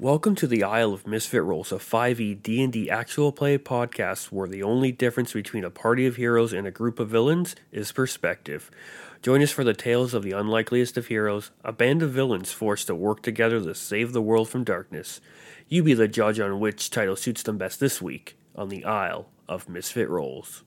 Welcome to the Isle of Misfit Rolls, a E 5e D&D actual play podcast where the only difference between a party of heroes and a group of villains is perspective. Join us for the tales of the unlikeliest of heroes, a band of villains forced to work together to save the world from darkness. You be the judge on which title suits them best this week on the Isle of Misfit Rolls.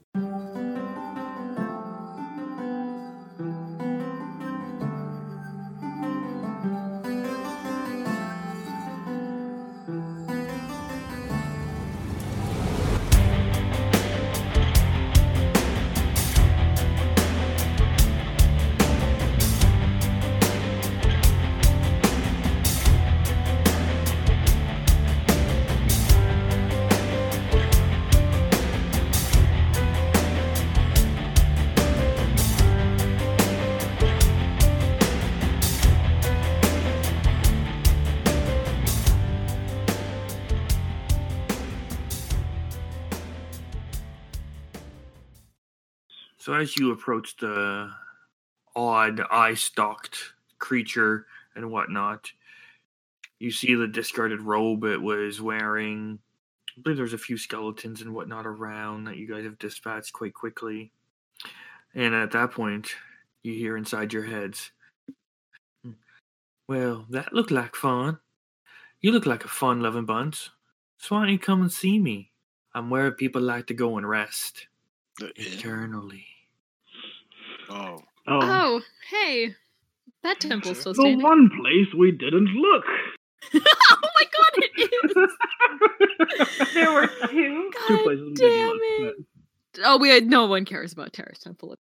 So as you approach the odd eye-stalked creature and whatnot, you see the discarded robe it was wearing. I believe there's a few skeletons and whatnot around that you guys have dispatched quite quickly. And at that point, you hear inside your heads, "Hmm, "Well, that looked like fun. You look like a fun-loving bunch. So why don't you come and see me? I'm where people like to go and rest The inn? eternally." Oh, Oh, Oh, hey. That temple's still the standing. one place we didn't look. oh my god, it is! there were two. Two God places we damn didn't look. it. Oh, we had no one cares about Terrace Temple.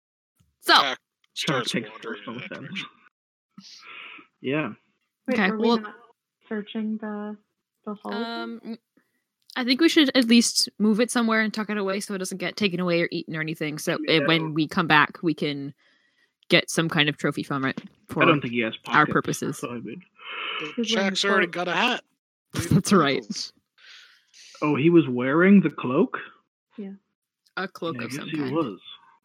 So, Tack starts takes wandering in personal that offense. direction. but- Yeah. Wait, Okay, were we well- not searching the the hole? Oh. um, I think we should at least move it somewhere and tuck it away so it doesn't get taken away or eaten or anything. So Yeah. it, when we come back, we can get some kind of trophy from it. For I don't think he has pockets. our purposes. so I would- He's wearing Jack's a already cloak. got a hat. That's right. Oh, he was wearing the cloak. a cloak Yeah, I of guess some he kind. was.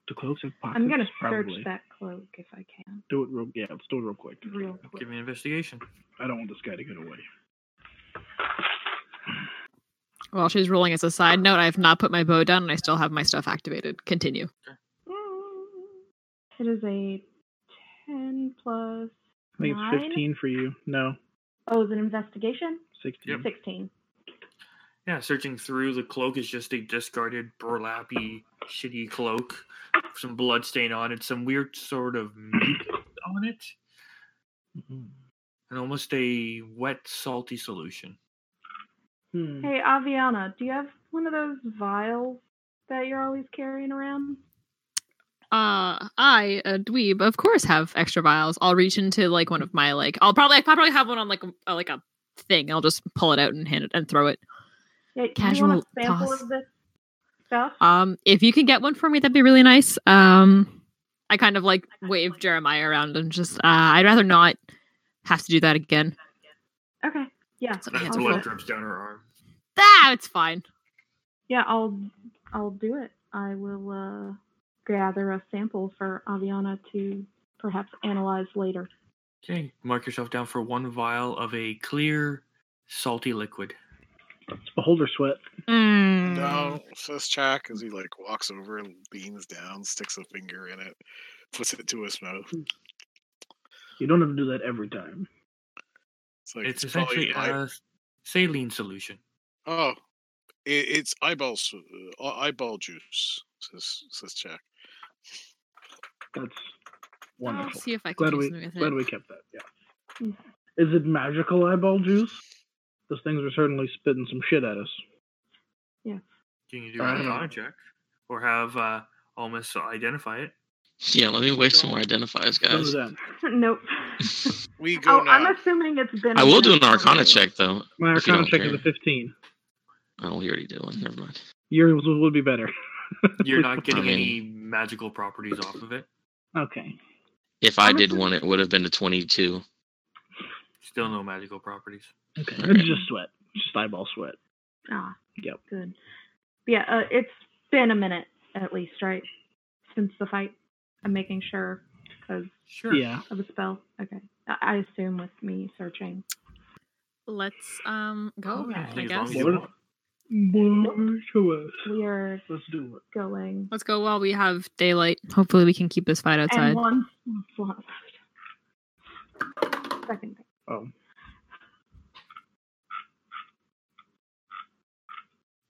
Do cloaks have pockets? I'm gonna Probably. search that cloak if I can, Do it real. Yeah, let's do it real quick. real quick. Give me an investigation. I don't want this guy to get away. While she's rolling as a side note, I have not put my bow down and I still have my stuff activated. Continue. It is a ten plus. I think Nine? it's 15 for you. No, Oh, is it investigation? 16. Yep. Sixteen. Yeah, searching through the cloak is just a discarded burlappy, shitty cloak, with some blood stain on it, some weird sort of meat on it, Mhm. and almost a wet, salty solution. Hmm. Hey, Aviana, do you have one of those vials that you're always carrying around? Uh, I, a dweeb, of course, have extra vials. I'll reach into like one of my like. I'll probably, I probably have one on like a, like a thing. I'll just pull it out and hand it and throw it. Yeah, Casual you want a sample toss. of this stuff? Um, if you can get one for me, that'd be really nice. Um, I kind of like wave Jeremiah around and just. Uh, I'd rather not have to do that again. okay. Yeah. So And yeah, the I'll blood do it. drips down her arm. Ah, it's fine. Yeah, I'll I'll do it. I will uh, gather a sample for Aviana to perhaps analyze later. Okay, mark yourself down for one vial of a clear, salty liquid. It's beholder sweat. Mm. No, says Jack as he like walks over and leans down, sticks a finger in it, puts it to his mouth. Hmm. You don't have to do that every time. It's like It's it's, essentially uh, probably eye- a saline solution. oh, it, it's eyeball su- uh, eyeball juice. Says says Jack. That's Oh, I'll wonderful. see if I can Glad do we something with glad it. we kept that. Yeah. Mhm. Is it magical eyeball juice? Those things are certainly spitting some shit at us. Can you do I an don't know. eye check or have uh, almost identify it? Yeah, let me waste some more identifiers, None of guys. that. nope. We go Oh, now. I'm assuming it's been. I will do an minute Arcana already. check though. My If you arcana don't check is a care. 15. Oh, we already did one. Never mind. Yours would be better. You're not getting mean- any magical properties off of it. Okay. If I I'm did assuming- one, it would have been a 22. Still no magical properties. Okay. Okay. It's just sweat. It's just eyeball sweat. Ah, Yep. good. Yeah, uh, it's been a minute at least, right? Since the fight. I'm making sure because Sure. Yeah. of the spell. Okay. I, I assume with me searching. Let's um go. Alright. I As long guess as you What? want. Marvelous. We are Let's do it. going. let's go while we have daylight. Hopefully, we can keep this fight outside. And one slot left. Second thing. Oh,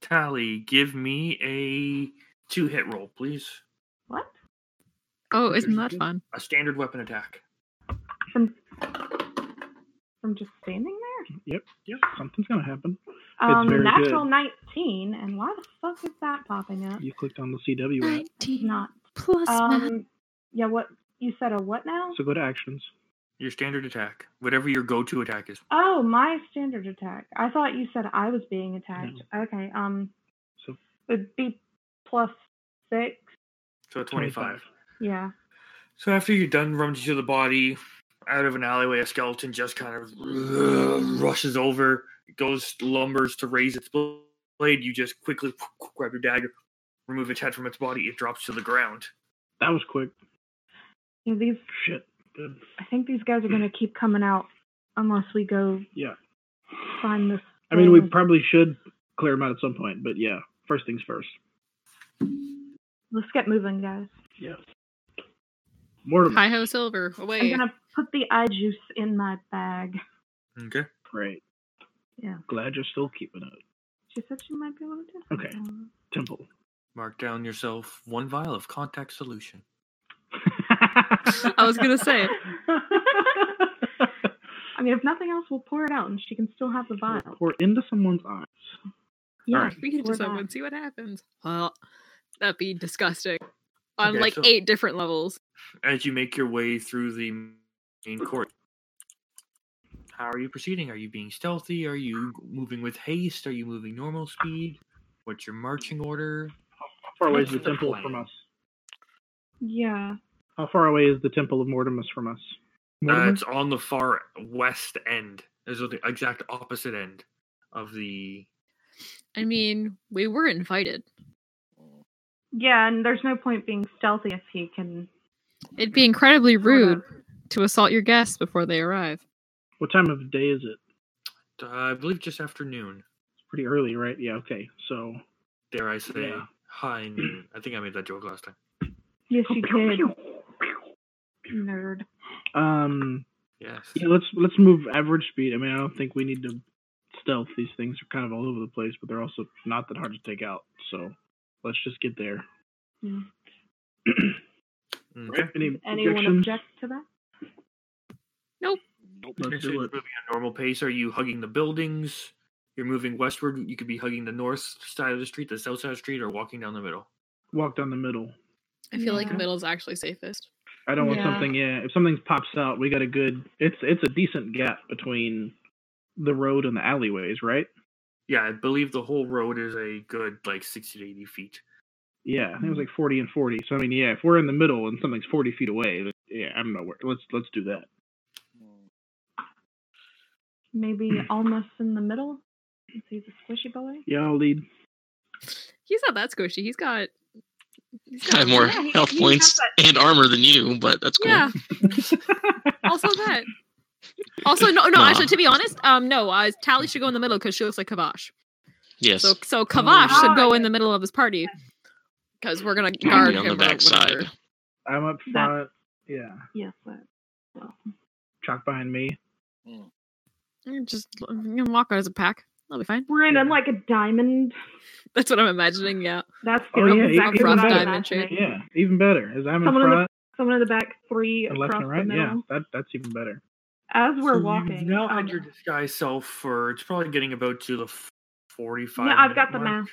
Tally, give me a two hit roll, please. What? Oh, isn't that fun? A standard weapon attack. From from just standing there? yep, yep. Something's gonna happen. Um, very natural good. 19. And why the fuck is that popping up? You clicked on the CW app, Nineteen Not. plus math. Um, yeah, what? You said a what now? so go to actions. Your standard attack, whatever your go to attack is. Oh, my standard attack. I thought you said I was being attacked. Okay. Um, So- it'd be plus six. So 25. Yeah. So after you're done rummaging through the body, out of an alleyway, a skeleton just kind of rushes over, goes lumbers to raise its blade. You just quickly grab your dagger, remove its head from its body. It drops to the ground. That was quick. Yeah, these. Shit. Good. I think these guys are gonna keep coming out unless we go Yeah. find this. I mean, we thing. probably should clear him out at some point, but yeah, first things first. let's get moving, guys. Yeah. Mortimer. Hi ho, silver. Oh, Away. I'm gonna put the eye juice in my bag. Okay. Great. Yeah. Glad you're still keeping it. She said she might be able to do Okay. something. Temple. Mark down yourself one vial of contact solution. I was gonna say. I mean, if nothing else, we'll pour it out, and she can still have the vial. Or into someone's eyes. yeah, alright. We can we're just back. someone see what happens. Well, that'd be disgusting. On Okay, like so- eight different levels. As you make your way through the main Mm. court, how are you proceeding? Are you being stealthy? Are you moving with haste? Are you moving normal speed? What's your marching order? How far away is the What's the temple plan? from us? Yeah. How far away is the temple of Mortimus from us? Uh, Mortimer? it's on the far west end. It's on the exact opposite end of the. I mean, we were invited. Yeah, and there's no point being stealthy if he can. It'd be incredibly rude Sort to assault your guests before they arrive. what time of day is it? Uh, I believe just after noon. It's pretty early, right? Yeah, okay. So Dare I say Yeah. high noon? I think I made that joke last time. Yes, Oh, you did. Nerd. um Yes. yeah, let's let's move average speed. I mean I don't think we need to stealth. These things are kind of all over the place, but they're also not that hard to take out. So let's just get there. Yeah. Okay. Any Anyone objections? object to that? Nope. Let's Okay, so do you're it. moving at normal pace. Are you hugging the buildings? You're moving westward. You could be hugging the north side of the street, the south side of the street, or walking down the middle. Walk down the middle. I feel like Yeah. middle's actually safest. I don't want Yeah. something. Yeah, if something pops out, we got a good. It's it's a decent gap between the road and the alleyways, right? Yeah, I believe the whole road is a good like sixty to eighty feet. Yeah, I think it Mm-hmm. was like forty and forty. So I mean, yeah, if we're in the middle and something's forty feet away, then, yeah, I'm nowhere. Let's let's do that. Maybe Hmm. almost in the middle? Since he's a squishy boy? Yeah, I'll lead. He's not that squishy. He's got. he's I have more Yeah, he- health he has points and armor than you, but that's cool. Yeah. also that. Also, no, no. Nah. Actually, to be honest, um, no. Uh, Tally should go in the middle because she looks like Kavash. Yes. So, so Kavash should go in yeah. the middle of his party because we're gonna You're gonna guard be on him the or whatever. backside. I'm up That- front. Yeah, Yes. But, well, chalk behind me. Mm, Just l- you can walk out as a pack. That'll be fine. we're in a, like a diamond. That's what I'm imagining. Yeah. That's Oh, gonna be yeah, you exactly can what do I'm that. Diamond shape. imagining. Yeah, even better. As I'm in Someone in the- front Someone in the back, three and left across and right. the Yeah, middle. that that's even better. As we're So walking. You've now um, had your disguise self for it's probably getting about to the f- forty-five. Yeah, I've got minute the mark. mask.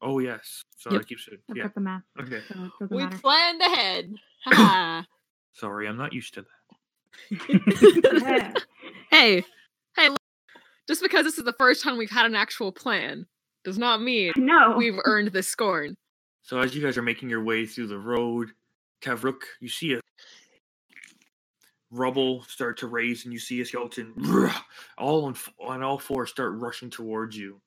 Oh yes. So Yep. that keeps it. I've Yeah. got the mask. Okay. So it doesn't We matter. planned ahead. Ha. Sorry, I'm not used to that. Yeah. hey, hey! Look, just because this is the first time we've had an actual plan does not mean No. we've earned this scorn. So as you guys are making your way through the road, Tavruk, you see a rubble start to raise, and you see a skeleton all on f- on all fours start rushing towards you,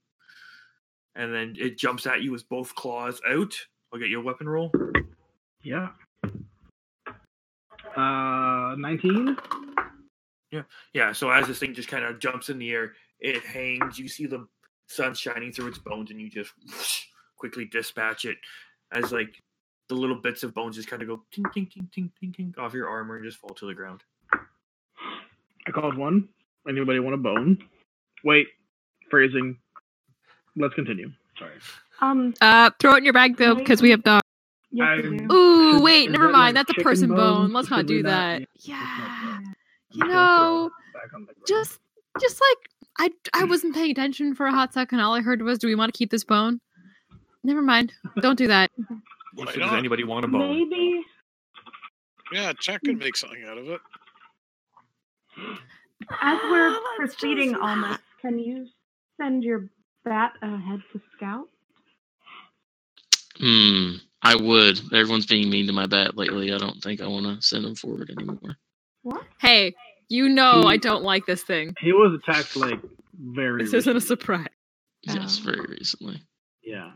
and then it jumps at you with both claws out. I'll get your weapon roll. Yeah. Uh, nineteen. Yeah, so as this thing just kind of jumps in the air, It hangs. You see the sun shining through its bones, and you just quickly dispatch it as like the little bits of bones just kind of go ting ting ting ting ting ting off your armor and just fall to the ground. I called one. Anybody want a bone? Wait, phrasing. Let's continue. Sorry. Um, Uh, throw it in your bag though, because we have dogs. yes, I- you do. Ooh, Is- wait, is never that mind. like That's a chicken person bone? bone. Let's not Should we do not- that. yeah, Yeah. I'm just You gonna know, throw it back on the ground. just just like I I wasn't paying attention for a hot second. All I heard was, "Do we want to keep this bone?" Never mind. Don't do that. Why So does not? anybody want a bone? maybe Yeah, Jack Hmm. can make something out of it. as we're Ah, let's proceeding just on not. this, can you send your bat ahead to scout? Hmm. I would. Everyone's being mean to my bat lately. I don't think I want to send him forward anymore. What? Hey, you know I Hmm. don't like this thing. He was attacked like very. This isn't a recently. surprise. Yes, Oh. very recently. Yeah.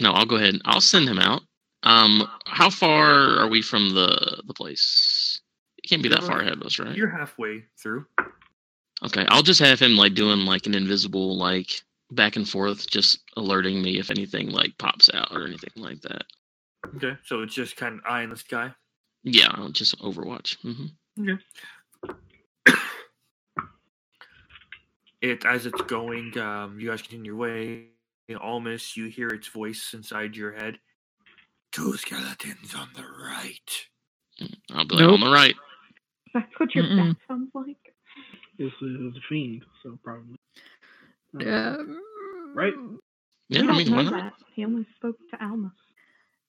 No, I'll go ahead. and I'll send him out. Um, how far are we from the the place? It can't be that far ahead of us, right? You're halfway through. Okay, I'll just have him like doing like an invisible like back and forth, just alerting me if anything like pops out or anything like that. Okay, so it's just kind of eye in the sky. Yeah, I'll just Overwatch. hmm It as it's going, um, you guys continue your way. In Almas, you hear its voice inside your head. Two skeletons on the right. I'll be like on the right. That's what your Mm-mm. bat sounds like. This is a fiend, so probably. Uh, Um, Right. We Yeah, I don't mean, why know not? that. He only spoke to Almas.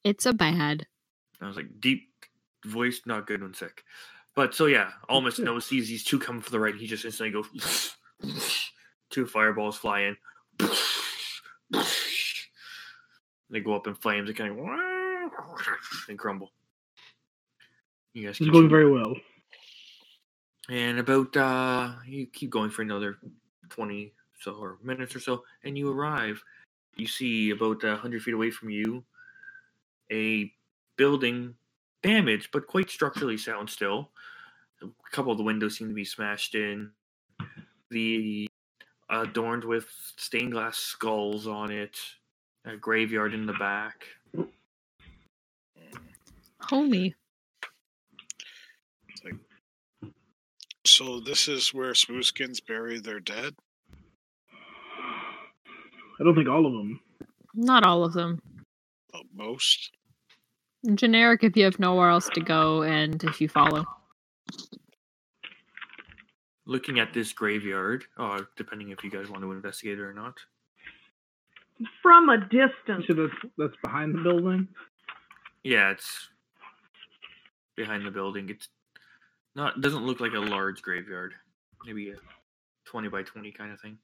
It's a bad. I was like, deep voice, not good when sick. But so yeah, Almas good. knows sees these two come from the right. And he just instantly goes. two fireballs fly in. they go up in flames and kind of and crumble. You guys This is keep going very well. And about uh you keep going for another twenty so or minutes or so, and you arrive. You see about a hundred feet away from you a building damaged but quite structurally sound still. A couple of the windows seem to be smashed in. The uh, adorned with stained glass skulls on it. A graveyard in the back. Homie. So this is where Smoothskins bury their dead. I don't think all of them. Not all of them. Well, uh, most. Generic if you have nowhere else to go and if you follow. Looking at this graveyard, uh, depending if you guys want to investigate it or not. From a You distance. said that's, that's behind the building. Yeah, it's behind the building. It's not doesn't look like a large graveyard. Maybe a twenty by twenty kind of thing.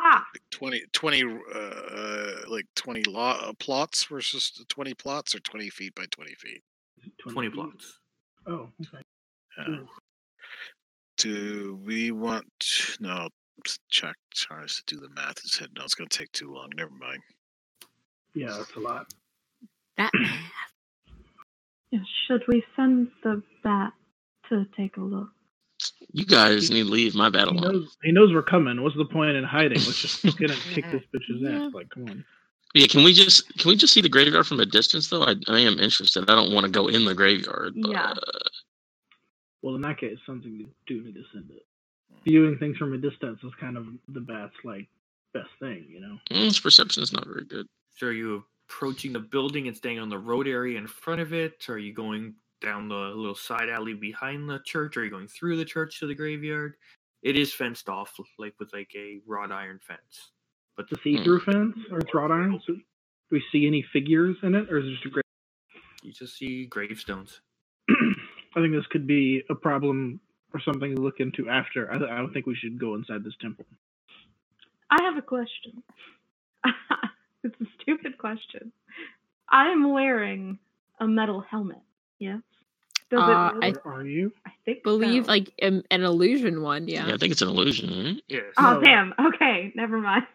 Ah, 20, 20 uh, uh, like 20 lo- uh, plots versus the 20 plots or 20 feet by 20 feet. Twenty feet? plots. Oh, okay. Yeah. Do we want. No, Jack tries to do the math. He said, no, it's going to take too long. Never mind. Yeah, that's a lot. That yeah, should we send the bat to take a look? You guys need to leave my bat He alone. knows, he knows we're coming. What's the point in hiding? Let's just get and kick this bitch's ass. Like, come on. Yeah, can we just can we just see the graveyard from a distance though? I, I am interested. I don't want to go in the graveyard. But, Yeah. Well, in that case, something you do need to send it. Viewing things from a distance is kind of the bat's like best thing, you know. mm, his perception is not very good. So are you approaching the building and staying on the road area in front of it? Are you going down the little side alley behind the church? Are you going through the church to the graveyard? It is fenced off like with like a wrought iron fence. But It's a see-through fence or it's wrought iron. So do we see any figures in it, or is it just a great? you just see gravestones. I think this could be a problem or something to look into after. I, I don't think we should go inside this temple. I have a question. it's a stupid question. I am wearing a metal helmet. Yes. Does Uh, it? I- work? Or are you? I think believe so. like an, an illusion one, yeah. Yeah, I think it's an illusion. eh? Right? Yes. Oh No. damn. Okay, never mind.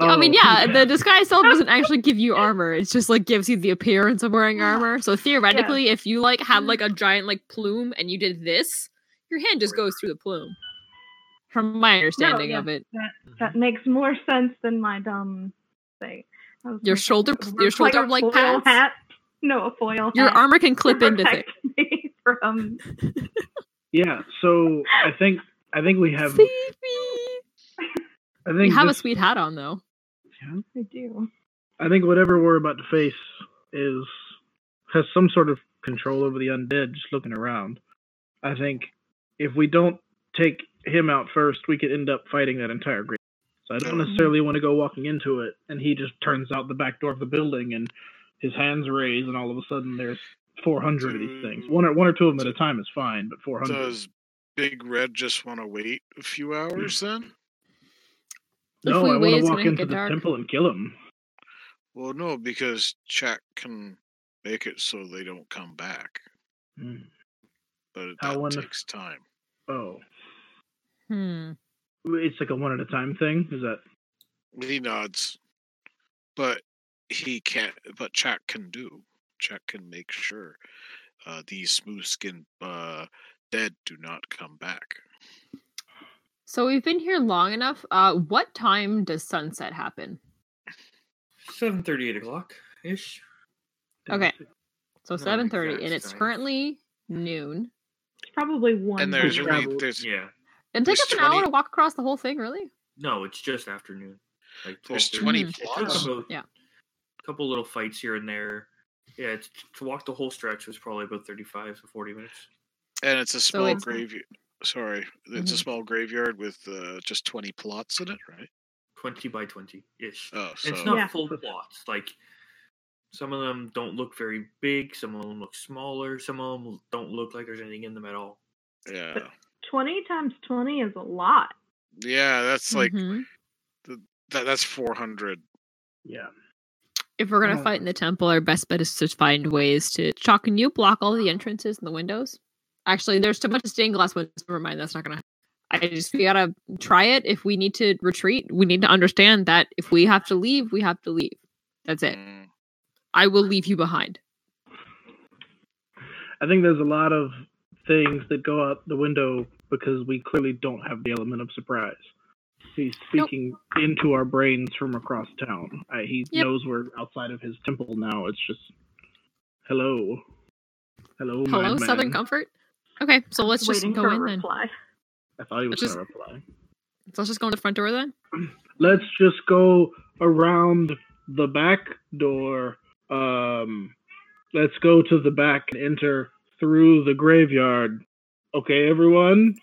I mean, Oh, yeah, the disguise self doesn't actually give you armor. It's just like gives you the appearance of wearing Yeah. Mm-hmm. armor. So theoretically, if you like had like a giant like plume and you did this, your hand just goes through the plume. from my understanding yeah. of it. That makes more sense than my dumb thing. I was Your thinking shoulder- it would your look like a shoulder, like, foil pads? Hat. No, a foil. Your hat armor can clip to into things. protect me from. Yeah, so I think I think we have See I think You have a this- sweet hat on though. I do. I think whatever we're about to face is has some sort of control over the undead just looking around. I think if we don't take him out first, we could end up fighting that entire group. So I don't Mhm. necessarily want to go walking into it and he just turns out the back door of the building and his hands raise and all of a sudden there's 400 of these things. One or one or two of them at a time is fine, but 400. Does Big Red just want to wait a few hours then? no, we I wait, want it's to gonna walk get into the dark. temple and kill him. Well, no, because Jack can make it so they don't come back, Hmm. but it How that wonderful. takes time. Oh, Hmm. it's like a one at a time thing. Is that He nods, but he can't. But Jack can do. Jack can make sure uh, these smooth-skinned uh, dead do not come back. So we've been here long enough. Uh what time does sunset happen? Seven thirty, eight o'clock ish. Okay. So Not an seven thirty, exact and it's science. currently noon. It's probably one. And there's we only traveled. there's Yeah. It takes us There's an 20 hour to walk across the whole thing, really. No, it's just afternoon. Like there's 12:30. 20 Mhm. plots. About Yeah. A couple little fights here and there. Yeah, it's, to walk the whole stretch was probably about thirty-five to forty minutes. and it's a So small it's- graveyard. Sorry, it's a Mhm. small graveyard with uh, just twenty plots in it, right? Twenty by twenty ish. Oh, so And it's not Yeah. full plots. Like some of them don't look very big. Some of them look smaller. Some of them don't look like there's anything in them at all. yeah, twenty times twenty is a lot. yeah. That's like Mhm. that, that's four hundred. Yeah. if we're gonna Oh. fight in the temple, our best bet is to find ways to chalk and you block all the entrances and the windows. Actually, there's too much stained glass windows. Never mind, that's not gonna. I just we gotta try it. If we need to retreat, we need to understand that if we have to leave, we have to leave. That's it. Mm, I will leave you behind. I think there's a lot of things that go out the window because we clearly don't have the element of surprise. He's Nope. speaking into our brains from across town. I, he Yep. knows we're outside of his temple now. It's just, hello, hello, Hello, madman." Southern Comfort. Okay, so let's just Waiting go for a in then. reply. I thought he was Which is- gonna reply. So let's just go in the front door then. Let's just go around the back door. Um, let's go to the back and enter through the graveyard. Okay, everyone.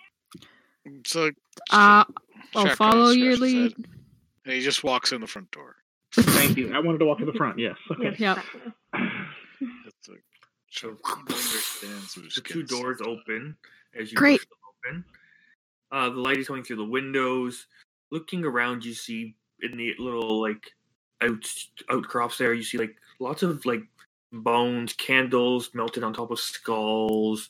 So Uh, I'll Jack kinda follow your scratches his lead. head, and he just walks in the front door. Thank you. I wanted to walk to the front. Yes. Okay. Yes, Yep. exactly. It's like, So- Jack understands who's the two getting doors sent. open as you Great. push them open. Uh, the light is going through the windows. Looking around, you see in the little like out outcrops there, you see like lots of like bones, candles melted on top of skulls.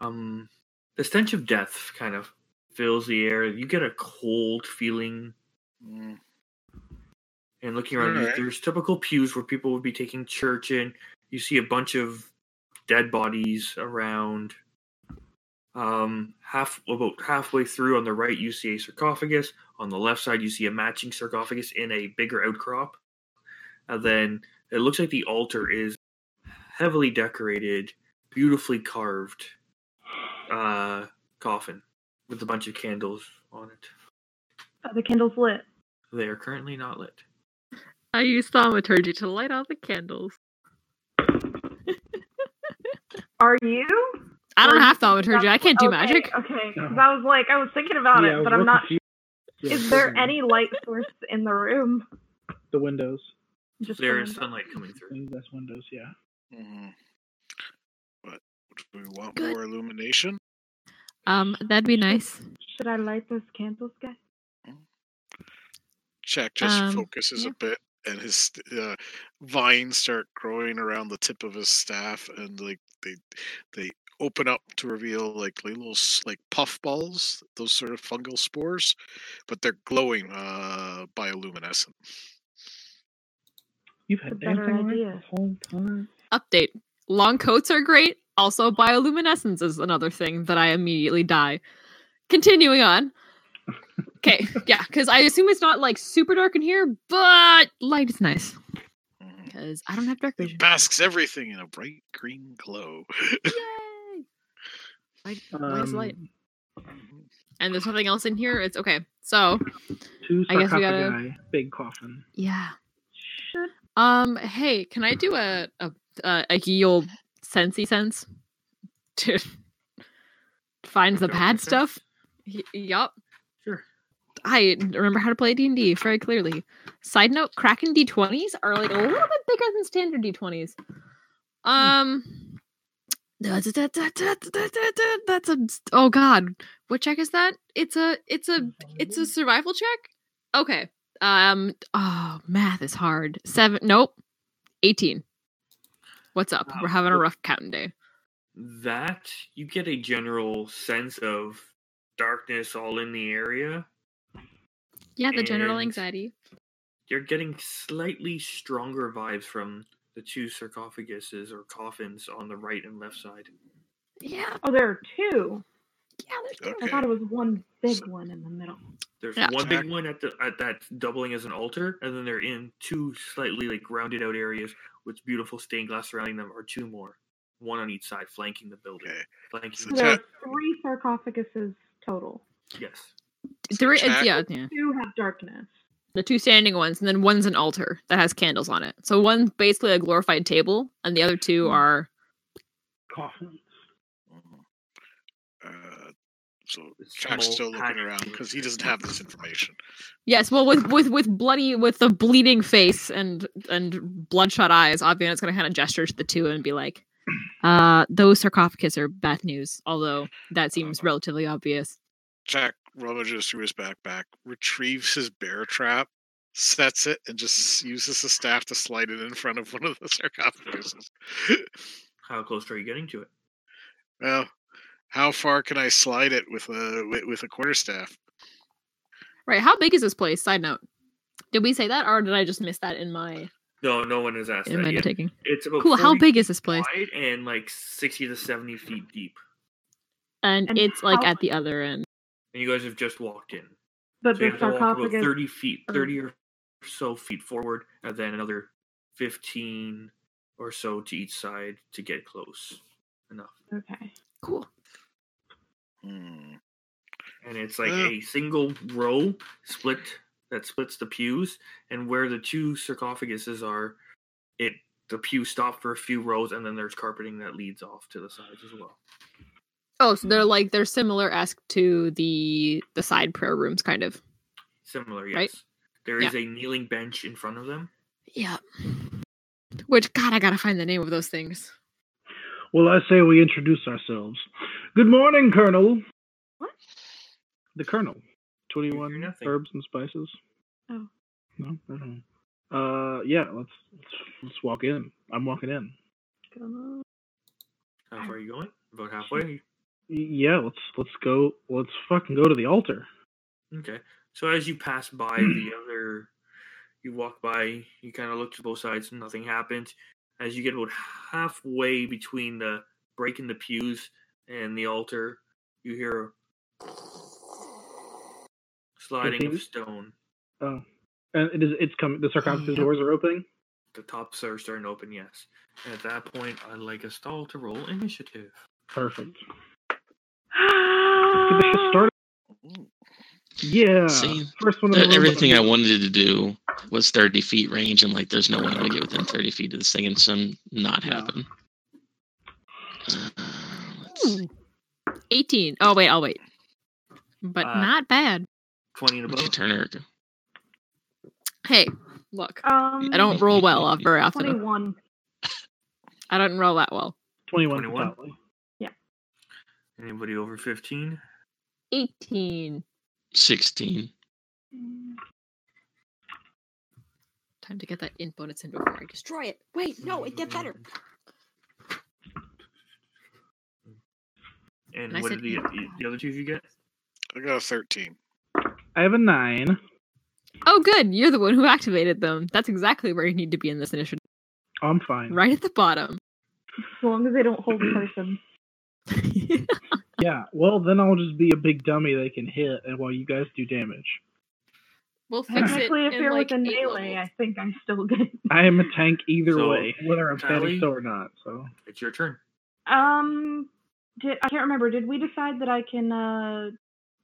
Um, the stench of death kind of fills the air. You get a cold feeling. Mm, And looking around, you- Alright. there's typical pews where people would be taking church in. You see a bunch of dead bodies around. Um, half about halfway through on the right, you see a sarcophagus. On the left side, you see a matching sarcophagus in a bigger outcrop. And then it looks like the altar is heavily decorated, beautifully carved uh, coffin with a bunch of candles on it. Are Oh, the candles lit? They are currently not lit. I use thaumaturgy to light all the candles. Are you? I Or don't you have think thaumaturgy. I that's- can't do okay, magic. Okay, No. 'cause I was like, I was thinking about Yeah, it, but we're I'm not. confused. Yeah, Is there listen, any light source in the room? the windows? Just there the is window. sunlight coming through. That's windows, yeah. Mm-hmm. mhm. But do we want Good. more illumination? Um, that'd be nice. Should I light those candles, guys? Jack just Um, focuses yeah. a bit, and his st- uh, vines start growing around the tip of his staff, and like they they open up to reveal like li- little s- like puff balls, those sort of fungal spores, but they're glowing uh, bioluminescent. You've It's had a better dancing lights idea. this whole time. update. Long coats are great. Also, bioluminescence is another thing that I immediately die. Continuing on, Okay, yeah, because I assume it's not like super dark in here, but light is nice Mm-hmm. Mhm. because I don't have dark vision. It basks everything in a bright green glow. Yay! Light, light is light. Um, Mm-hmm. And there's nothing else in here. It's okay. So Two I guess we sarcophagi, gotta- big coffin. yeah. Um. Hey, can I do a a a, a heel sensey sense to find the Dark bad sense? stuff? Y- yup. Sure. I remember how to play D and D very clearly. Side note: Kraken D twenties are like a little bit bigger than standard D twenties. Um, da- da- da- da- da- da- da- da- that's a oh god, what check is that? It's a it's a it's a survival check. Okay. Um. Oh, math is hard. Seven. Nope. Eighteen. What's up? Wow. We're having a rough counting day. that you get a general sense of darkness all in the area. Yeah, the general And- anxiety. You're getting slightly stronger vibes from the two sarcophaguses or coffins on the right and left side. Yeah. Oh, there are two. Yeah. There's two. I Okay. thought it was one big one in the middle. There's Yeah. one Attack. big one at the at that doubling as an altar, and then they're in two slightly like rounded out areas with beautiful stained glass surrounding them, are two more, one on each side, flanking the building. Okay. Flanking So the Attack. there are three sarcophaguses total. yes. Three. it's- Check. yeah. Yeah. Two have darkness. the two standing ones, and then one's an altar that has candles on it. So one's basically a glorified table, and the other two Hmm. are Coffin. Mhm. Uh, so It's Jack's small still looking pack. around because he doesn't have this information. yes, well, with with with bloody with the bleeding face and and bloodshot eyes. Aviana's gonna kind of gesture to the two and be like, "Uh, those sarcophagus are bad news." Although that seems relatively obvious. Jack rummages through his backpack, retrieves his bear trap, sets it, and just uses the staff to slide it in front of one of the sarcophaguses. How close are you getting to it? well, how far can I slide it with a with, with a quarterstaff? Right? How big is this place? Side note: Did we say that, or did I just miss that in my No, no one has asked in that my yet. taking? It's about Cool. How 40 big is this place? wide and like sixty to seventy feet deep. And, And it's like how- at the other end. And you guys have just walked in. But So you the have to walk about sarcophagus. thirty feet, thirty or so feet forward, and then another fifteen or so to each side to get close enough. Okay. Cool. Hmm. And it's like Yeah. a single row split that splits the pews, and where the two sarcophaguses are, it the pews stop for a few rows, and then there's carpeting that leads off to the sides as well. Oh, so they're like they're similar esque to the the side prayer rooms, kind of. Similar, yes. Right. There is a kneeling bench in front of them. Yeah. Which God, I gotta find the name of those things. Well, I say we introduce ourselves. Good morning, Colonel. What? The Colonel. You hear 21 nothing. herbs and spices. Oh. No, I don't know. Uh, yeah, let's, let's let's walk in. I'm walking in. Gonna- How far are you going? About halfway. Y- Yeah, let's let's go. Let's fucking go to the altar. Okay. So as you pass by the other, you walk by. You kind of look to both sides. Nothing happens. As you get about halfway between the breaking the pews and the altar, you hear a sliding of pews? stone. Oh, and it is it's coming. The sarcophagus doors are opening. The tops are starting to open. Yes. And at that point, I'd like us all to roll initiative. Perfect. Let's get this Ah. shit started. Yeah. See, First Uh, one. in the Th- room. everything I wanted to do was 30 feet range, and like, there's no one gonna get within 30 feet of this thing, and some not No. happen. Uh, let's Mm. see. Eighteen. Oh wait, I'll wait. But Uh, not bad. Twenty and What's your above. turn, Erica? Hey, look. Um, I don't roll well off very often. Twenty-one. I don't roll that well. 21. 21. totally. Anybody over fifteen? Eighteen. 16. Time to get that int bonus in before I destroy it. Wait, no, it get better. And And I what said did the, eight. the other two of you get? I got a thirteen. I have a nine. Oh good, you're the one who activated them. That's exactly where you need to be in this initiative. I'm fine. Right at the bottom. As long as they don't hold a person. Yeah, well, then I'll just be a big dummy they can hit and while you guys do damage. We'll fix it. Technically, if in, you're like, within eight melee, levels. I think I'm still good. I am a tank either So, way, whether I'm Tally? panicked or not, so. It's your turn. Um, did, I can't remember. Did we decide that I can uh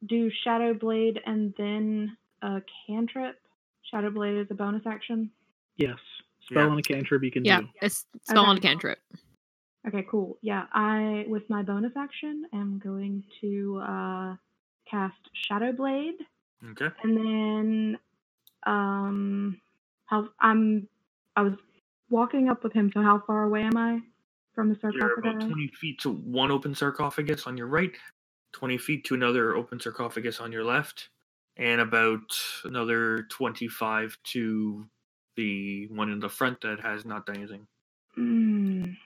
do Shadow Blade and then a cantrip? Shadow Blade is a bonus action. Yes. Spell Yeah. and a cantrip you can Yeah, do. it's spell Okay. on a cantrip. Okay, cool. Yeah, I with my bonus action am going to uh cast Shadow Blade Okay. and then um how I'm I was walking up with him, so how far away am I from the You're about sarcophagus? 20 feet to one open sarcophagus on your right, 20 feet to another open sarcophagus on your left, and about another 25 to the one in the front that has not done anything. Mm,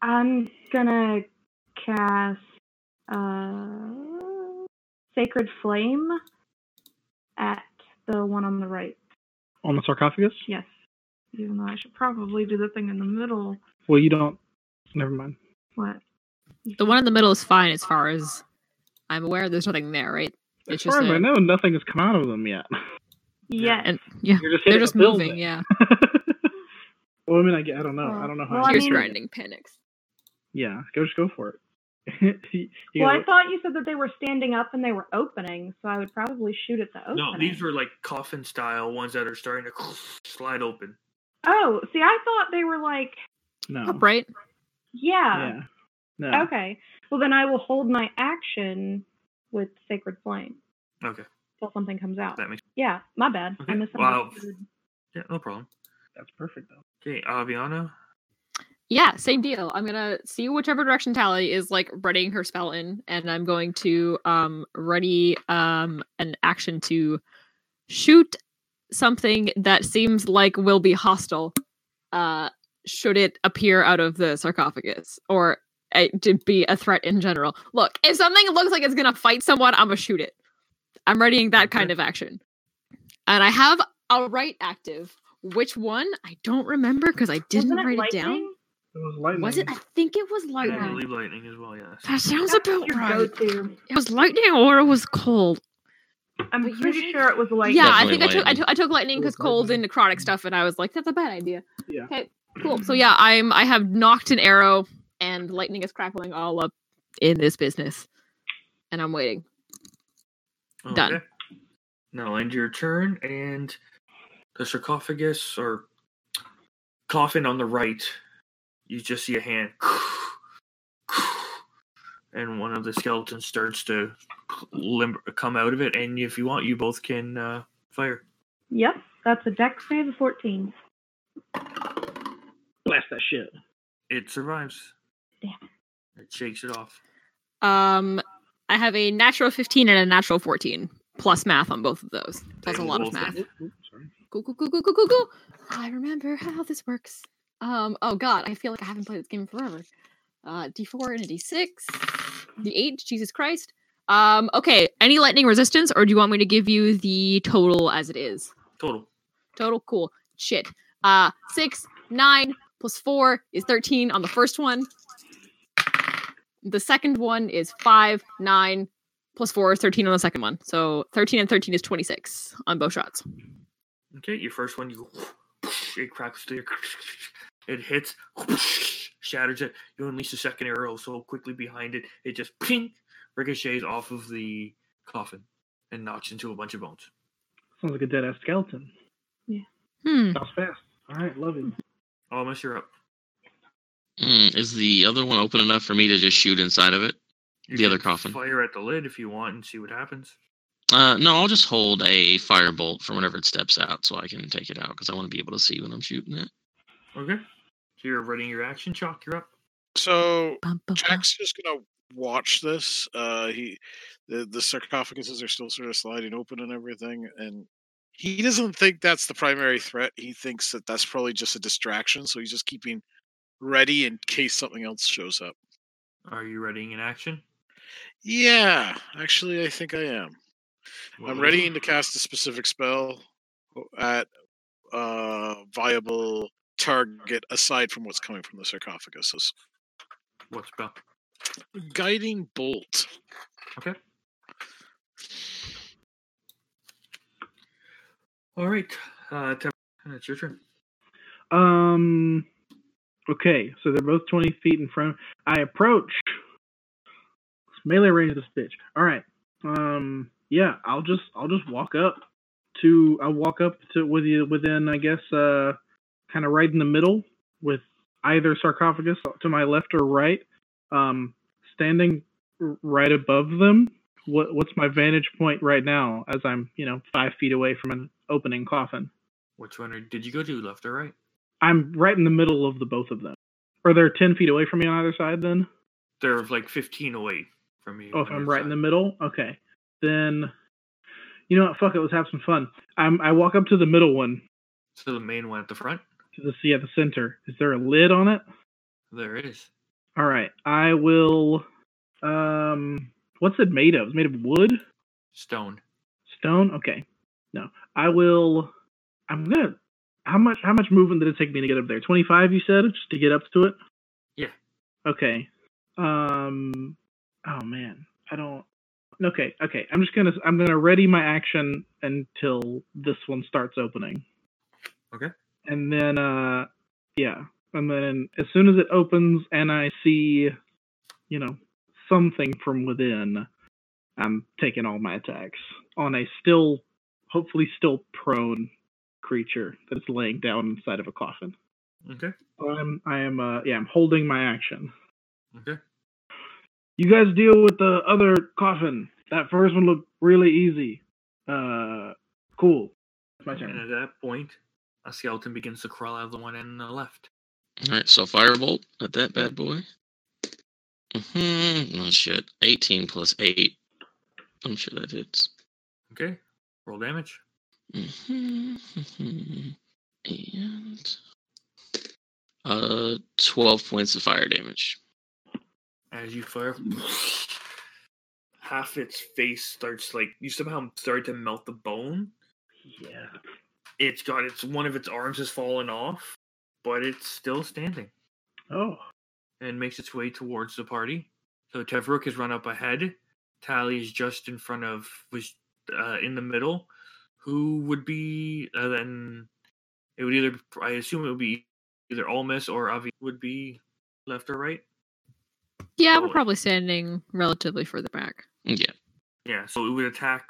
I'm gonna cast uh, Sacred Flame at the one on the right. On the sarcophagus? Yes. Even though I should probably do the thing in the middle. Well, you don't. Never mind. What? The one in the middle is fine as far as I'm aware. There's nothing there, right? As It's far as a- I know, nothing has come out of them yet. Yes. and yeah, You're just they're hitting just a moving. building. Yeah, well, I mean, I, g- I don't know. I don't know how. Oh. Well, I I tears mean- grinding panics. yeah, go just go for it. You well, gotta- I thought you said that they were standing up and they were opening, so I would probably shoot at the opening. No, these were like coffin style ones that are starting to slide open. Oh, see, I thought they were like, no. Up right? yeah. Yeah. No. Okay. Well, then I will hold my action with Sacred Flame Okay, till something comes out. that makes Yeah, my bad. Okay, I missed wow. yeah, no problem. That's perfect though. Okay, Aviana. Yeah, same deal. I'm gonna see whichever direction Tally is like readying her spell in, and I'm going to um ready um an action to shoot something that seems like will be hostile, uh, should it appear out of the sarcophagus or uh, to be a threat in general. Look, if something looks like it's gonna fight someone, I'm gonna shoot it. I'm readying that kind Okay. of action, and I have a right active. Which one? I don't remember because I didn't Wasn't it write it down. lightning? It was lightning. Was it? I think it was I lightning. believe lightning as well. Yes. That sounds That's about your right. go-to. It was lightning or it was cold. I'm But you pretty should- sure it was like yeah, I Definitely think I took, I lightning. took I took lightning It was because cold and lightning. necrotic stuff, and I was like, that's a bad idea. Yeah. Okay, cool. So yeah, I'm I have knocked an arrow, and lightning is crackling all up in this business, and I'm waiting. Done. Oh, Now end your turn, and the sarcophagus or coffin on the right, you just see a hand, and one of the skeletons starts to limber, come out of it. And if you want, you both can uh, fire. Yep, that's a deck save of 14. Blast that shit. It survives. Damn. It shakes it off. Um, I have a natural 15 and a natural 14 plus math on both of those. That's a lot of Both math. Oop, oop, sorry. Go go go go go go go. I remember how this works. Um. Oh God, I feel like I haven't played this game in forever. Uh, D4 and a D6. D8. Jesus Christ. Um. Okay. Any lightning resistance, or do you want me to give you the total as it is? Total. Total. Cool. Shit. Uh. Six, nine plus four is thirteen on the first one. The second one is five, nine plus four is thirteen on the second one. So thirteen and thirteen is twenty-six on both shots. Okay, your first one, you it cracks through. your- It hits, shatters it. You unleash the second arrow so quickly behind it, it just ping ricochets off of the coffin and knocks into a bunch of bones. Sounds like a dead ass skeleton. Hmm. That was fast. All right, love it. Almost you're up. Mm, is the other one open enough for me to just shoot inside of it? You The other can coffin. Fire at the lid if you want and see what happens. Uh, no, I'll just hold a firebolt for whenever it steps out, so I can take it out because I want to be able to see when I'm shooting it. Okay. So you're running your action, Chalk. You're up. So Bum, bum, bum. Jack's just gonna watch this. Uh, he, the the sarcophaguses are still sort of sliding open and everything, and he doesn't think that's the primary threat. He thinks that that's probably just a distraction. So he's just keeping ready in case something else shows up. Are you readying an action? Yeah, actually, I think I am. What would it I'm be? readying to cast a specific spell at uh, a viable target aside from what's coming from the sarcophagus. What spell? guiding bolt. All right, uh, Tem- it's your turn. Um. Okay, so they're both twenty feet in front. I approach. Melee range of this bitch. All right. Um. Yeah, I'll just I'll just walk up to I'll walk up to with you within I guess uh kind of right in the middle with either sarcophagus to my left or right. Um, standing r- right above them. What what's my vantage point right now as I'm you know five feet away from an opening coffin? Which one are, did you go to, left or right? I'm right in the middle of the both of them. Or they're ten feet away from me on either side then? They're like 15 away from you. Oh, if on I'm your right in side. the middle? Okay. Then you know what, fuck it, let's have some fun. I'm I walk up to the middle one So the main one at the front. to the see at the center. Is there a lid on it? There it is. Alright. I will um what's it made of? It's made of wood? Stone. Stone? Okay. No. I will I'm gonna how much how much movement did it take me to get up there? Twenty five you said just to get up to it? Yeah. Okay. Um oh man. I don't Okay, okay. I'm just gonna I'm gonna ready my action until this one starts opening. Okay. And then uh yeah. And then as soon as it opens and I see you know, something from within, I'm taking all my attacks on a still, hopefully still prone creature that's laying down inside of a coffin. Okay. I'm, I am, uh, yeah, I'm holding my action. Okay. You guys deal with the other coffin. That first one looked really easy. Uh, cool. It's my And at turn. that point, a skeleton begins to crawl out of the one end on the left. All right, so firebolt at that bad boy. hmm Oh shit, eighteen plus eight. I'm sure that hits. Okay. Roll damage. hmm Mm-hmm. And uh, twelve points of fire damage. As you fire, half its face starts like you somehow start to melt the bone. Yeah. It's got its one of its arms has fallen off, but it's still standing Oh. and makes its way towards the party. So Tevrook has run up ahead. Tally is just in front of was uh, in the middle. Who would be uh, then? It would either I assume it would be either Olmis or Avi would be left or right. Yeah, we're Totally. probably standing relatively further back. Yeah. Yeah, so it would attack.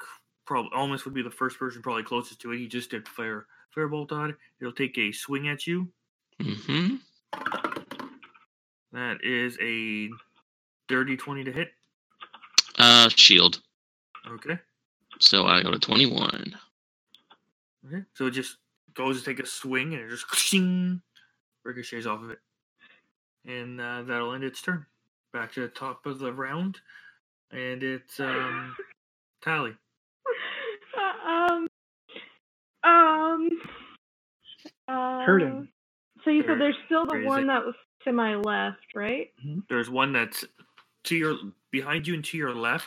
Probably almost would be the first person probably closest to it. He just did fire firebolt on. it. It'll take a swing at you. hmm That is a dirty twenty to hit. Uh, shield. Okay. So I go to twenty-one. Okay. So it just goes to take a swing and it just shing, ricochets off of it, and uh, that'll end its turn. Back to the top of the round, and it's um, Tally. um. Um. Uh, Hurt him. So you Or said there's still the raise it. one that was to my left, right? There's one that's to your behind you and to your left,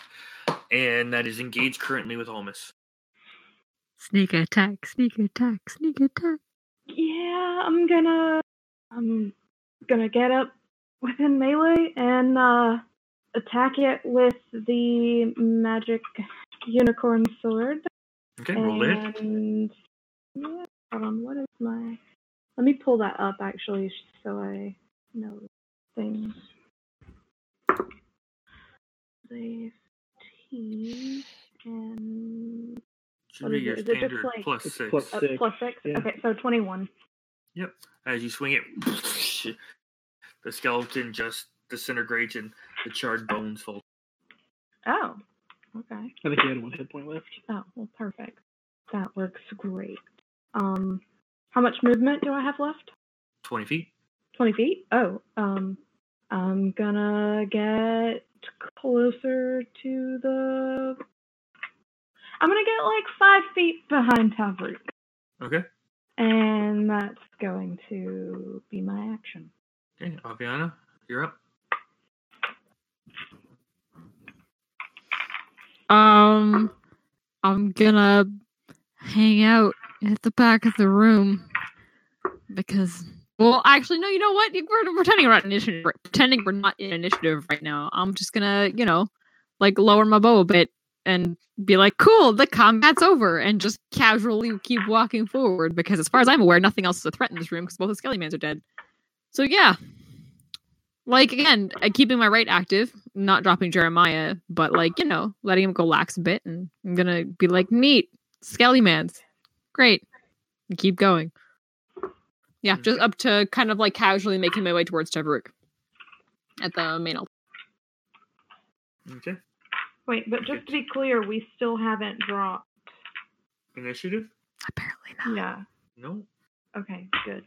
and that is engaged currently with Olmis. Sneak attack, sneak attack, sneak attack. Yeah, I'm gonna. I'm gonna get up within melee and uh, attack it with the magic unicorn sword. Okay, roll it. And yeah, hold on, what is my? Let me pull that up actually, so I know things. Fifteen and Should What be is your it? Is it just standard like- plus It's six. plus- uh, Six, plus six. yeah. Okay, so twenty-one. Yep. As you swing it, the skeleton just disintegrates and the charred bones fall. Oh, okay. I think he had one hit point left. Oh, well, perfect. That works great. Um, how much movement do I have left? Twenty feet. 20 feet? Oh, um, I'm gonna get closer to the. I'm gonna get like five feet behind Tavruk. Okay. And that's going to be my action. Okay, Aviana, you're up. Um, I'm gonna hang out at the back of the room because Well, actually, no. You know what? We're pretending we're not in initiative. Pretending we're not in initiative right now. I'm just gonna, you know, like lower my bow a bit and be like, "Cool, the combat's over," and just casually keep walking forward because, as far as I'm aware, nothing else is a threat in this room because both the Skellymans are dead. So yeah, like again, uh, keeping my right active, not dropping Jeremiah, but like you know, letting him go lax a bit, and I'm gonna be like, "Neat, Skellymans, great," and keep going. Yeah, just up to kind of like casually making my way towards Tevaruk at the main altar. Okay. Wait, but just to be clear, we still haven't dropped. Initiative? Apparently Yeah. No. Okay, good.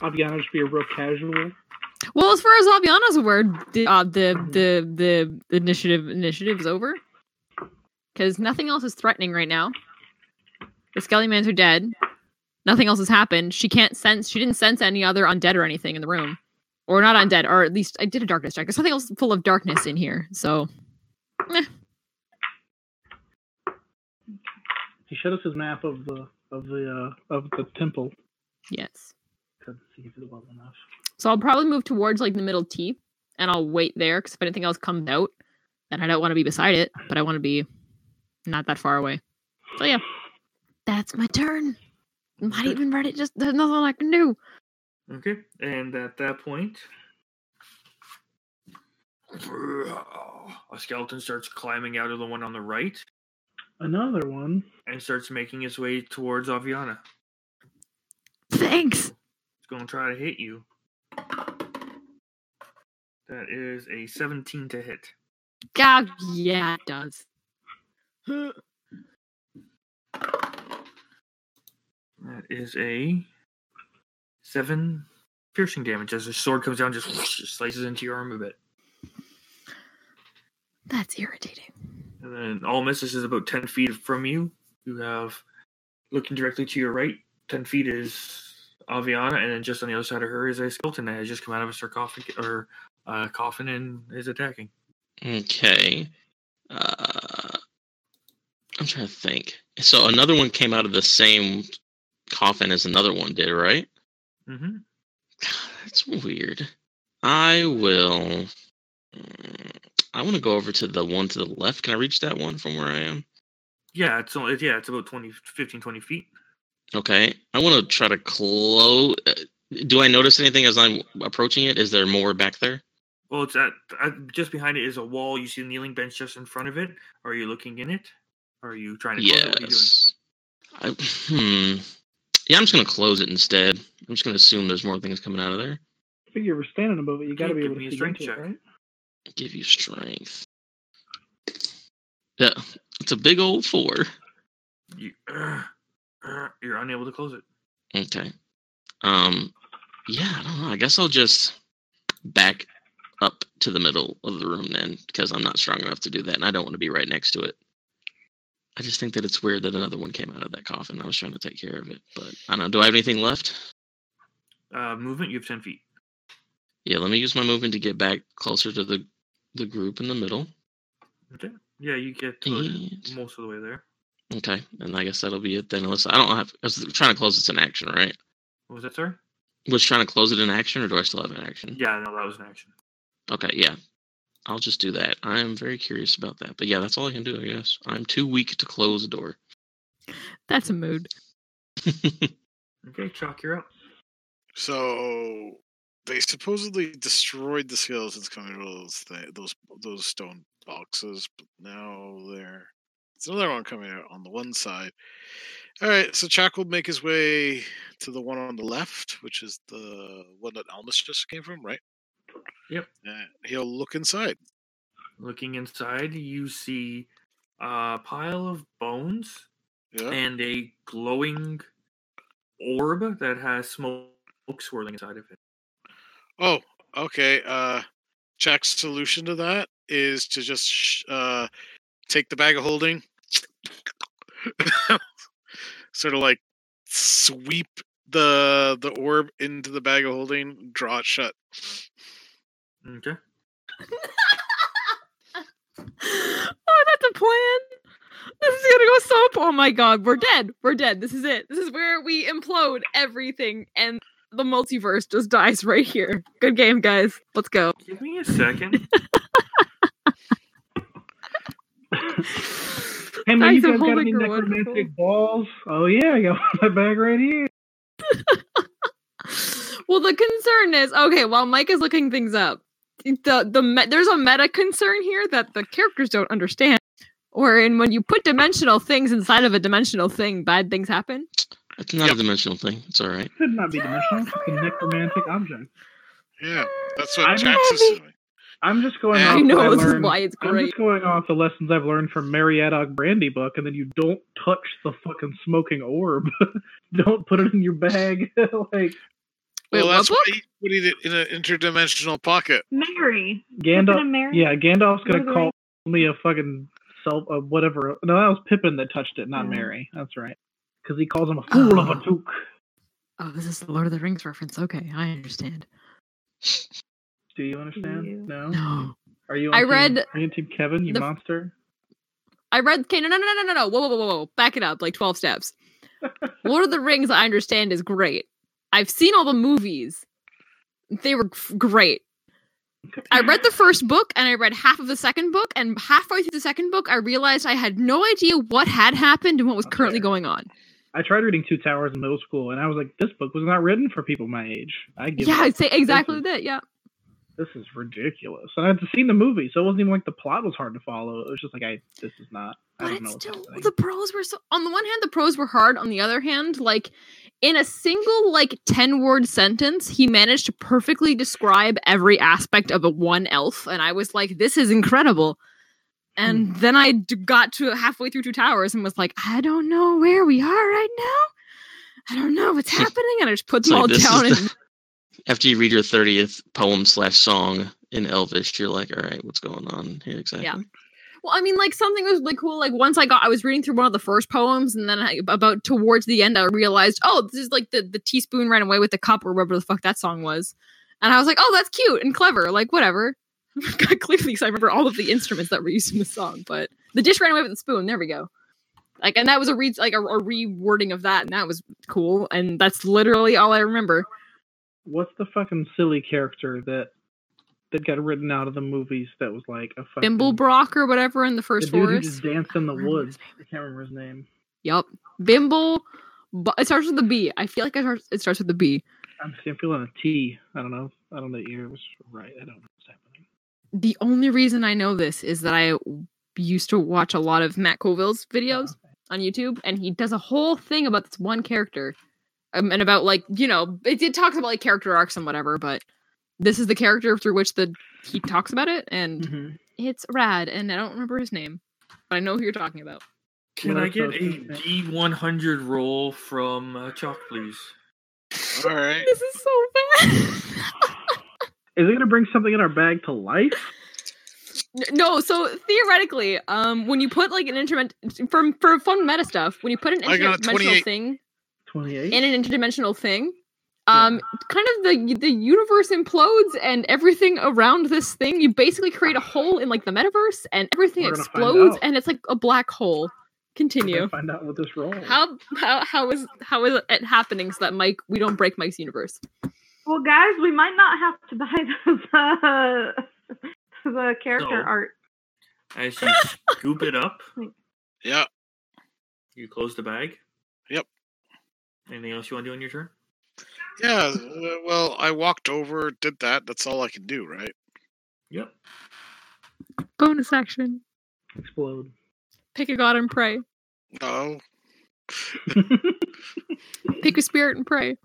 I'll be honest, be a real casual. Well, as far as Aviana's aware, the uh, the the the initiative initiative's over because nothing else is threatening right now. The Skellymans are dead. Nothing else has happened. She can't sense. She didn't sense any other undead or anything in the room, or not undead, or at least I did a darkness check. There's something else full of darkness in here. So He showed us his map of the of the uh, of the temple. yes. Couldn't see it well enough. So I'll probably move towards like the middle T and I'll wait there because if anything else comes out, then I don't want to be beside it, but I want to be not that far away. So yeah, that's my turn. I'm not even ready. Just there's nothing I can do. Okay. And at that point, a skeleton starts climbing out of the one on the right Another one. and starts making its way towards Aviana. Thanks. It's going to try to hit you. That is a 17 to hit. God, yeah, it does. That is a seven piercing damage as the sword comes down, just, just slices into your arm a bit. That's irritating. And then all misses is about 10 feet from you. You have, looking directly to your right, 10 feet is Aviana, and then just on the other side of her is a skeleton that has just come out of a sarcophagus or uh, coffin and is attacking. Okay. Uh, I'm trying to think. So another one came out of the same coffin as another one did, right? Mm-hmm. That's weird. I will. Mm, I want to go over to the one to the left. Can I reach that one from where I am? Yeah, it's only, yeah, it's about 20, 15, 20 feet. Okay. I want to try to close. Do I notice anything as I'm approaching it? Is there more back there? Well, it's at, at just behind it is a wall. You see a kneeling bench just in front of it. Are you looking in it? Or are you trying to? close it? What are you doing? Yes. I, hmm. Yeah, I'm just gonna close it instead. I'm just gonna assume there's more things coming out of there. I figure we're standing above it. You got to Give be able me to a see strength into it, check. right? give you strength. Yeah, it's a big old four. You, uh, you're unable to close it. Okay. Um, yeah, I don't know. I guess I'll just back up to the middle of the room then, because I'm not strong enough to do that, and I don't want to be right next to it. I just think that it's weird that another one came out of that coffin. I was trying to take care of it, but I don't know. Do I have anything left? Uh, movement. You have ten feet. Yeah, let me use my movement to get back closer to the the group in the middle. Okay. Yeah, you get to And- it most of the way there. Okay, and I guess that'll be it then. Unless I don't have, I was trying to close this in action, right? What was that, sir? was trying to close it in action, or do I still have an action? Yeah, no, that was an action. Okay, yeah. I'll just do that. I am very curious about that. But yeah, that's all I can do, I guess. I'm too weak to close a door. That's a mood. Okay, Chalk, you're up. So they supposedly destroyed the skeletons coming out of those th- those those stone boxes, but now they're it's another one coming out on the one side. All right, so Chuck will make his way to the one on the left, which is the one that Almas just came from, right? Yep. Uh, he'll look inside. Looking inside, you see a pile of bones Yeah. and a glowing orb that has smoke swirling inside of it. Oh, okay. Uh, Jack's solution to that is to just sh- uh, take the bag of holding, sort of like sweep the the orb into the bag of holding, draw it shut. Okay. oh, that's a plan. This is gonna go so. po- Oh my god, we're dead. We're dead. This is it. This is where we implode everything, and the multiverse just dies right here. Good game, guys. Let's go. Give me a second. Hey man, Dice you of guys got any Holding are necromantic wonderful. balls? Oh yeah, I got one in my bag right here. well, the concern is okay. While Mike is looking things up, the the me- there's a meta concern here that the characters don't understand. Wherein, when you put dimensional things inside of a dimensional thing, bad things happen. It's not Yep. a dimensional thing. It's all right. Could not be dimensional. It's a necromantic object. Yeah, that's what I'm Jax is happy. doing. I'm just going Yeah. off. I what know this is learned- why it's I'm great. just going off the lessons I've learned from Mary Addock Brandy book, and then you don't touch the fucking smoking orb. don't put it in your bag. like Wait, well, what that's book? why he put it in an interdimensional pocket. Mary. Wasn't it Gandalf. Mary? Yeah, Gandalf's gonna Lord of the call me a fucking self, uh, whatever. No, that was Pippin that touched it, not Yeah. Mary. That's right. Because he calls him a fool of a duke. Oh, this is the Lord of the Rings reference. Okay, I understand. Do you understand? You- No. No, Are you? On I team- read- Are you on team Kevin? You the- monster. I read. Okay, no, no, no, no, no, no. Whoa, whoa, whoa, whoa, whoa. Back it up, like twelve steps. Lord of the Rings, I understand, is great. I've seen all the movies. They were f- great. I read the first book and I read half of the second book, and halfway through the second book, I realized I had no idea what had happened and what was Okay. currently going on. I tried reading Two Towers in middle school, and I was like, this book was not written for people my age. I give Yeah, up. I'd say exactly you. that. Yeah. this is ridiculous. And I'd seen the movie, so it wasn't even like the plot was hard to follow. It was just like, I this is not. I But don't know it's what's still happening. the pros were so on the one hand the pros were hard, on the other hand, like in a single like ten word sentence, he managed to perfectly describe every aspect of a one elf, and I was like, this is incredible. And then I d- got to halfway through Two Towers and was like, I don't know where we are right now. I don't know what's happening, and I just put It's them like, all this is down. the- And After you read your thirtieth poem slash song in Elvish, you're like, all right, what's going on here exactly? Well, I mean, like something was really cool. Like once I got, I was reading through one of the first poems, and then I, about towards the end, I realized, oh, this is like the the teaspoon ran away with the cup, or whatever the fuck that song was. And I was like, oh, that's cute and clever. Like whatever. Clearly, because I remember all of the instruments that were used in the song, but the dish ran away with the spoon. There we go. Like, and that was a re like a, a rewording of that, and that was cool. And that's literally all I remember. What's the fucking silly character that that got written out of the movies that was like a fucking Bimble Brock or whatever in the the first dude who forest. just danced in the I don't remember woods. his I can't remember his name. Yep. Bimble. Bu- it starts with the B. I feel like it starts, it starts with the B. I'm, I'm feeling a T. I don't know. I don't know. It was right. I don't know what's happening. The only reason I know this is that I w- used to watch a lot of Matt Colville's videos on YouTube, and he does a whole thing about this one character, um, and about like you know it, it talks about like character arcs and whatever, but this is the character through which the he talks about it, and hmm it's rad. And I don't remember his name, but I know who you're talking about. Can Well, I that's get what I a was gonna say. D100 roll from uh, Chalk, please? All right, This is so bad. Is it gonna bring something in our bag to life? N- No, so theoretically, um, when you put like an interment for for fun meta stuff, when you put an I got a interdimensional 28. thing Twenty-eight. in an interdimensional thing, um, kind of the the universe implodes and everything around this thing. You basically create a hole in like the metaverse, and everything We're gonna find explodes, out. and it's like a black hole. We're gonna Continue. Find out what this roll. is. How how how is how is it happening so that Mike we don't break Mike's universe? Well, guys, we might not have to buy the the, the character No. art. As you scoop it up, yeah, you close the bag. Yep. Anything else you want to do on your turn? yeah. uh, Well, I walked over, did that. That's all I can do, right? Yep. Bonus action: explode? pick a god and pray. No, Pick a spirit and pray.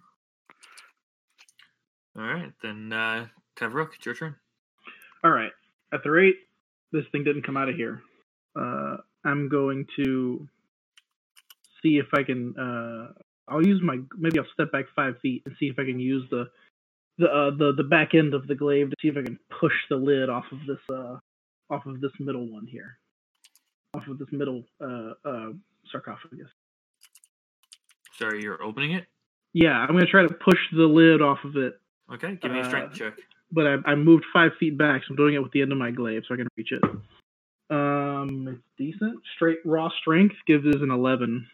All right, then uh, Tavrok, it's your turn. All right. At the rate this thing didn't come out of here, uh, I'm going to see if I can. Uh, I'll use my. Maybe I'll step back five feet and see if I can use the the uh, the the back end of the glaive to see if I can push the lid off of this uh off of this middle one here, off of this middle uh uh sarcophagus. Sorry, you're opening it. Yeah, I'm gonna try to push the lid off of it, Okay, give me a strength Uh, check. but I, I moved five feet back, so I'm doing it with the end of my glaive, so I can reach it. Um, it's decent. Straight raw strength gives us an eleven.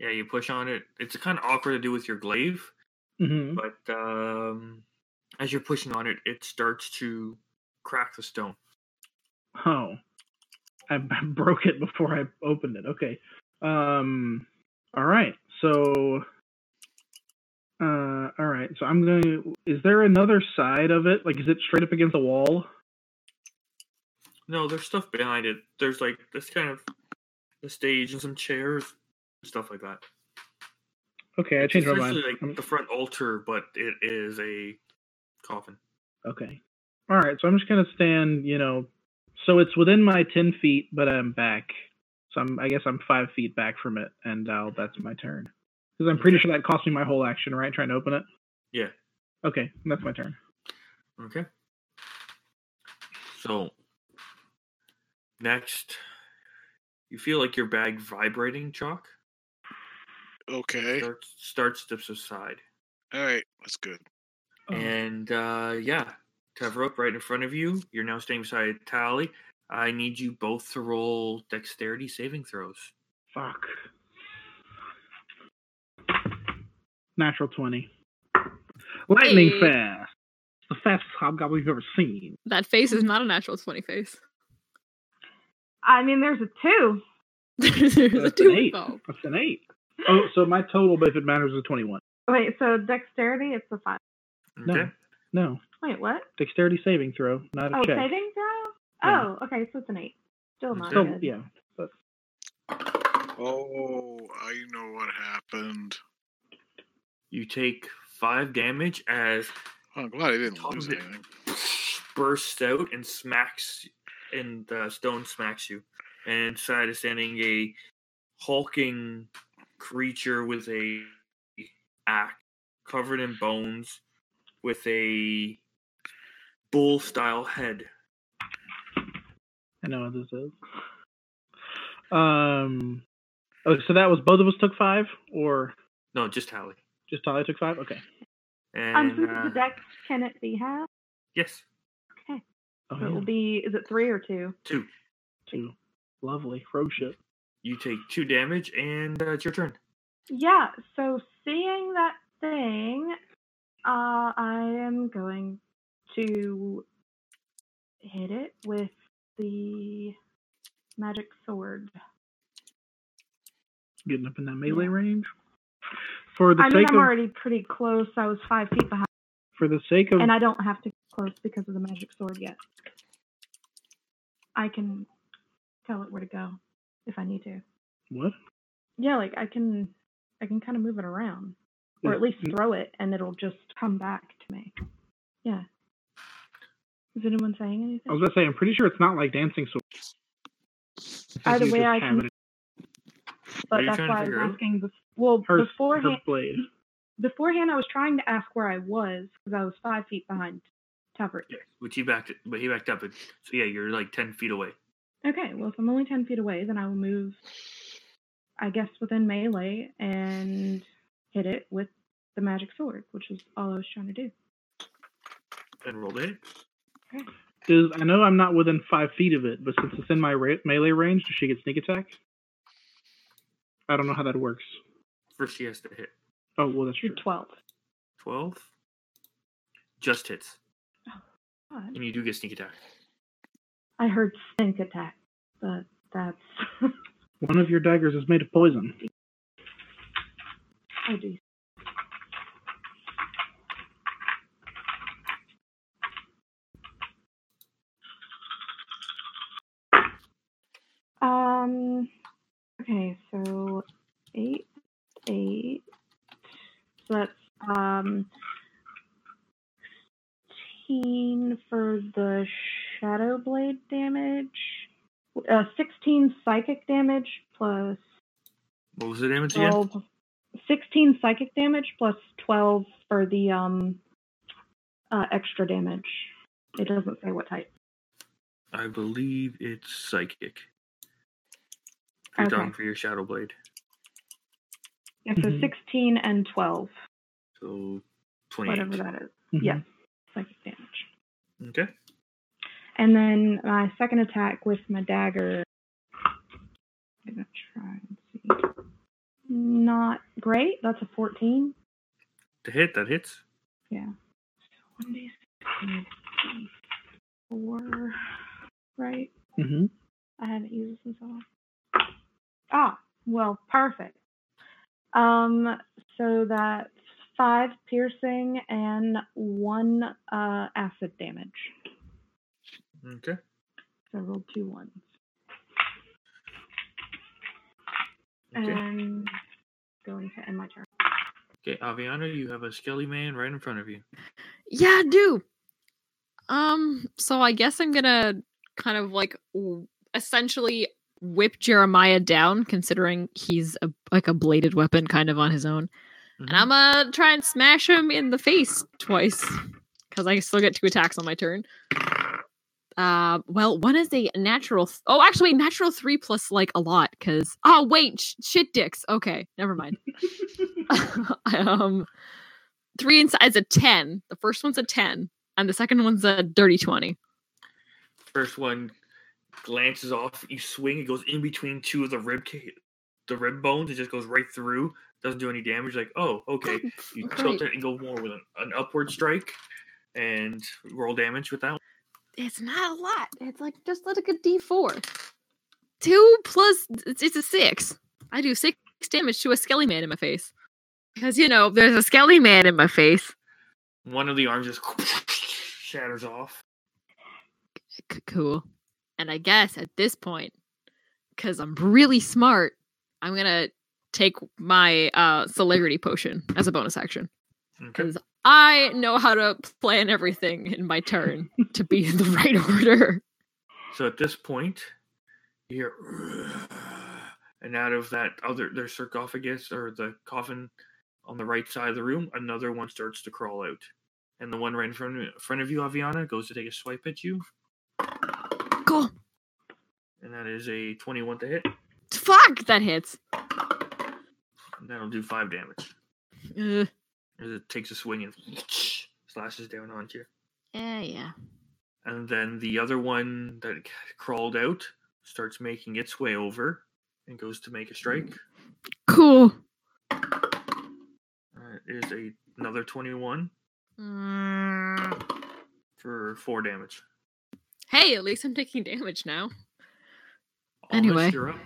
Yeah, you push on it. It's kind of awkward to do with your glaive Mm-hmm. but um, as you're pushing on it, it starts to crack the stone. Oh, I I broke it before I opened it. Okay. Um. All right. So. Uh. All right. So I'm gonna. Is there another side of it? Like, is it straight up against the wall? No, there's stuff behind it. There's like this kind of the stage and some chairs, stuff like that. Okay, I It's changed my mind. Mm-hmm. essentially I'm- like the front altar, but it is a coffin. Okay. All right. So I'm just gonna stand. You know, so it's within my ten feet, but I'm back. So I'm. I guess I'm five feet back from it, and I'll, that's my turn. Because I'm pretty sure that cost me my whole action, right? Trying to open it. Yeah. Okay, that's my turn. Okay. So next, you feel like your bag vibrating, chalk Okay. starts starts to subside, All right. That's good. Oh. and uh, yeah, Tevrup right in front of you. You're now standing beside Tally. I need you both to roll dexterity saving throws. Oh, Fuck. Natural 20. Lightning Hey. fast. The fastest hobgoblin you've ever seen. That face is not a natural 20 face. I mean, there's a two. There's a That's an two eight. though. That's an eight. Oh, so my total, but if it matters, is 21. Wait, so dexterity, it's a five. Okay. No. No. Wait, what? Dexterity saving throw, not a Oh, check. saving throw? Yeah. Oh, okay, so it's an eight. Still not So, good. yeah. Oh, I know what happened. You take five damage as I'm glad I didn't Tom lose did- anything. bursts out and smacks, and the stone smacks you. And inside is standing a hulking creature with a axe covered in bones, with a bull-style head. I know what this is. Um. Oh, so that was both of us took five, or No, just Tally. just Talia took five? Okay. And Um, since uh, the dex, can it be half? yes, Okay, Oh, so it will yeah. be, is it three or two? two. two. Lovely. Road ship. You take two damage, and uh, it's your turn. Yeah, so seeing that thing, uh, I am going to hit it with the magic sword. getting up in that melee Yeah. range. For the I mean, sake I'm of already pretty close. I was five feet behind, for the sake of Hmm. and I don't have to get close because of the magic sword yet. I can tell it where to go if I need to. what? Yeah, like I can, I can kind of move it around, or at Hmm. least throw it, and it'll just come back to me. Yeah. Is anyone saying anything? I was gonna say I'm pretty sure it's not like dancing sword. Either You way, just I have can. it What But are you that's trying to why I figure was out? asking. Bef- well, in her, her beforehand, blade. beforehand, I was trying to ask where I was because I was five feet behind Tavert. Which he backed, but he backed up. But, so yeah, you're like ten feet away. Okay, well, if I'm only 10 feet away, then I will move, I guess, within melee and hit it with the magic sword, which is all I was trying to do. And roll it. Does I know I'm not within five feet of it, but since it's in my ra- melee range, does she get sneak attack? I don't know how that works. First, she has to hit. Oh well, that's You're true. 12. 12. Just hits. God, And you do get sneak attack. I heard stink attack, but that's. One of your daggers is made of poison. oh, geez. Um, okay, so eight, eight. So that's um, 16 for the shadow blade damage, uh, 16 psychic damage plus What was the damage again? 12, 16 psychic damage plus 12 for the um, uh, extra damage. It doesn't say what type. I believe it's psychic. You're Okay. talking for your shadow blade. Yeah, so Mhm. 16 and 12, So 28. whatever that is. Mhm. Yes, psychic damage. Okay. And then my second attack with my dagger. I'm gonna try and see. Not great. That's a 14. To hit, that hits. Yeah. So one d6, four, right? Mm-hmm. I haven't used this in so long. Ah, well, perfect. Um, so that's five piercing and one uh, acid damage. Okay. So I rolled two ones. Uh, Okay. And going to end my turn. Okay, Aviana, you have a skelly man right in front of you. Yeah, I do. Um, so I guess I'm gonna kind of like w- essentially whip Jeremiah down, considering he's a, like a bladed weapon kind of on his own. Mm-hmm. And I'm gonna try and smash him in the face twice because I still get two attacks on my turn. Uh, well, one is a natural. Th- oh, actually, natural three plus like a lot because oh wait, sh- shit dicks. Okay, never mind. um, three inside is a ten. The first one's a ten, and the second one's a dirty twenty. First one glances off. You swing. It goes in between two of the rib ca- the rib bones. It just goes right through. Doesn't do any damage. Like, oh, okay. You tilt Right. it and go more with an, an upward strike, and roll damage with that. One. It's not a lot. It's like just like a D four. Two plus it's, it's a six. I do six damage to a skelly man in my face. Because you know, there's a skelly man in my face. One of the arms just shatters off. C- cool. And I guess at this point, because I'm really smart, I'm gonna take my uh celerity potion as a bonus action. Okay. Because I know how to plan everything in my turn to be in the right order. So at this point, you hear, and out of that other their sarcophagus or the coffin on the right side of the room, another one starts to crawl out, and the one right in front of, in front of you, Aviana, goes to take a swipe at you, Cool. and that is a twenty-one to hit, Fuck that hits. and that'll do five damage. Ugh. As it takes a swing and slashes down onto you, Yeah, yeah. and then the other one that c- crawled out starts making its way over and goes to make a strike. Cool. Uh, it is a, another twenty-one Mm. for four damage. Hey, at least I'm taking damage now. All this Anyway. you're up.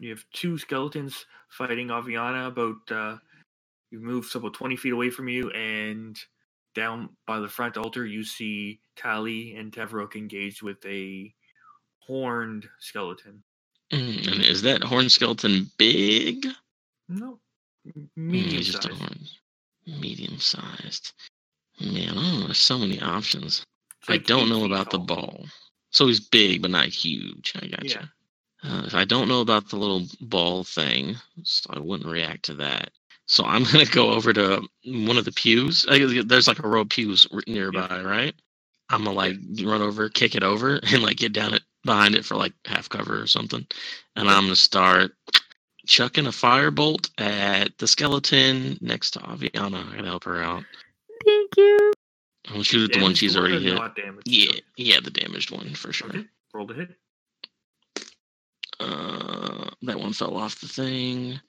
You have two skeletons fighting Aviana about uh you move about twenty feet away from you and down by the front altar you see Tally and Tevrok engaged with a horned skeleton. Mm, And is that horn skeleton big? Mm, No. m- it's Medium just a size. horn. Medium sized. Man, I don't know. There's so many options. It's I like eight don't know feet about the tall. ball. So he's big, but not huge. I gotcha. Yeah. Uh, I don't know about the little ball thing, so I wouldn't react to that. So I'm gonna go over to one of the pews. I guess There's like a row of pews r- nearby, right? I'm gonna like run over, kick it over, and like get down it behind it for like half cover or something. And I'm gonna start chucking a firebolt at the skeleton next to Aviana. I gotta help her out. Thank you. I'm gonna shoot at the one Damaged she's already or hit. Not damaged. Yeah, yeah, the damaged one for sure. Okay. Roll to hit. Uh, that one fell off the thing.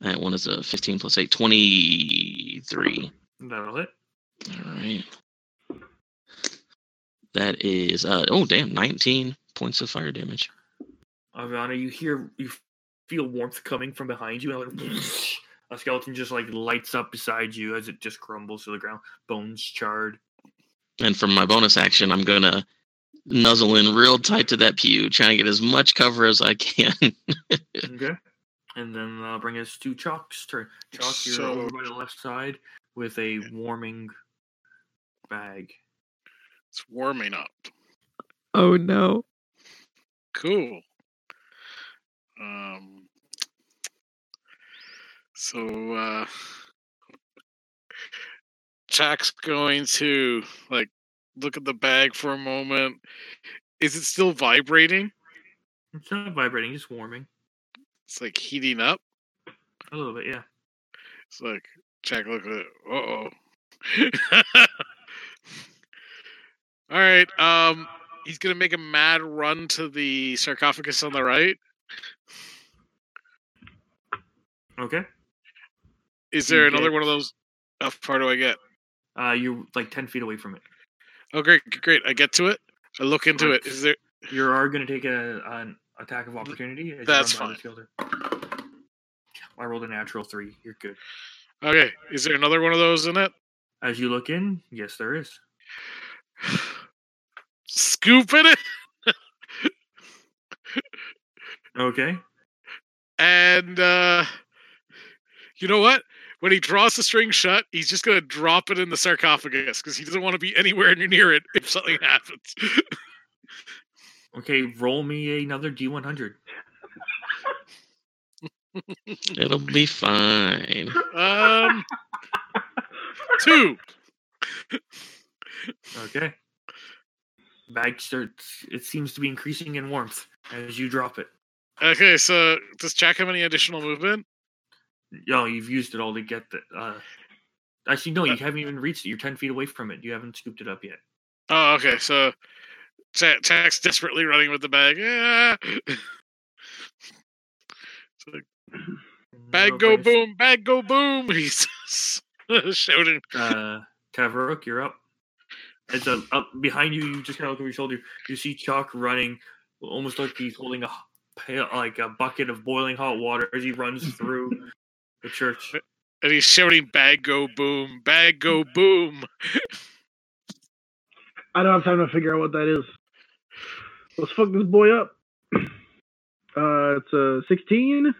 That one is a 15 plus 8, 23. That'll hit. All right. That is, uh, oh, damn, 19 points of fire damage. Ivana, you hear you feel warmth coming from behind you, and like, a skeleton just like lights up beside you as it just crumbles to the ground, bones charred. And for my bonus action, I'm going to nuzzle in real tight to that pew, trying to get as much cover as I can. Okay, and then uh, bring us to Chalk's turn. Chalk, you're So- over by the left side with a warming bag. It's warming up. Oh no. Cool. Um. So, uh, Jack's going to like look at the bag for a moment. Is it still vibrating? It's not vibrating; it's warming It's like heating up. a little bit. Yeah, It's like Jack, look at it. Uh oh. All right. Um, he's gonna make a mad run to the sarcophagus on the right. okay. Is You there another get- one of those? How far do I get? Uh, you're like ten feet away from it. Oh, great, great. I get to it. I look into it. Is there? You are going to take a, an attack of opportunity. as you That's run by the fielder. I rolled a natural three. You're good. Okay. Is there another one of those in it? As you look in, yes, there is. Scooping it Okay. and uh you know what? When he draws the string shut, he's just gonna drop it in the sarcophagus because he doesn't want to be anywhere near it if something happens. Okay. Roll me another D100. It'll be fine. um, two. Okay. Bag starts. It seems to be increasing in warmth as you drop it. Okay, so does Jack have any additional movement? No, Oh, you've used it all to get the. Uh, actually, no, Uh. you haven't even reached it. You're ten feet away from it. You haven't scooped it up yet. Oh, okay. So Jack, Jack's desperately running with the bag. Ah! It's like, bag No go place. boom, bag go boom. He's shouting. uh Tavaruk, you're up. It's uh up behind you. You just kind of look over your shoulder. You see Chalk running, almost like he's holding a pail, like a bucket of boiling hot water as he runs through the church. And he's shouting, bag go boom, bag go boom. I don't have time to figure out what that is. Let's fuck this boy up. Uh, it's a 16.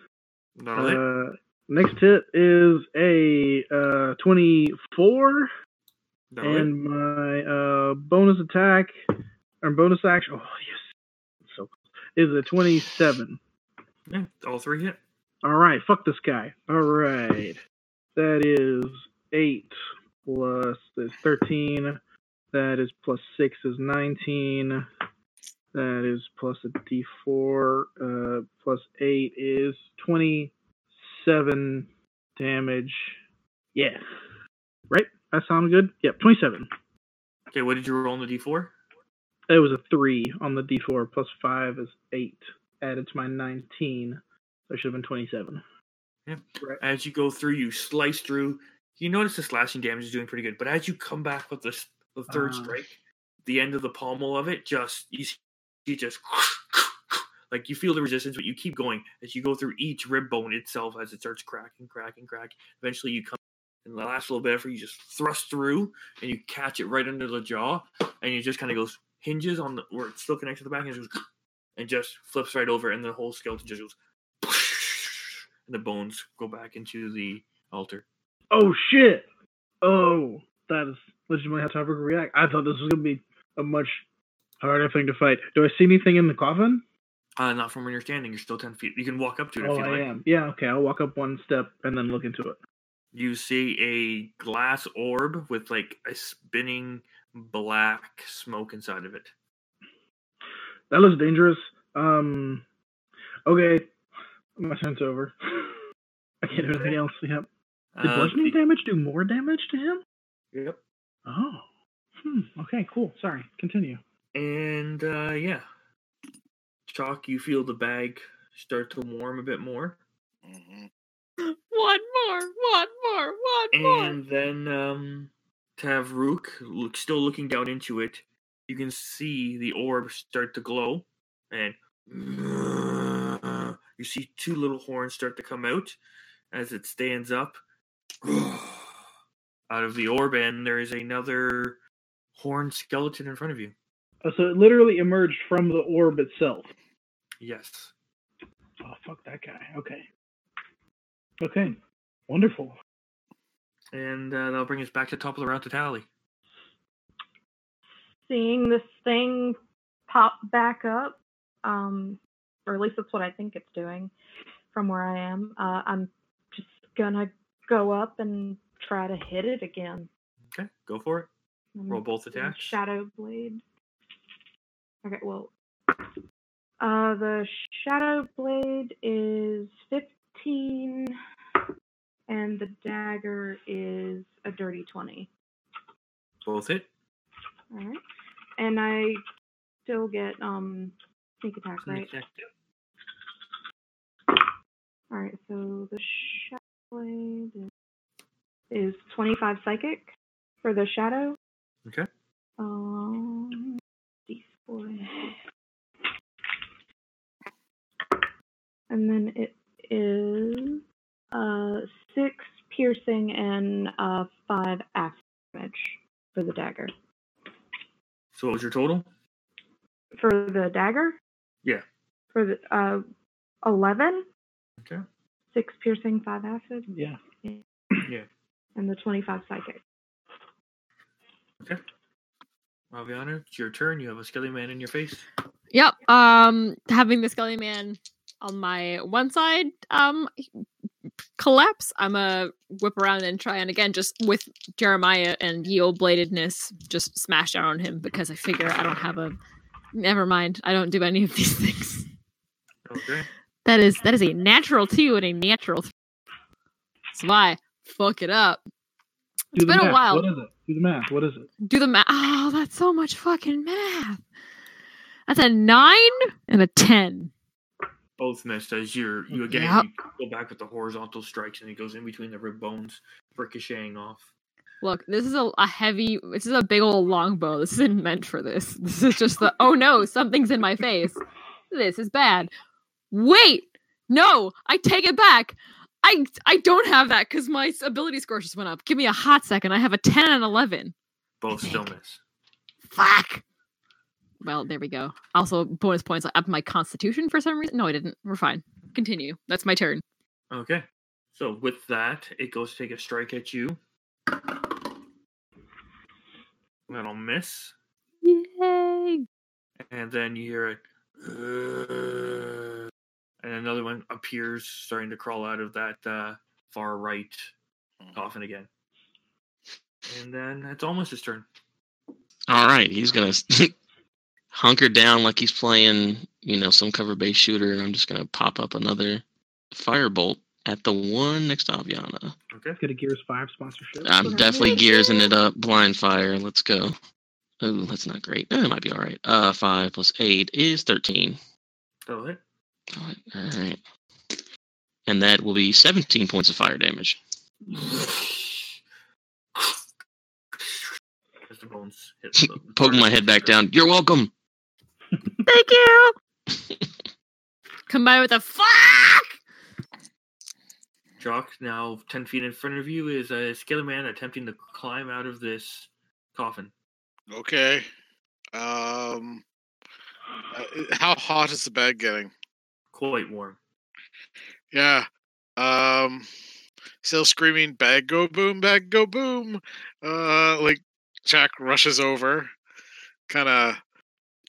Not only- Uh, next hit is a uh, 24. not only- And my uh, bonus attack, or bonus action, oh, yes. So, is a 27. yeah, all three hit. All right, fuck this guy. All right, that is eight plus is thirteen. That is plus six is nineteen. That is plus a D four. Uh, plus eight is twenty-seven damage. Yeah, right. That sounds good. Yep, twenty-seven. Okay, what did you roll on the D4? It was a three on the D four. Plus five is eight. Added to my nineteen. That should have been twenty-seven. As you go through, you slice through. You notice the slashing damage is doing pretty good, but as you come back with this the third Ah. strike, the end of the pommel of it just you see you just like you feel the resistance, but you keep going as you go through each rib bone itself as it starts cracking, cracking, cracking. Eventually, you come and the last little bit effort, you just thrust through and you catch it right under the jaw, and it just kind of goes hinges on the where it's still connected to the back, and it just goes and just flips right over, and the whole skeleton just goes and the bones go back into the altar. Oh shit! Oh, that is legitimately how Tavrook react. I thought this was gonna be a much harder thing to fight. Do I see anything in the coffin? Uh, not from where you're standing. You're still ten feet. You can walk up to it oh, if you I like. am. Yeah, okay. I'll walk up one step and then look into it. You see a glass orb with like a spinning black smoke inside of it. That looks dangerous. Um, okay, my turn's over. I can't do anything else. Yep. Did Uh, bludgeoning the- damage do more damage to him? Yep. Oh. Hmm. Okay. Cool. Sorry. Continue. And uh, yeah, chalk. You feel the bag start to warm a bit more, Mm-hmm. One more, one more, one more. and then um, Tavruk, look, still looking down into it, you can see the orb start to glow, and you see two little horns start to come out as it stands up. Out of the orb, and there is another horn skeleton in front of you. Uh, so it literally emerged from the orb itself. Yes. Oh fuck that guy. Okay. Okay. Wonderful. And uh, that'll bring us back to top of the round to tally. seeing this thing pop back up, um, or at least that's what I think it's doing from where I am. Uh, I'm just gonna go up and try to hit it again. Okay, go for it. I'm Roll both doing attacks. Shadow blade. Okay, well, uh, the shadow blade is fifteen, and the dagger is a dirty twenty. Both hit. All right. And I still get um sneak attack, right? All right. So the shadow blade is is 25 psychic for the shadow. Okay. Um, D4. And then it is uh, six piercing and uh, five axe damage for the dagger. So what was your total? For the dagger? Yeah. For the uh, 11, Okay. six piercing, five acid, Yeah. and the 25 psychic. Raviana, it's your turn. You have a skelly man in your face. Yep. Um, having the Skelly Man on my one side, um, collapse. I'm a whip around and try and again just with Jeremiah and ye old bladedness, just smash down on him because I figure I don't have a. Never mind. I don't do any of these things. Okay. That is that is a natural two and a natural. Th- That's why fuck it up. Do the been a math. while. What is it? Do the math. What is it? Do the math. Oh, that's so much fucking math. That's a nine and a ten. Both missed as you're you again Yep. you go back with the horizontal strikes and it goes in between the rib bones, ricocheting off. Look, this is a, a heavy. This is a big old longbow. This isn't meant for this. This is just the oh no, something's in my face. This is bad. Wait, no, I take it back. I I don't have that because my s- ability score just went up. Give me a hot second. I have a ten and eleven. Both still miss. Fuck. Well, there we go. Also, bonus points. I upped my constitution for some reason. No, I didn't. We're fine. Continue. That's my turn. Okay. So with that, it goes to take a strike at you. That'll miss. Yay! And then you hear it. "Ugh," And another one appears, starting to crawl out of that uh, far right coffin again. And then it's almost his turn. All right, he's gonna hunker down like he's playing, you know, some cover based shooter, and I'm just gonna pop up another firebolt at the one next to Aviana. Okay. Let's get a Gears 5 sponsorship. I'm Right. definitely gearsing it up. Blind fire. Let's go. Oh, that's not great. Eh, It might be all right. Uh, five plus eight is thirteen. That'll hit. All right, and that will be seventeen points of fire damage. As the bones hit the Poking my head back down. You're welcome. Thank you. Combined with a fuck. Jock, now 10 feet in front of you, is a scaly man attempting to climb out of this coffin. Okay. Um. uh, How hot is the bag getting? Quite warm. Yeah. Um still screaming bag go boom, bag go boom. Uh like Jack rushes over, kinda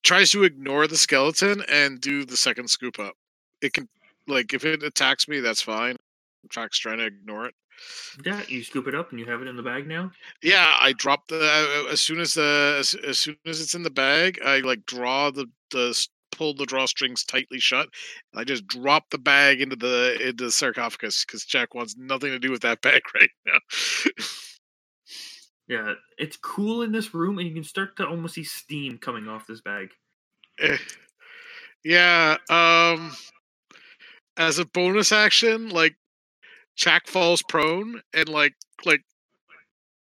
tries to ignore the skeleton and do the second scoop up. It can like if it attacks me, that's fine. Jack's trying to ignore it. Yeah, you scoop it up and you have it in the bag now. Yeah, I drop the uh, as soon as the as, as soon as it's in the bag, I like draw the the s- pull the drawstrings tightly shut. I just drop the bag into the into the sarcophagus because Jack wants nothing to do with that bag right now. Yeah, it's cool in this room, and you can start to almost see steam coming off this bag. Eh, yeah. Um. As a bonus action, like Jack falls prone and like like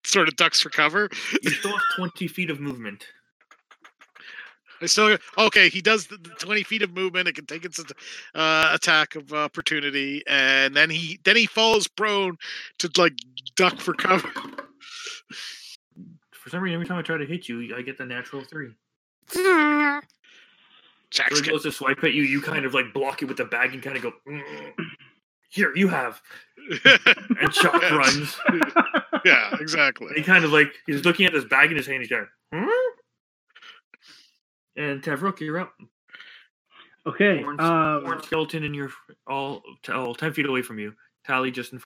sort of ducks for cover. You still have 20 feet of movement. I still okay. He does the, the twenty feet of movement. It can take its at- uh, attack of opportunity, and then he then he falls prone to like duck for cover. For some reason, every time I try to hit you, I get the natural three. So Jack's it goes to swipe at you, you kind of like block it with the bag and kind of go, "Mm, Here, you have. getting- And Chuck Yes. runs. Mhm. yeah, And he exactly. kind of like, he's looking at this bag in his hand, he's going, hmm? And Tavrok, you're up. okay. Orange, Um, orange skeleton in your all, all 10 feet away from you. Tally just in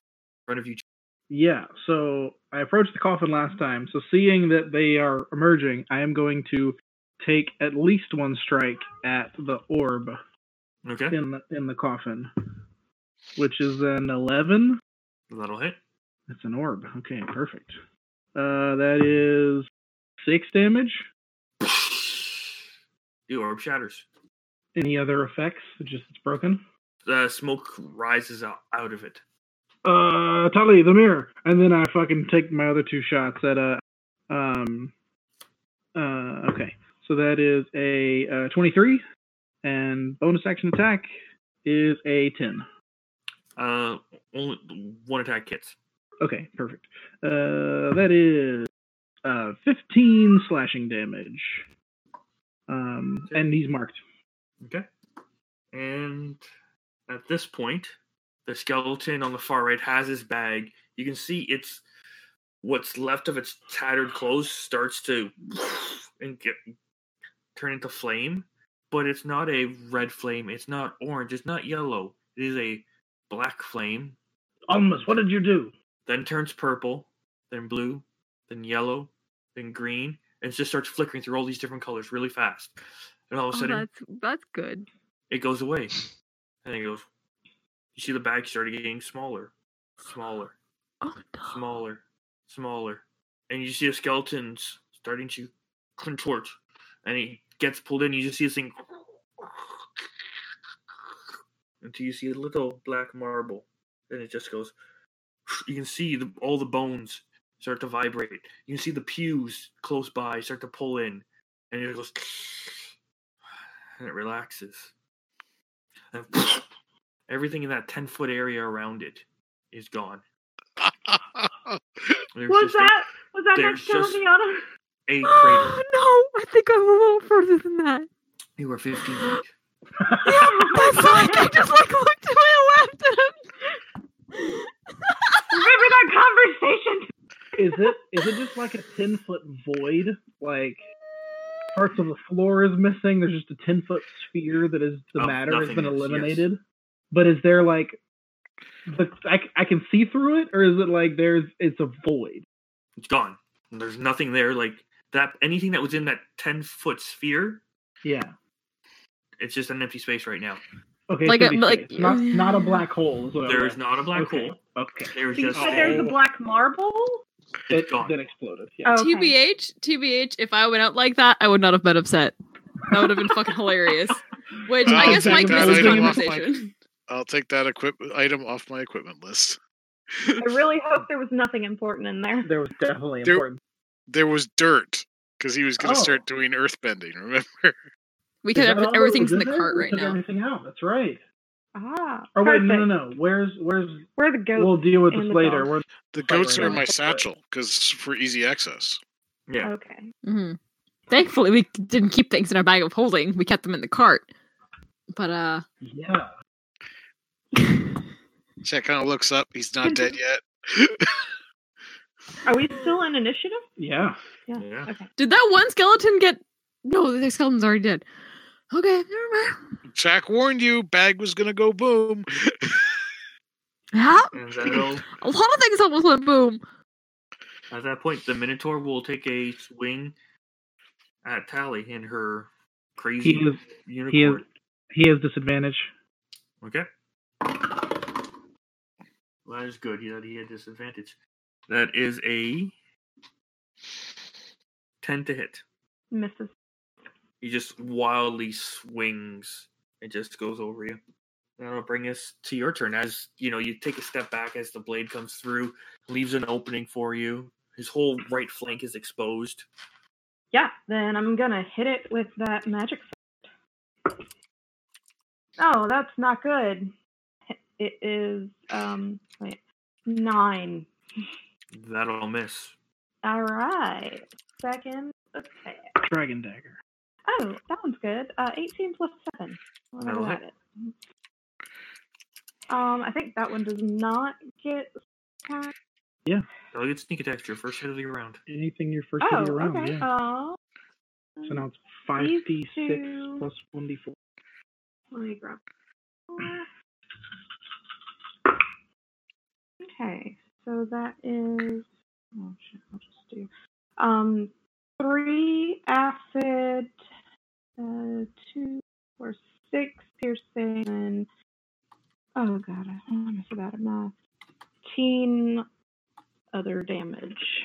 front of you. yeah. So I approached the coffin last time. So seeing that they are emerging, I am going to take at least one strike at the orb Okay. in the, in the coffin, which is an 11. That'll hit. It's an orb. Okay, perfect. Uh, that is six damage. The orb shatters. Any other effects? It's just it's broken. The smoke rises out, out of it. uh, Tali, the mirror. And then I fucking take my other two shots at a, um, uh, okay. So that is a uh, 23, and bonus action attack is a 10. Uh, only one attack hits. Okay, perfect. Uh, that is uh, 15 slashing damage. Um, and he's marked. Okay. And at this point, the skeleton on the far right has his bag. You can see it's what's left of its tattered clothes starts to and get turn into flame, but it's not a red flame. It's not orange. It's not yellow. It is a black flame. Almost, what did you do? Then turns purple, then blue, then yellow, then green, and it just starts flickering through all these different colors really fast. And all of a Oh, sudden, that's that's good. it goes away. And it goes, you see the bag started getting smaller, smaller, Oh no. smaller, smaller. And you see the skeletons starting to contort. And he gets pulled in. You just see this thing. Until you see a little black marble. And it just goes. You can see the, all the bones start to vibrate. You can see the pews close by start to pull in. And it goes. And it relaxes. And everything in that 10 foot area around it is gone. There's Was just a- that was that there's next to just- Leona? a crater. Oh no! I think I'm a little further than that. You were 15 feet. Yeah, that's like I just like looked to my left and I'm Remember that conversation? is it is it just like a ten foot void? Like parts of the floor is missing. There's just a ten foot sphere that is the Of matter has been nothingness, Oh, yes. eliminated. But is there like the I, c- I can see through it, or is it like there's it's a void? It's gone. And There's nothing there. Like that. Anything that was in that 10 foot sphere, Yeah. it's just an empty space right now. Okay. Like so a- these like- things. not not a black hole. Is what There I'm is not a black Okay. hole. Okay. There's You just said there's a a, black marble. it's It gone. then exploded. Yeah. Oh, okay. TBH, TBH, if I went out like that, I would not have been upset. That would have been fucking hilarious. Which I I'll guess take Mike that misses item off my- conversation. I'll take that equip item off my equipment list. I really hope there was nothing important in Oh. there. There was definitely There- important. There was dirt because he was going to Oh. start doing earthbending. Remember? We Is could that all have that everything's was in the there? cart We right took now. Everything out. That's right. Ah, Or Oh, wait, perfect. no, no, no. Where's where's? Where the goat? We'll deal with and this the later. dog. We're The Right, goats right, are in right. my satchel because for easy access. Yeah. Okay. hmm Thankfully, we didn't keep things in our bag of holding. We kept them in the cart. But uh, yeah. Check kind of looks up. He's not dead yet. Are we still in initiative? Yeah. Yeah. Okay. did that one skeleton get? No, the skeleton's already dead. Okay, never mind. Jack warned you. Bag was going to go boom. Yeah, And that'll, a lot of things almost went boom. at that point, the Minotaur will take a swing at Tally in her He crazy is he is unicorn. he has disadvantage. Okay. Well, that is good. He that he had disadvantage. That is a ten to hit. Mrs. He just wildly swings and just goes over you. That'll bring us to your turn. As you know, you take a step back as the blade comes through, leaves an opening for you. His whole right flank is exposed. Yeah, then I'm gonna hit it with that magic. sword. Oh, that's not good. It is um wait nine. That'll miss. All right, second attack. Dragon dagger. Oh, sounds good. Uh, 18 plus 7. Whatever That'll that is. Um, I think that one does not get. current- That'll get sneak attack. Your first hit of the round. Anything your first Oh, hit around. okay. Yeah. Oh. so now it's five d six two- plus one d four. Let me grab. Okay, so that is. Oh shit! I'll just do. Um, three acid, uh, two or six piercing. And, oh god, I- I'm so bad at math. Teen other damage.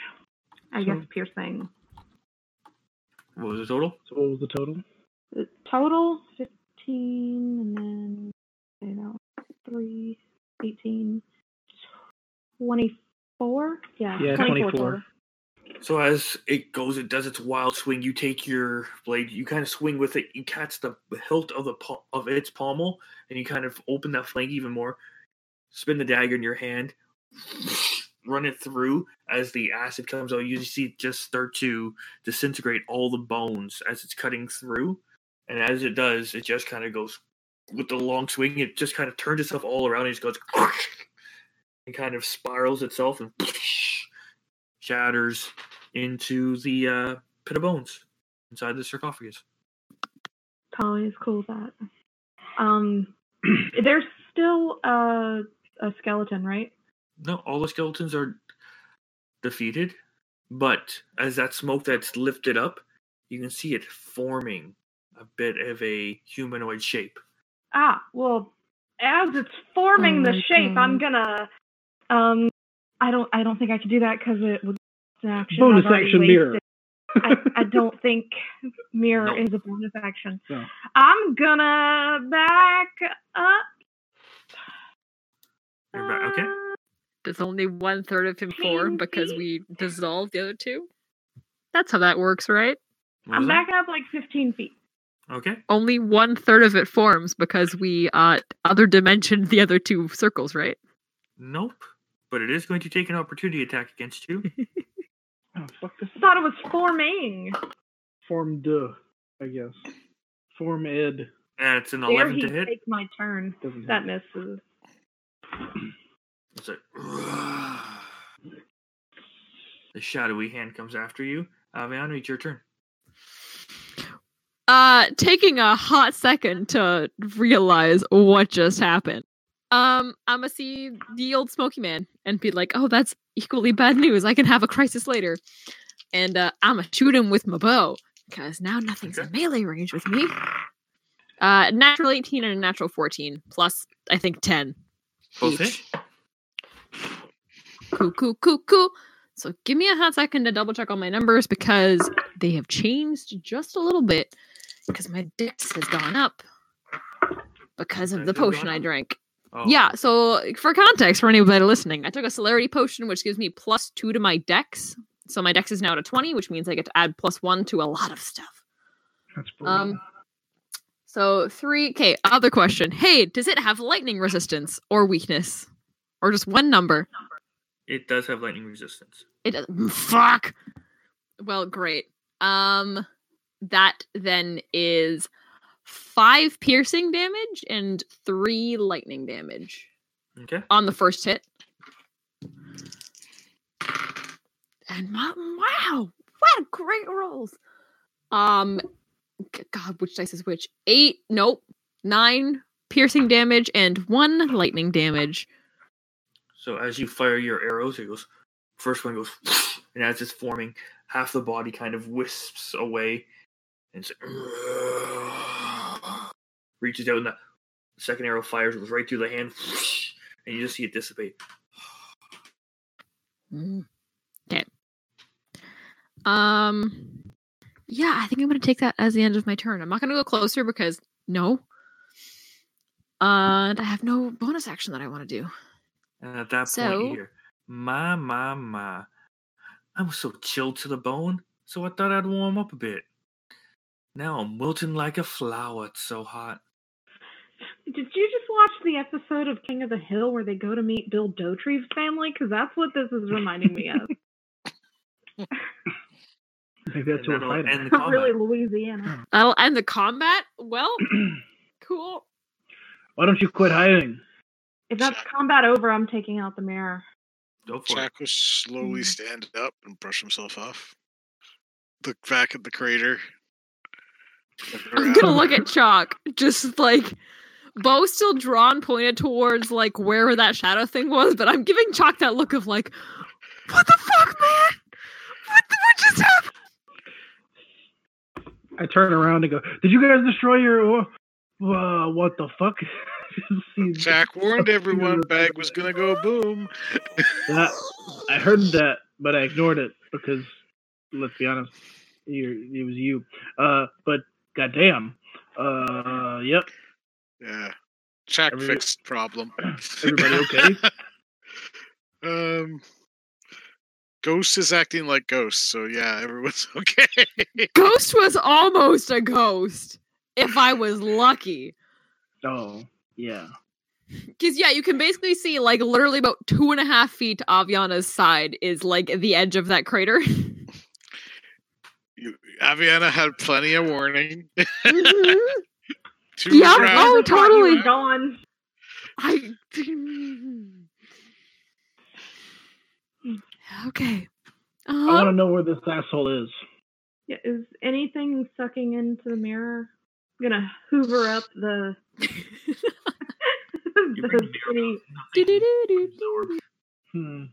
I guess So- piercing. What was the total? So what was the total? The total fifteen, and then you know three, eighteen. 24? Yeah, Yeah, 24. 24. total. So as it goes, it does its wild swing. You take your blade, you kind of swing with it. You catch the hilt of the pa- of its pommel, and you kind of open that flank even more. Spin the dagger in your hand, run it through. As the acid comes out, you see it just start to disintegrate all the bones as it's cutting through. And as it does, it just kind of goes with the long swing. It just kind of turns itself all around and just goes and kind of spirals itself and shatters into the uh, pit of bones inside the sarcophagus. Tali is cool with that. Um, there's still a, a skeleton, right? No, all the skeletons are defeated, but as that smoke that's lifted up, you can see it forming a bit of a humanoid shape. Ah, well, as it's forming Oh the my shape, I'm God. gonna. Um, I don't. I don't think I could do that because it would. an action. Bonus I've already action wasted- mirror. I, I don't think mirror No. is a bonus action. No. I'm gonna back up. You're back- okay. uh, There's only one third of him forward because we dissolved the other two. That's how that works, right? What I'm was that? backing up like 15 feet. Okay. Only one third of it forms because we uh other dimensioned the other two circles, right? Nope. But it is going to take an opportunity attack against you. Oh, fuck this. Thought it was forming. Form duh, I guess. Form ed And it's an There 11 he to hit. takes my turn. doesn't That happen. misses. It's like the shadowy hand comes after you. Aviano, it's your turn. Uh taking a hot second to realize what just happened. Um, I'ma see the old smoky man and be like, oh, that's equally bad news. I can have a crisis later. And uh, I'ma shoot him with my bow because now nothing's in Okay. melee range with me. Uh, natural 18 and a natural 14 plus I think 10. Both hit. Cool, cool, cool, cool. So give me a hot second to double check all my numbers because they have changed just a little bit because my dex has gone up because of Dex the has gone potion I up. drank. Oh. Yeah, so for context for anybody listening, I took a celerity potion, which gives me plus two to my dex. So my dex is now at a 20, which means I get to add plus one to a lot of stuff. That's brutal. Um, so three. Okay, other question. Hey, does it have lightning resistance or weakness? Or just one number? It does have lightning resistance. It does. mm, Fuck. Well, great. Um, that then is five piercing damage and three lightning damage Okay. on the first hit. And my, wow, what great rolls! Um, g- God, which dice is which? Eight? Nope. Nine piercing damage and one lightning damage. So as you fire your arrows, it goes. First one goes, and as it's forming, half the body kind of wisps away, and it's- reaches out, and the second arrow fires it goes right through the hand, and you just see it dissipate. Mm. Okay. Um. Yeah, I think I'm gonna take that as the end of my turn. I'm not gonna go closer because no. Uh, and I have no bonus action that I want to do. And at that point, So- you hear, "My, my, my, I'm so chilled to the bone. So I thought I'd warm up a bit. Now I'm wilting like a flower. It's so hot." Did you just watch the episode of King of the Hill where they go to meet Bill Dotrieve's family? Because that's what this is reminding me of. I think that's and what that'll I'm end the Not really combat. Louisiana. That'll end the combat. Well, cool. Why don't you quit hiding? If that's combat over, I'm taking out the mirror. Go for it. Jack was Mm-hmm. slowly stand up and brush himself off. Look back at the crater. Look I'm around. gonna look at Chalk, just like bow still drawn, pointed towards like wherever that shadow thing was. But I'm giving Chalk that look of like, what the fuck, man? What, the, what just happened? I turn around and go, Did you guys destroy your. Uh, what the fuck? See, Jack warned everyone bag was gonna go boom. that, I heard that, but I ignored it because, let's be honest, you're, it was you. Uh, but goddamn. Uh, yep. Yeah. Jack Every- fixed problem. Everybody okay? Um, Ghost is acting like Ghost, so yeah, everyone's okay. Ghost was almost a ghost if I was lucky. Oh, yeah. Because yeah, you can basically see like literally about two and a half feet to Aviana's side is like the edge of that crater. You- Aviana had plenty of warning. Mm-hmm. Mhm. Two Yeah, rounds. oh, This is what you were totally. Going. I. okay. I want Uh, to know where this asshole is. Yeah, is anything sucking into the mirror? I'm gonna hoover up the. You're bringing the the mirror city. do-do-do-do-do-do, Hmm.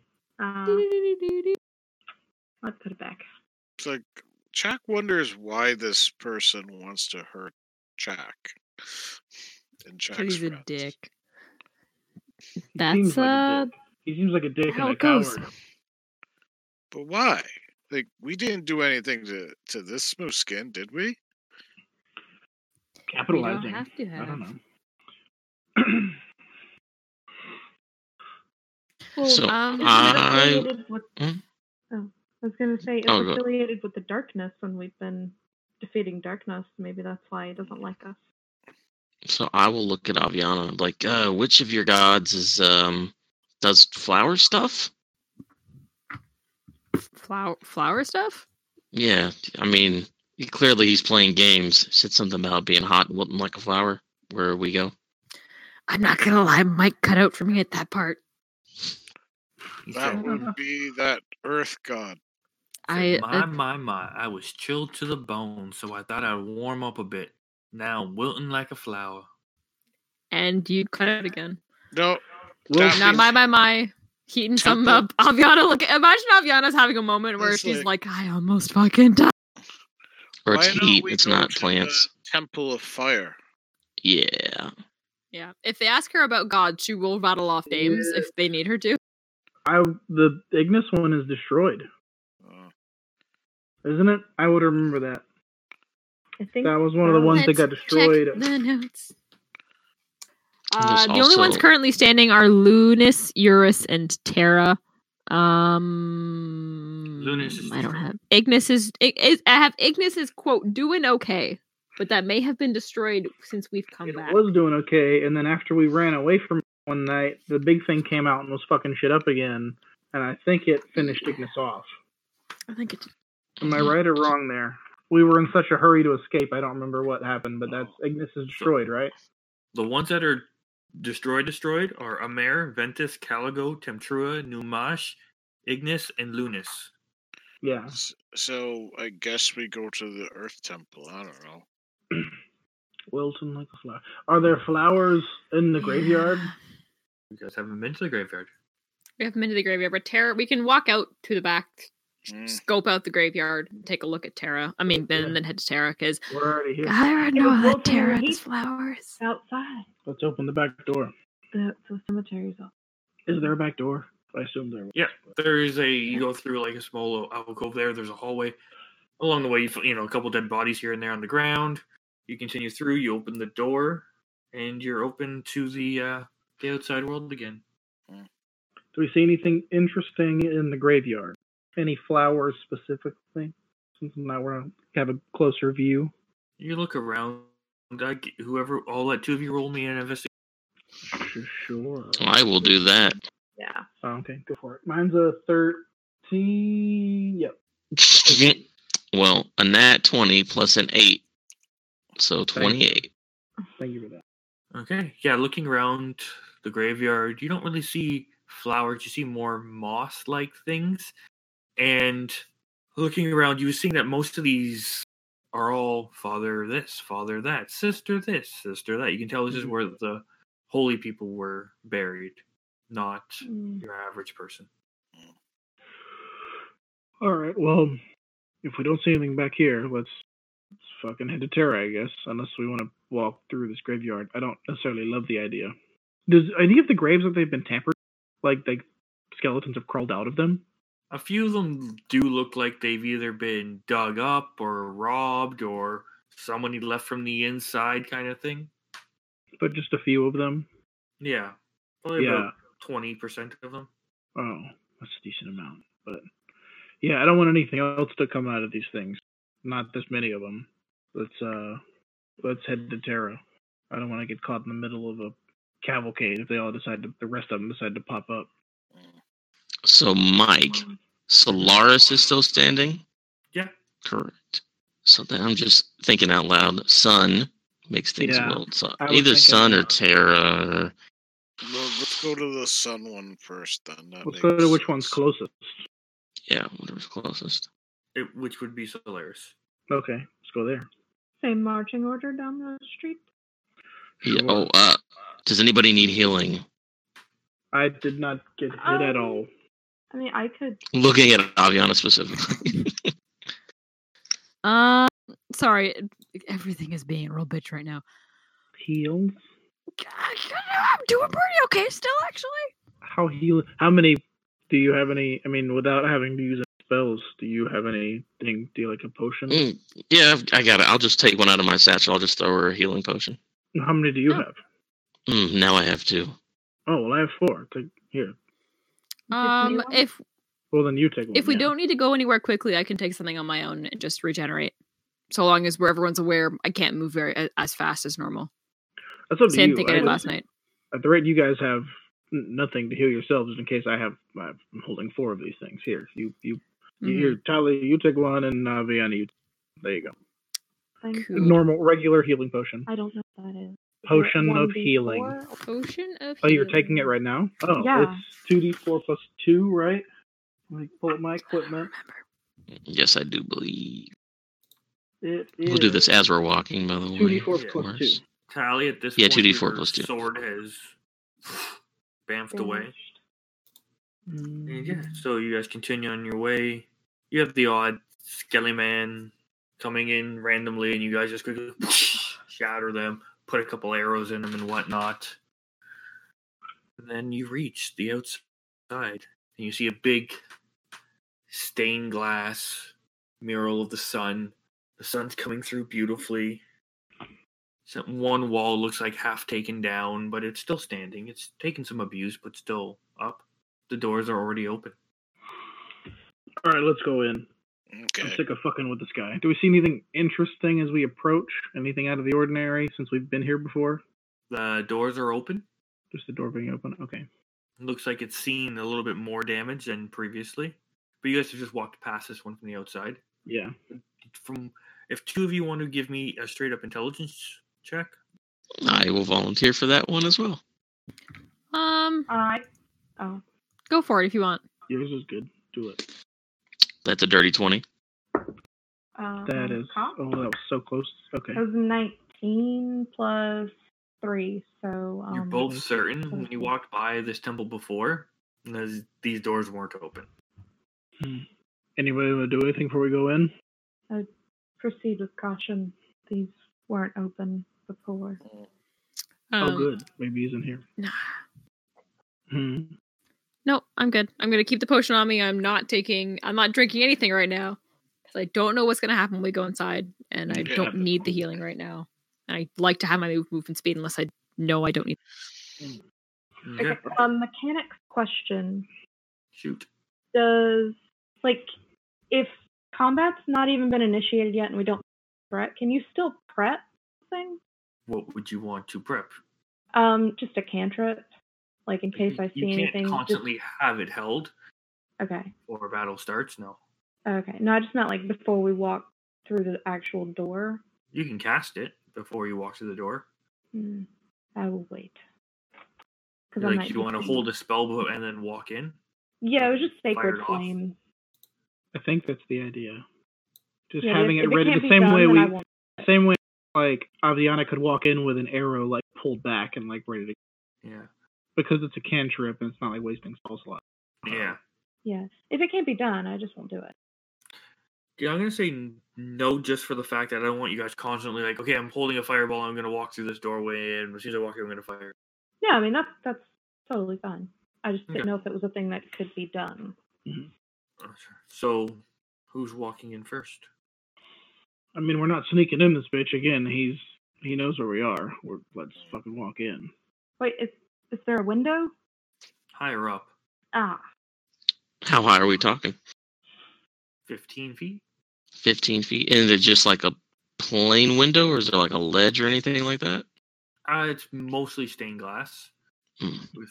Uh, do-do-do-do-do. let's put it back. It's like Jack wonders why this person wants to hurt Jack. And Jack's He's a friends. dick. He That's seems like uh, a dick. He seems like a dick how and a it goes. coward. But why? Like we didn't do anything to to this smooth skin, did we? you don't Capitalizing. have to I have. don't know. Well, So, Um, Isn't it I- affiliated with- Hmm? Oh, I was gonna say it's Oh, go- affiliated with the darkness, and we've been defeating darkness. Maybe that's why it doesn't like us. So I will look at Aviana and be like, uh, which of your gods is um does flower stuff? flower flower stuff. Yeah, I mean, he- clearly he's playing games. Said something about being hot and wilting like a flower. Where we go? I'm not gonna lie, Mike cut out for me at that part. He That said, would be that Earth God. I my, uh, my, my, I was chilled to the bone, so I thought I'd warm up a bit. Now I'm wilting like a flower. and you cut out again. No, Well, Daphne- Now my my my heating something up. Aviana look imagine Aviana's having a moment where It's she's like- like, I almost fucking died. Or why it's don't heat. we It's go not to the plants. Temple of Fire. Yeah. Yeah. If they ask her about God, she will rattle off names Yeah. if they need her to. I the Ignis one is destroyed, Uh, isn't it? I would remember that. I think That was one of the ones that Let's got destroyed. Check the notes. And Uh, there's the only ones also- currently standing are Lunas, Eurus, and Terra. Um, Lunas is I don't destroyed. have Ignis is, Ig- is I have Ignis is quote doing okay, but that may have been destroyed since we've come It back. was doing okay, and then after we ran away from it one night, the big thing came out and was fucking shit up again, and I think it finished Ignis off. I think it. Am I Mm-hmm. Mhm. right or wrong there? We were in such a hurry to escape. I don't remember what happened, but that's Ignis is destroyed, right? The ones that are destroyed, destroyed are Amer, Ventus, Caligo, Temtrua, Numash, Ignis, and Lunas. Yeah. s- so I guess we go to the Earth Temple. I don't know. Wilton like a flower. Are there flowers in the graveyard? Yeah. You guys haven't been to the graveyard. We have them into the graveyard, but Terra. We can walk out to the back, Mm. scope out the graveyard, and take a look at Terra. I mean, then then head to Terra because We're already here. I already It know that was Wilton and Terra Heath. has flowers. outside Let's open the back door. the, the cemetery's up. Is there a back door? I assume there was. Yeah, there is a. You go through like a small alcove there. There's a hallway. Along the way, you, f- you know, a couple dead bodies here and there on the ground. You continue through. You open the door, and you're open to the uh, the outside world again. Do we see anything interesting in the graveyard? Any flowers specifically? Since I'm not we're gonna have a closer view. You look around. I g whoever, I'll let two of you roll me an investigation. Sure. sure. I will do that. Yeah. Oh, okay, go for it. Mine's a thirteen. Yep. well, a nat twenty plus an eight, so Thank you. twenty-eight. Thank you for that. Okay. Yeah, looking around the graveyard, you don't really see flowers. You see more moss like things. And looking around, you were seeing that most of these are all father this, father that, sister this, sister that. You can tell this is Mhm. where the holy people were buried, not Mm. your average person. All right. Well, if we don't see anything back here, let's, let's fucking head to Terra, I guess. Unless we want to walk through this graveyard. I don't necessarily love the idea. Does any of the graves that they've been tampered, like the skeletons have crawled out of them? A few of them do look like they've either been dug up or robbed or someone left from the inside kind of thing. But just a few of them. Yeah. Probably yeah. about 20% of them. Oh, that's a decent amount. But yeah, I don't want anything else to come out of these things. Not this many of them. Let's uh, let's head to Terra. I don't want to get caught in the middle of a cavalcade if they all decide to, the rest of them decide to pop up. So, Mike, Solaris is still standing? Yeah. Correct. Something I'm just thinking out loud. Sun makes things Yeah, a little tough. I was Either thinking- Sun or Terra. Well, let's go to the sun one first, then. That Let's go to makes which one's sense. closest. Yeah, whatever's closest. It, which would be Solaris. Okay, let's go there. Same marching order down the street. Yeah, Sure. oh, uh, does anybody need healing? I did not get hit at all. I mean, I could. Looking at Aviana specifically. Um, sorry, everything is being a real bitch right now. Heals? I'm doing pretty okay still, actually. How heal? How many do you have? Any? I mean, without having to use any spells, do you have anything? Do you like a potion? Mm, yeah, I've- I got it. I'll just take one out of my satchel. I'll just throw her a healing potion. How many do you No. have? Mm, now I have two. Oh well, I have four. Take, here. me Um, one. if Well, then you take one. if we yeah. don't need to go anywhere quickly, I can take something on my own and just regenerate. So long as where everyone's aware, I can't move very a- as fast as normal. that's up to Same you. thing I I did just- last night. At the rate you guys have n- nothing to heal yourselves, in case I have, I'm holding four of these things here. You, you, you Mhm. here, Tyler. You take one, and uh, Vianney, you. There you go. Thank Cool. Normal, regular healing potion. I don't know what that is. Is it Potion of 1d4? healing. Potion of. Oh, you're taking it healing. right now? Oh, Yeah. it's 2d4 plus 2, right? Let me pull up my equipment. Yes, I do believe. It We'll do this is as we're walking, by the way. 2d4 Yeah. plus 2. Worse. Tally at this Yeah, point. 2d4 your plus two. Sword has bamfed away. Finished. Mm. And Mm-hmm. yeah, so you guys continue on your way. You have the odd skelly man coming in randomly, and you guys just quickly shatter them, put a couple arrows in them, and whatnot. And then you reach the outside, and you see a big stained glass mural of the sun. The sun's coming through beautifully. So One wall looks like half taken down, but it's still standing. It's taken some abuse, but still up. The doors are already open. Alright, let's go in. I'm Okay. sick of fucking with this guy. Do we see anything interesting as we approach? Anything out of the ordinary since we've been here before? The doors are open. Just the door being open? Okay. Looks like it's seen a little bit more damage than previously. But you guys have just walked past this one from the outside. Yeah. From if two of you want to give me a straight up intelligence check, I will volunteer for that one as well. Um, I. Oh. go for it if you want. Yours is good. Do it. That's a dirty 20. Um, That is. cop? Oh, that was so close. Okay. That was 19 plus 3, so. Um, you're both certain when you okay. walked by this temple before, those, these doors weren't open. Anybody want to do anything before we go in? Proceed with caution. These weren't open before. Um, oh, good. Maybe he's in here. Nah. Hmm. No, I'm good. I'm gonna keep the potion on me. I'm not taking. I'm not drinking anything right now because I don't know what's gonna happen when we go inside, and I Yeah. don't need the healing right now. And I like to have my move, move and speed unless I know I don't need. Okay, Okay. Um, mechanics question. shoot. Does. Like, if combat's not even been initiated yet and we don't prep, can you still prep something? What would you want to prep? Um, just a cantrip? Like, in case you, I see you can't anything. just- constantly have it held okay. or battle starts. No, Okay. No, I just meant like before we walk through the actual door. you can cast it before you walk through the door. Hmm. I will wait. 'Cause I Like might you be want to too- hold a spell bo- and then walk in. Yeah, it was just fired sacred off? flame. I think that's the idea. Just Yeah, but having if- it if ready can't the be same done, way then we I won't. same way like Aviana could walk in with an arrow like pulled back and like ready to Yeah, because it's a cantrip and it's not like wasting spell slot. yeah. Yeah, if it can't be done, I just won't do it. Yeah, I'm gonna say n- no just for the fact that I don't want you guys constantly like, okay, I'm holding a fireball, I'm gonna walk through this doorway, and as soon as I walk in, I'm gonna fire. Yeah, I mean that's that's totally fine. I just didn't Okay. know if it was a thing that could be done. Oh, sure. So, who's walking in first? I mean we're not sneaking in this bitch again. He's he knows where we are. We're let's fucking walk in. Wait, is is there a window? Higher up. Ah, How high are we talking? 15 feet. 15 feet? And is it just like a plain window or is there like a ledge or anything like that? Uh, it's mostly stained glass Hmm. with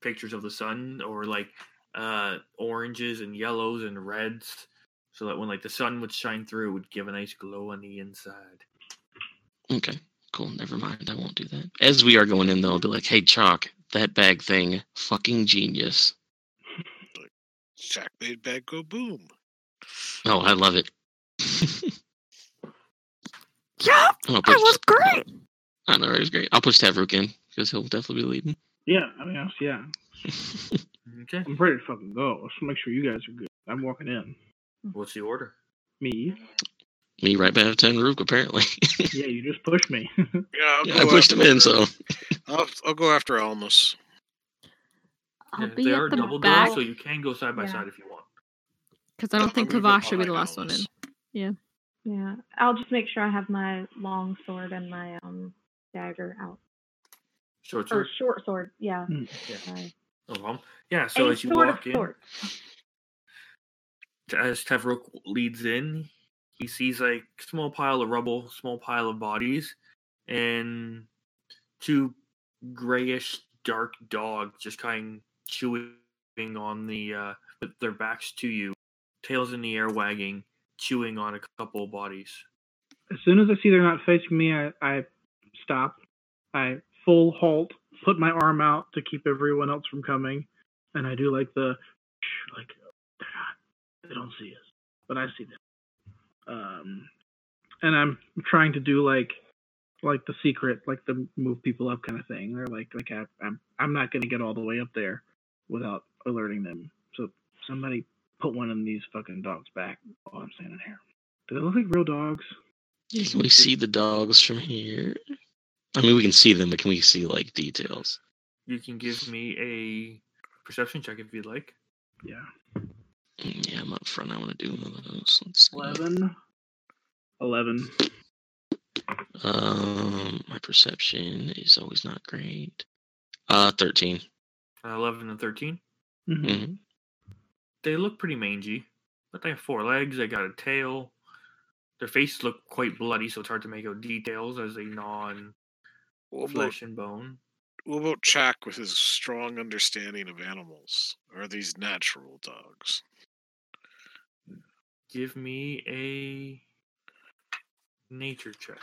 pictures of the sun or like uh, oranges and yellows and reds, so that when like the sun would shine through, it would give a nice glow on the inside. Okay, cool. Never mind. I won't do that. As we are going in, though, I'll be like, hey, Chalk, that bag thing, fucking genius. Jack made bag go boom. Oh, I love it. Yeah, I'll I push, was great. I know, it was great. I'll push Tavruk in because he'll definitely be leading. Yeah, I mean, that's- yeah. Okay. I'm ready to fucking go. Let's make sure you guys are good. I'm walking in. What's the order? Me? Me right back to Rook, apparently. Yeah, you just pushed me. Yeah, I'll Yeah, I go pushed him in, after- so. I'll, I'll go after Almus. I'll Yeah, be they at are the double back doors, so you can go side by Yeah. side if you want. because I don't I'm think gonna go Kavash should be the behind last one in. Almus. Yeah, I'll just make sure I have my long sword and my um dagger out. Short Or sword. short sword, yeah. Mm. Yeah. Sorry. No problem. Uh-huh. Yeah. So A as you sword of walk in, sorts. as Tevrok leads in, he sees like small pile of rubble, small pile of bodies, and two grayish dark dogs just kind of chewing on the uh, with their backs to you, tails in the air wagging, chewing on a couple of bodies. As soon as I see they're not facing me, I, I stop. I full halt, put my arm out to keep everyone else from coming, and I do like the "Shh," like they're not, they don't see us, but I see them. Um, and I'm trying to do like like the secret, like the move people up kind of thing, or like like I, I'm I'm not gonna get all the way up there without alerting them. So somebody put one of these fucking dogs back while I'm standing here. Do they look like real dogs? Yeah, Can we see the dogs from here? I mean, we can see them, but can we see, like, details? You can give me a perception check if you'd like. Yeah. Mm, Yeah, I'm up front. I want to do one of those. Let's see. 11. 11. Um, my perception is always not great. Uh, 13. Uh, Eleven and thirteen. Mhm. hmm They look pretty mangy, but they have four legs. They got a tail. Their faces look quite bloody, so it's hard to make out details as they gnaw and What about, flesh and bone. what about Jack with his strong understanding of animals? Are these natural dogs? Give me a nature check.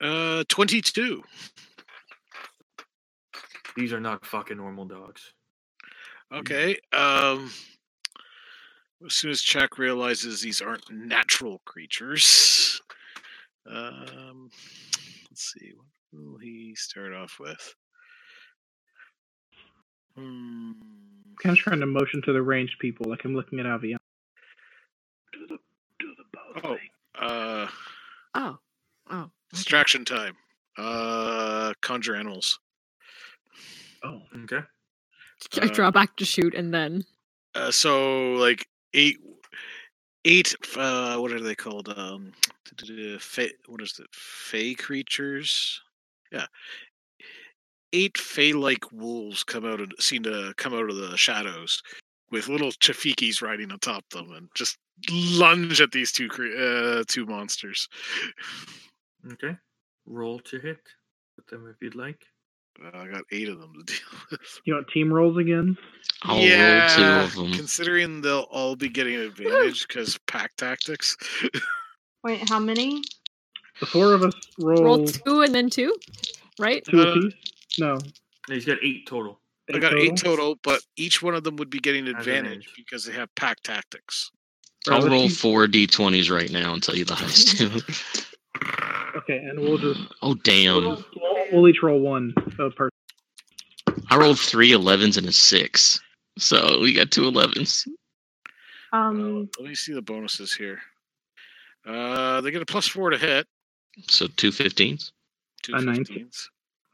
Uh, 22. These are not fucking normal dogs. Okay. Um, as soon as Chuck realizes these aren't natural creatures, um, let's see. What will he start off with? Hmm. Kind of trying to motion to the ranged people, like I'm looking at Avian. Do the, do the bow Oh. thing. Uh, Oh, oh. distraction time. Uh, conjure animals. Oh. Okay. I draw back to shoot, and then Uh, so like eight, eight. Uh, what are they called? Um, fey, what is it? Fey creatures. Yeah, eight fey-like wolves come out and seem to come out of the shadows with little chafikis riding atop them and just lunge at these two cre- uh, two monsters. Okay. Roll to hit with them if you'd like. Uh, I got eight of them to deal with. You want team rolls again? I'll yeah, roll two of them. considering they'll all be getting advantage because pack tactics. Wait, how many? The four of us roll, roll two and then two, right? two Uh, apiece? No. No, He's got eight total. I got eight total, but each one of them would be getting an advantage edge. because they have pack tactics. Alright, I'll let's roll keep- four d20s right now and tell you the highest two. Okay, and we'll just. oh, We'll, damn. we'll each roll one uh, person. I rolled three 11s and a six. So we got two 11s. Um, Uh, let me see the bonuses here. Uh, they get a plus four to hit. So two 15s. Two A 19. 15s.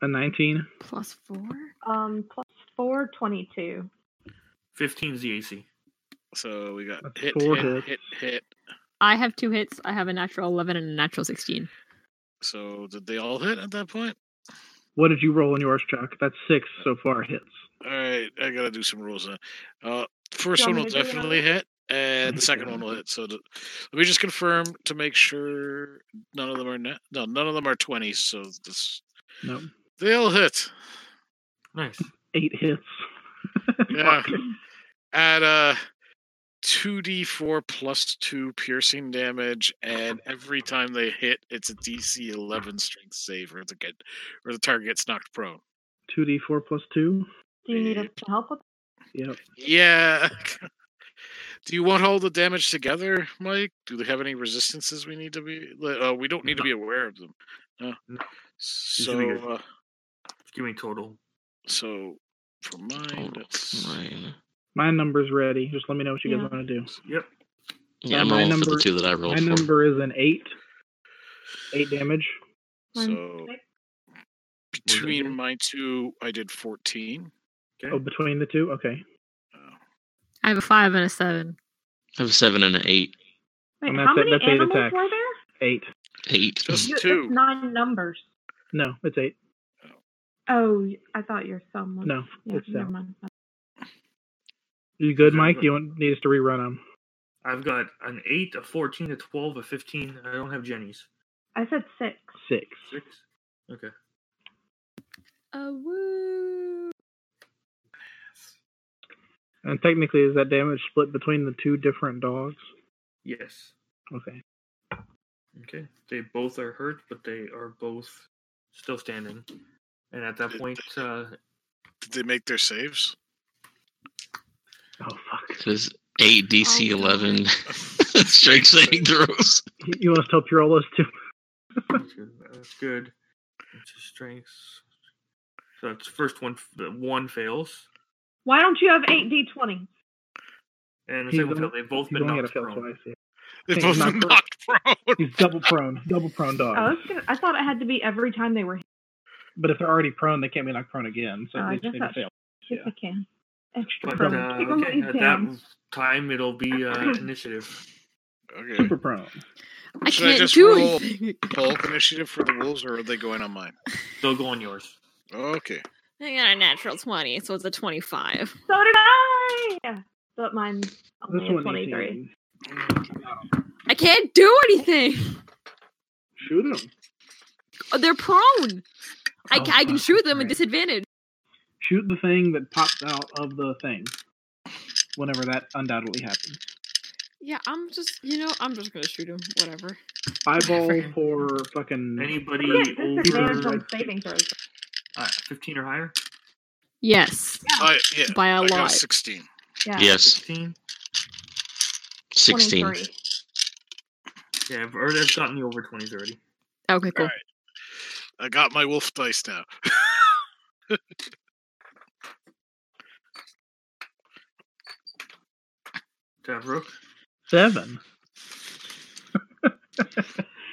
A 19. Plus four. Oh. um, plus four, 22. 15 is the AC. So we got That's hit, four hit, hits. hit, hit. I have two hits. I have a natural eleven and a natural sixteen. So did they all hit at that point? What did you roll in yours, Chuck? That's six so far hits. All right, I gotta do some rules now. Uh, first You one want will me to do another definitely hit, and the second one will hit. So th- let me just confirm to make sure none of them are net. No, none of them are twenties. So this No, they all hit. Nice. eight hits. Yeah. At uh, two d four plus two piercing damage, and every time they hit, it's a DC eleven strength save, or the get, or the target gets knocked prone. Two D four plus two. Do you need us to help with Yep. Yeah. Do you want all the damage together, Mike? Do they have any resistances we need to be? li- Uh, we don't need to be aware of them. No. No. should be So, good. uh, Just give me total. so for mine, that's Right. My number's ready. Just let me know what you Yeah. guys want to do. Yep. Yeah, I'm my rolling for the number- two that I rolled My for. number is an eight. Eight damage. mine? so Six. between again? my two, I did fourteen. Okay. Oh, between the two. Okay. Uh, I have a five and a seven. I have a seven and an eight. Wait, And how that's it- many that's eight animals attacks. were there? Eight. Eight. Just- You- two. It's nine numbers. No, it's eight. Oh, y- I thought your thumb was. No, Yeah, it's never seven. mind. You good, Okay, Mike? good. You want, need us to rerun them? I've got an eight, a fourteen, a twelve, a fifteen. I don't have Jenny's. I said six. Six. Six. Okay. Uh, woo. And technically, is that damage split between the two different dogs? Yes. Okay. Okay. They both are hurt, but they are both still standing. And at that Did point, uh, Did they make their saves? Oh fuck. Because eight DC Oh, God. eleven strength saving throws. You you want us to help you roll those two? that's good. That's good. It's his strengths. So that's first one. The one fails, Why don't you have eight d20? and the He's second one only- fails. They've both He's been only knocked got to fail prone. twice. yeah. They Hey, both my were first- knocked prone. He's double prone. Double prone dog. I, was gonna, I thought it had to be every time they were hit. But if they're already prone, they can't be knocked prone again. So Oh, I they just guess need to that's- fail. If Yeah. they can. Extra But prone. uh, Keep 'em what okay, you at can. that time, it'll be uh, initiative. Okay. Super prone. I Should I can't just do roll? anything. Bulk initiative for the wolves, or are they going on mine? They'll go on yours. Okay. I got a natural twenty, so it's a twenty-five. So did I! Yeah. But mine's only This a one 23. 18. I can't do anything. Shoot him. Oh, they're prone. I, Oh, ca- I can fuck, shoot them right. at disadvantage. Shoot the thing that pops out of the thing. Whenever that undoubtedly happens. Yeah, I'm just you know I'm just gonna shoot them. Whatever. Eyeball Freaking- for fucking. Anybody Yeah, disadvantage over on saving throws. uh, fifteen or higher? Yes, I, yeah. by a I got lot. a sixteen. Yeah. Yes, Sixteen. sixteen. 23. Yeah, I've already I've gotten you over twenties already. Okay, cool. I got my wolf dice now. Tavrook. Seven.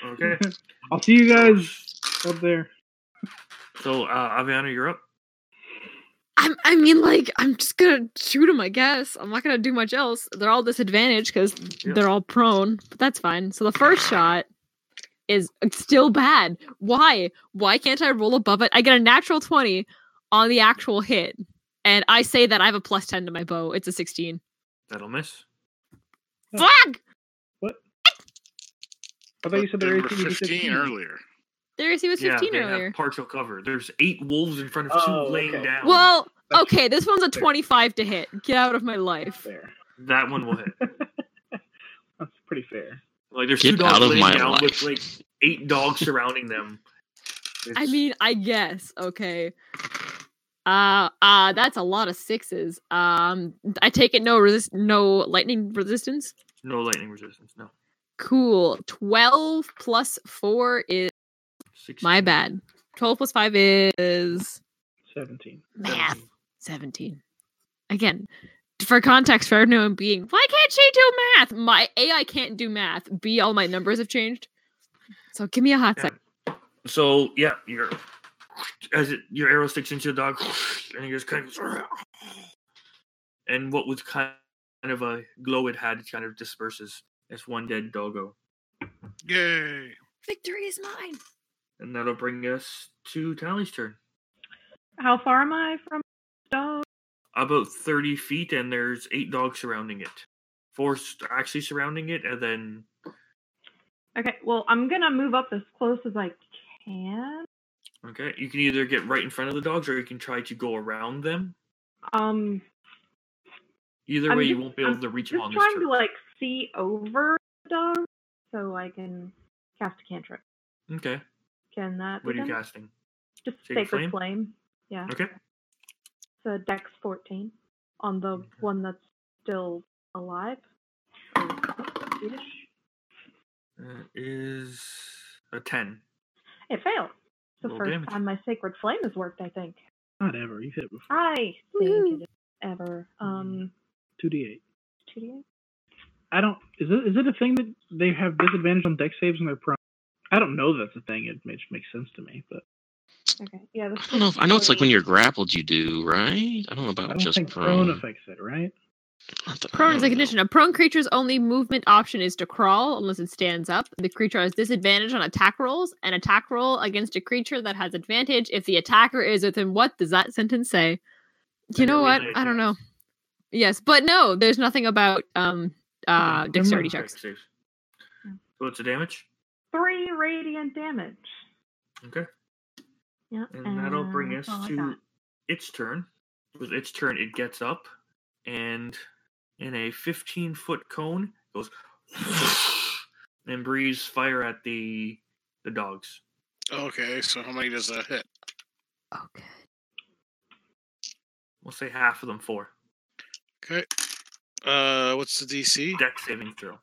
Okay. I'll see you guys up there. So uh, Aviana, you're up. I'm, I mean, like, I'm just gonna shoot them, I guess. I'm not gonna do much else. They're all disadvantaged because Yeah. they're all prone, but that's fine. So the first shot is still bad. Why? Why can't I roll above it? I get a natural 20 on the actual hit, and I say that I have a plus 10 to my bow. It's a 16. That'll miss. Hmm. Oh. Fuck! I thought you said They there were were 15 earlier. There he was 15 they earlier. have partial cover. There's eight wolves in front of two Oh, laying okay. down. Well, That's okay, this one's a fair. 25 to hit. Get out of my life. Fair. that one will hit. That's pretty fair. Like there's two Get dogs out of laying my down with life. like eight dogs surrounding them. I It's- mean, I guess. Okay. Uh uh that's a lot of sixes. Um I take it no resist no lightning resistance. no lightning resistance. No. Cool. 12 plus 4 is Six. my bad. 12 plus 5 is Seventeen. math 17. Again, for context for everyone being, why can't she do math? My A I can't do math. B all my numbers have changed. So give me a hot Yeah. second. So yeah, your as it, your arrow sticks into the dog, and he just kind of, and what was kind of a glow it had, it kind of disperses. It's one dead doggo, Yay. Victory is mine. and that'll bring us to Tally's turn. How far am I from dog? about 30 feet, and there's eight dogs surrounding it. Four s- actually surrounding it, and then Okay, well, I'm gonna move up as close as I can. okay, you can either get right in front of the dogs, or you can try to go around them. Um, Either I'm way, you just- won't be able I'm to reach them just on this trying turn. to like see over the dog so I can cast a cantrip. okay, Can that? what be are you done? casting? Just Sacred sacred Flame? flame. Yeah, Okay, so Dex 14 on the Okay. one that's still alive. or ish. that is a ten. It failed. It's the Roll first damage. time my sacred flame has worked. I think. Not ever. You've hit it before. I think Woohoo. it is ever. Um, 2d8. two D. I don't. Is it is it a thing that they have disadvantage on deck saves when they're prone? I don't know. That's a thing. It makes makes sense to me, but Okay. Yeah. I don't know. If, I know it's like when you're grappled, you do right. I don't know I about don't just think prone. prone affects it, right? I th- I Prone is a don't know. condition. A prone creature's only movement option is to crawl unless it stands up. The creature has disadvantage on attack rolls, an attack roll against a creature that has advantage if the attacker is within what does that sentence say? You Then know it what? relates, I don't know. yes. Yes, but no, there's nothing about um uh Okay, dexterity never checks. Saves. Yeah. So it's a damage. three radiant damage. Okay, Yeah. and that'll bring us that's all I to got. its turn. With its turn, it gets up, and in a 15 foot cone goes and breathes fire at the the dogs. Okay, so how many does that hit? Okay. We'll say half of them four. Okay. Uh, what's the DC? Deck saving throw.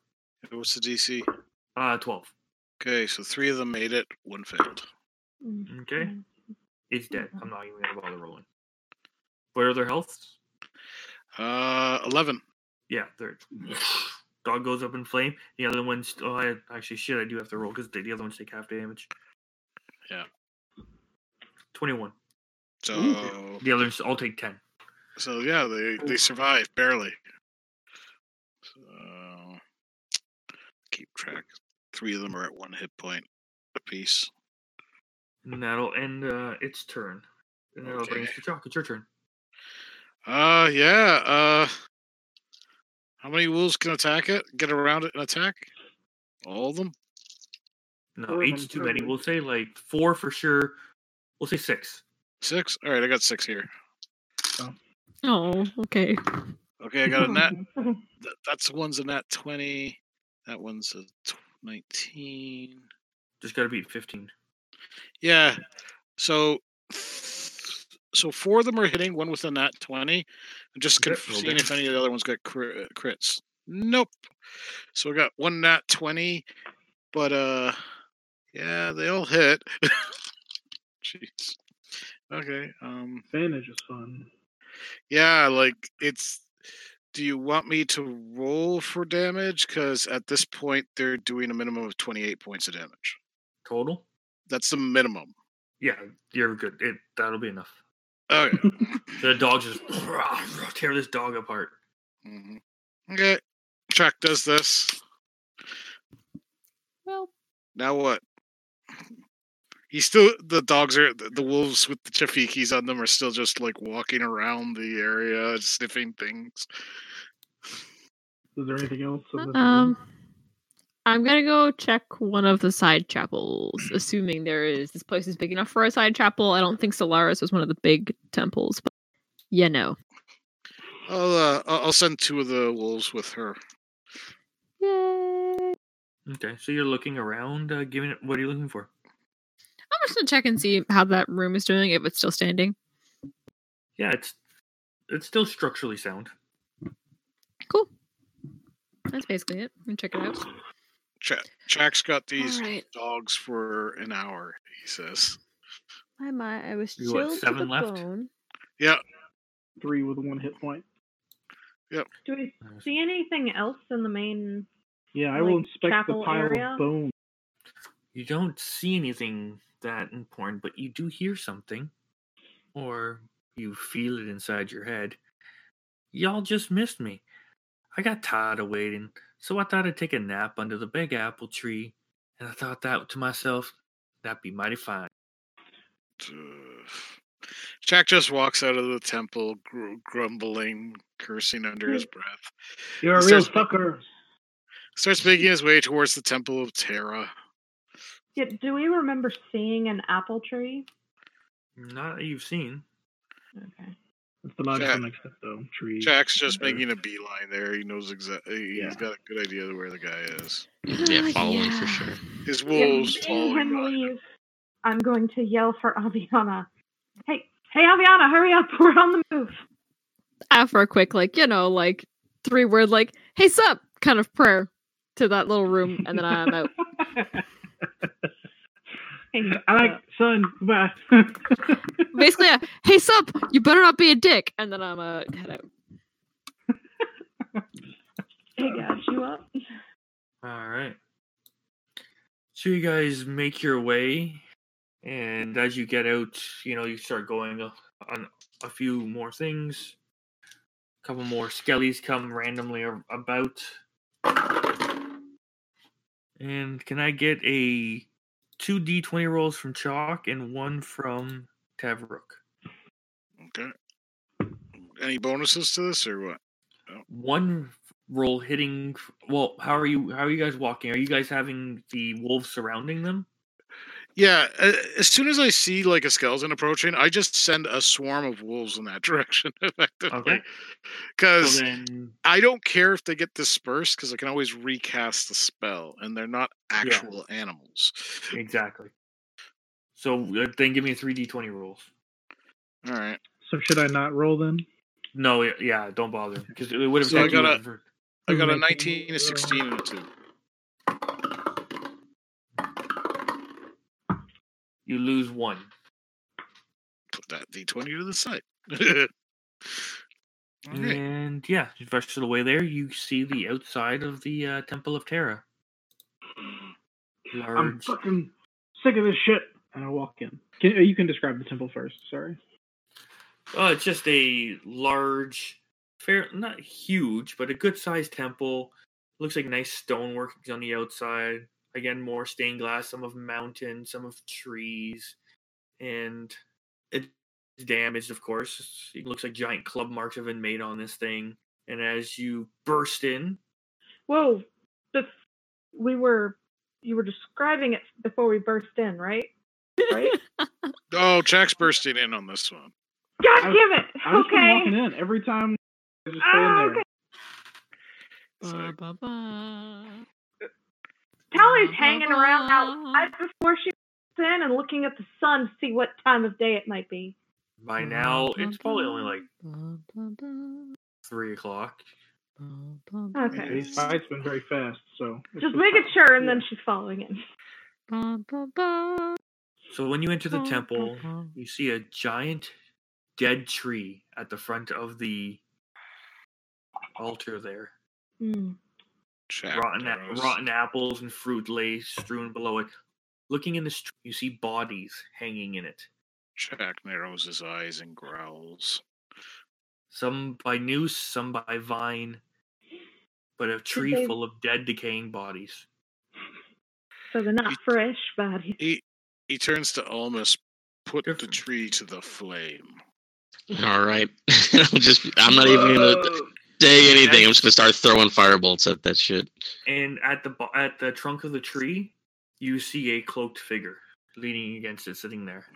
What's the DC? Uh, 12. Okay, so three of them made it, one failed. Mm, Okay, mm. it's dead. I'm not even gonna bother rolling. What are their healths? Uh, eleven. Yeah, third. Dog goes up in flame. The other one's. Oh, I actually shit. I do have to roll because the, the other ones take half damage. Yeah. Twenty-one. So, The others all take ten. so yeah, they they survived barely. So, keep track. Three of them are at one hit point apiece. And that'll end uh, its turn. And that'll bring us Okay. to Jock. It's your turn. Uh, yeah. Uh, how many wolves can attack it? Get around it and attack all of them. No, Four of eight's them too many. total. We'll say like four for sure. We'll say six. Six. All right, I got six here. Oh, okay. Okay, I got a net. Mhm. Th- that's one's a nat twenty. That one's a tw- nineteen. Just gotta beat fifteen. Yeah. So so four of them are hitting, one with a nat 20. I'm just Okay, gonna roll seeing if any of the other ones got cri- uh, crits. Nope. So I got one nat 20, but uh yeah, they all hit. Jeez. Okay. Um Advantage is fun. yeah, like it's do you want me to roll for damage cuz at this point they're doing a minimum of 28 points of damage. Total. That's the minimum. Yeah, you're good. It that'll be enough. Okay. The dogs just tear this dog apart. hmm Okay. Chuck does this. Well, Now what? He's still the dogs are the the wolves with the chafikis on them are still just like walking around the area sniffing things. Is there anything else? of this um I'm gonna go check one of the side chapels, assuming there is this place is big enough for a side chapel. I don't think Solaris was one of the big temples, but you know. I'll uh, I'll I'll send two of the wolves with her. Yay. Okay, so you're looking around, uh, giving it. What are you looking for? I'm just gonna check and see how that room is doing if it's still standing. Yeah, it's it's still structurally sound. Cool. That's basically it. I'm gonna check it out. Chuck Chuck's got these All right. dogs for an hour. He says, I might. I was You got chilled to the seven left? bone. "Yeah, Three with one hit point. Do we see anything else in the main? Yeah, I Like, will inspect the chapel pile area? of bones. You don't see anything that important, but you do hear something, or you feel it inside your head. Y'all just missed me. I got tired of waiting, so I thought I'd take a nap under the big apple tree, and I thought that to myself, that'd be mighty fine. uh, Jack just walks out of the temple, gr- grumbling, cursing under his breath. You're a He real starts- sucker. Starts making his way towards the Temple of Terra. Yeah, do we remember seeing an apple tree? Not that you've seen. Okay. It's the logical Jack- next step, though. Trees. Jack's just Uh, making a beeline there. He knows exactly. He's Yeah. got a good idea of where the guy is. Oh, Yeah, following for sure. His Yeah, wolves seeing following him behind him. leave, I'm going to yell for Aviana. Hey, hey, Aviana, hurry up! We're on the move. After a quick, like, you know, like three word, like, hey, sup, kind of prayer to that little room, and then I'm out. Hey, I uh, like son. Bye. Basically, a, hey, sup, you better not be a dick, and then I'm uh, head out. hey, guys, you up? All right. So you guys make your way, and as you get out, you know you start going o- on a few more things. A couple more skellies come randomly a- about. And can I get a two d twenty rolls from Chalk and one from Tavrook? Okay. Any bonuses to this or what? One roll hitting. Well, how are you? How are you guys walking? Are you guys having the wolves surrounding them? Yeah. a- As soon as I see like a skeleton approaching, I just send a swarm of wolves in that direction, effectively. Okay. Because So then I don't care if they get dispersed because I can always recast the spell, and they're not actual animals. Exactly. So uh, then give me a 3d20 rolls. All right, so should I not roll then? No, y- yeah, don't bother. Because it would have So I taken you got a- over for- I got a Nineteen, 19, uh, a 16, and a two. You lose one. Put that d20 to the side. All right. And yeah, the rest of the way there, you see the outside of the uh, Temple of Terra. I'm Large. fucking sick of this shit. And I walk in. Can, you can describe the temple first. Sorry. Uh, it's just a large, fair, not huge, but a good sized temple. Looks like nice stonework on the outside. Again, more stained glass, some of mountain, some of trees. And it's damaged, of course. It looks like giant club marks have been made on this thing. And as you burst in, Whoa, this, we were, you were describing it before we burst in, right? Right? Oh, Jack's bursting in on this one. God I- give it! I've just been walking okay. in every time. I just stay in Ah, there. okay. Uh, So, Ba-ba-ba. Tally's hanging around Uh-huh, outside before she walks in and looking at the sun to see what time of day it might be. by now, it's probably only like 3 o'clock. Okay. These fights been very fast, so this Just was- making sure, and then she's following in. So when you enter the temple, uh-huh. you see a giant dead tree at the front of the altar there. Hmm. Jack Rotten, a- knows. rotten apples and fruit lay strewn below it. Looking in the street, you see bodies hanging in it. Jack narrows his eyes and growls. Some by noose, some by vine, but a tree they- full of dead, decaying bodies. So they're not You- fresh bodies. He he turns to Almus. Put the Different. tree to the flame. All right. I'm just I'm not even Uh, gonna say anything. I'm just gonna start throwing firebolts at that shit. And at the bo- at the trunk of the tree, you see a cloaked figure leaning against it, sitting there.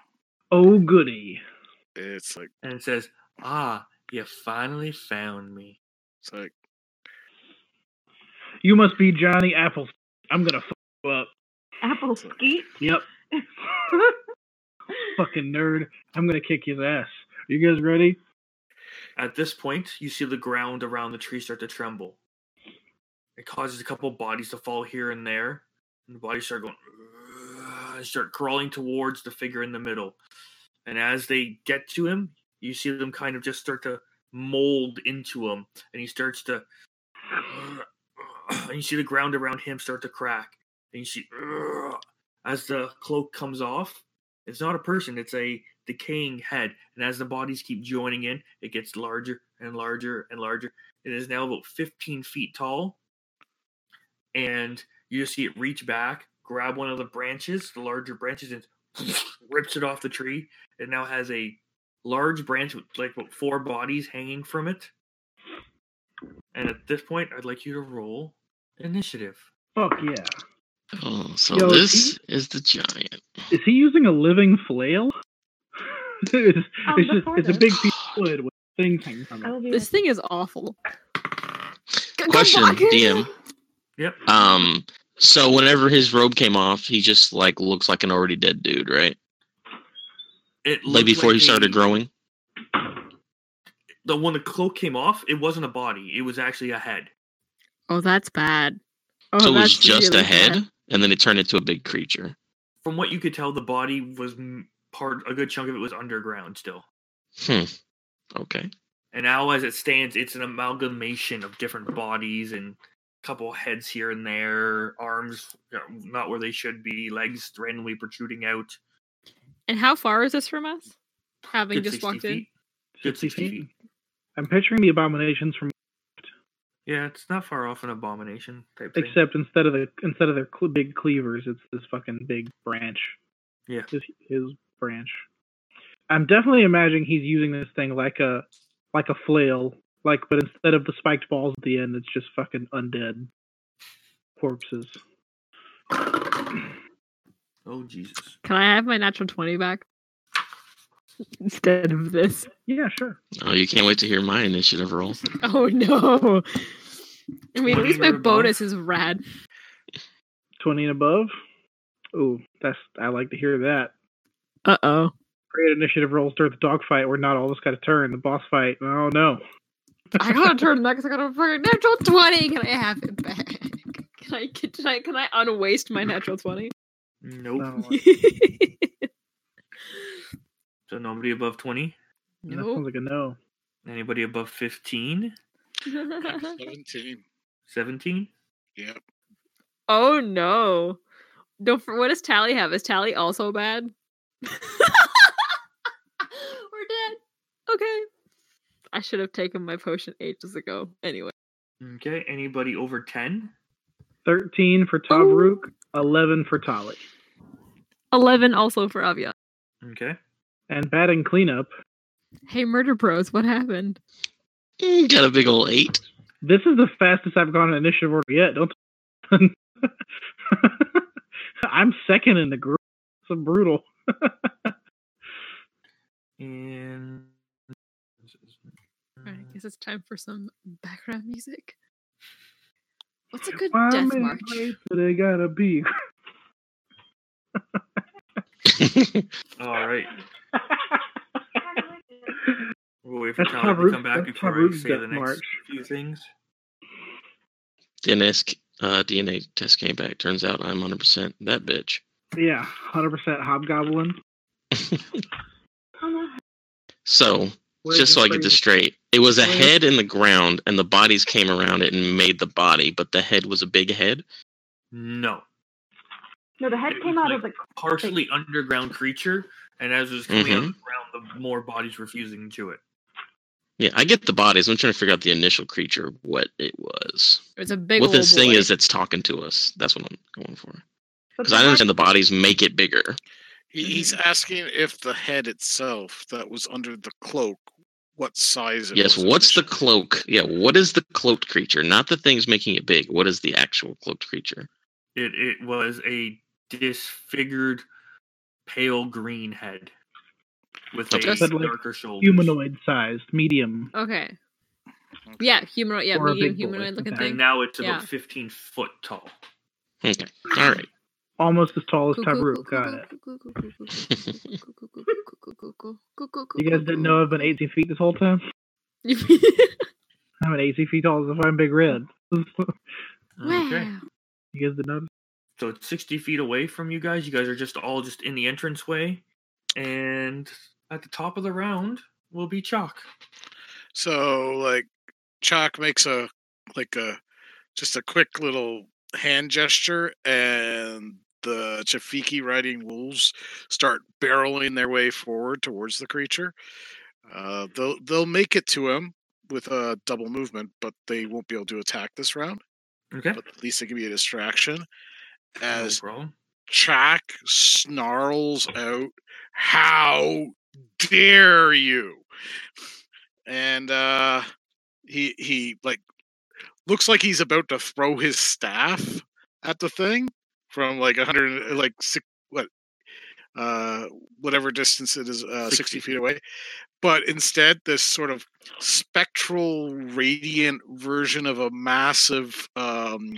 Oh goody! It's like and it says, "Ah, you finally found me." it's like You must be Johnny Apples. I'm gonna fuck you up. Apple skeet. Yep, fucking nerd. I'm gonna kick his ass. You guys ready? At this point, you see the ground around the tree start to tremble. It causes a couple bodies to fall here and there, and the bodies start going and start crawling towards the figure in the middle. And as they get to him, you see them kind of just start to mold into him, and he starts to. And you see the ground around him start to crack, and you see as the cloak comes off. It's not a person; it's a decaying head, and as the bodies keep joining in, it gets larger and larger and larger. It is now about 15 feet tall, and you just see it reach back, grab one of the branches, the larger branches, and rips it off the tree. It now has a large branch with like what, four bodies hanging from it. And at this point, I'd like you to roll initiative. Fuck yeah. Oh, so Yo, this is the giant. Is he using a living flail? it's, Um, it's, just, before it's a this- big Oh. piece of wood with things hanging from I it. will be This thing is awful. Go- go Question, block it! DM. Yep. Um, so whenever his robe came off, he just like looks like an already dead dude, right? It Like looked before he the- started growing. The one the cloak came off, it wasn't a body. It was actually a head. Oh, that's bad. Oh, so it was that's just really a head, bad. and then it turned into a big creature. From what you could tell, the body was m- part. A good chunk of it was underground still. Hmm. Okay. And now, as it stands, it's an amalgamation of different bodies and a couple heads here and there, arms you know, not where they should be, legs randomly protruding out. And how far is this from us? Having Good just 60 walked in. feet. Good 60 feet. I'm picturing the abominations from Yeah, it's not far off an abomination type thing. except instead of the instead of their cl- big cleavers, it's this fucking big branch. Yeah. His, his branch. I'm definitely imagining he's using this thing like a like a flail, like but instead of the spiked balls at the end, it's just fucking undead corpses. oh Jesus! Can I have my natural 20 back? Instead of this. Yeah, sure. Oh, you can't wait to hear my initiative roll. Oh no. I mean, 20 at least my or above? bonus is rad. Twenty and above. Ooh, that's I like to hear that. Uh oh. Great initiative rolls during the dogfight. We're not all just got a turn. The boss fight. Oh no. I gotta turn back because I got a fucking natural 20. Can I have it back? Can I, can I, can I unwaste my natural 20? Nope. No. So nobody above twenty. That sounds nope. like a no. Anybody above 15? Seventeen. 17? Yep. oh no. Don't for, what does Tally have? Is Tally also bad? We're dead. Okay. I should have taken my potion ages ago. Anyway. Okay. Anybody over 10? Thirteen for Tavruk. Eleven for Tali. 11 also for Avia. Okay. And batting cleanup. Hey, Murder Bros, what happened? Mm, got a big old eight. This is the fastest I've gone in initiative order yet. Don't. I'm second in the group. It's brutal. And. Alright, I guess it's time for some background music. What's a good Why am death I march? late today? gotta be. All right. We'll wait for That's Tyler to Tavruk's- come back that's before I Tavruk's say the death next march. few things. DNS, uh, DNA test came back. Turns out I'm 100% that bitch. yeah, hundred percent hobgoblin. So, Where's just so the I get this crazy- straight, it was a Where's- head in the ground, and the bodies came around it and made the body, but the head was a big head. No. No, the head came out of the. Partially underground creature, and as it was coming Mhm. underground, the more bodies were fusing to it. Yeah, I get the bodies. I'm trying to figure out the initial creature, what it was. It's a big what old this thing boy. is that's talking to us. That's what I'm going for. but Because I the understand the bodies make it bigger. He, Mm-hmm. he's asking if the head itself that was under the cloak, what size it Yes, was what's the initially. cloak? Yeah, what is the cloaked creature? Not the things making it big. What is the actual cloaked creature? It, it was a disfigured, pale green head with Okay. a Just like darker shoulders. humanoid sized, medium. Okay. Okay. Yeah, humanoid. Yeah, Or a medium big boy. humanoid looking Okay. And thing. now it's about Yeah. 15 foot tall. Okay. All right. almost as tall as Cuckoo, Tavruk. cuckoo, Got it. cuckoo, cuckoo, cuckoo, cuckoo, cuckoo, cuckoo, cuckoo, You guys didn't know I've been 18 feet this whole time? I'm an 18 feet tall as if I'm Big Red. you wow. guys didn't notice? So it's 60 feet away from you guys. You guys are just all just in the entranceway. And at the top of the round will be Chalk. So like Chalk makes a like a just a quick little hand gesture and the Chafiki riding wolves start barreling their way forward towards the creature. Uh, they'll they'll make it to him with a double movement, but they won't be able to attack this round. Okay. But at least they can be a distraction. No As problem. Chak snarls out, How dare you? And uh, he he like looks like he's about to throw his staff at the thing from like a hundred like six, what uh whatever distance it is uh, 60 feet away but instead this sort of spectral radiant version of a massive um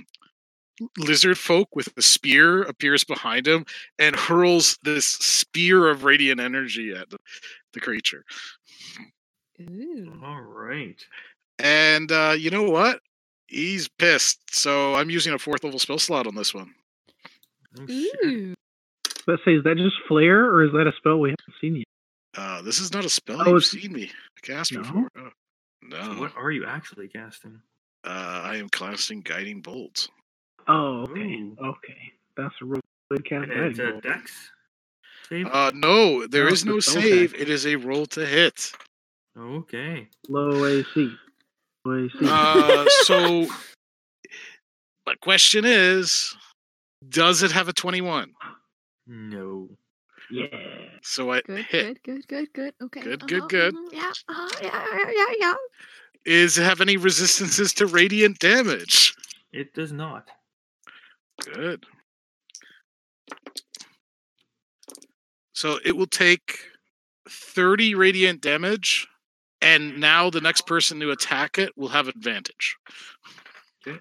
lizard folk with a spear appears behind him and hurls this spear of radiant energy at the, the creature Ooh. All right. and uh you know what he's pissed so i'm using a fourth level spell slot on this one I'm sure. Ooh. Let's say, is that just flare or is that a spell we haven't seen yet? uh this is not a spell Oh, you've it's- seen me cast No? before Oh, So no what are you actually casting? Uh, I am casting guiding bolt. Oh, okay. Ooh. Okay. That's a real good cast. And it's a dex save? Uh, no, there No, is no okay. save. It is a roll to hit. okay. Low AC. Low AC. Uh, so, my question is, does it have a twenty-one? No. yeah. So I Good, hit. good, good, good, good. Okay. Good, good, good. mhm, Yeah, uh-huh, yeah, yeah, yeah, yeah. Is have any resistances to radiant damage? It does not. Good. So it will take thirty radiant damage, and now the next person to attack it will have advantage. Okay.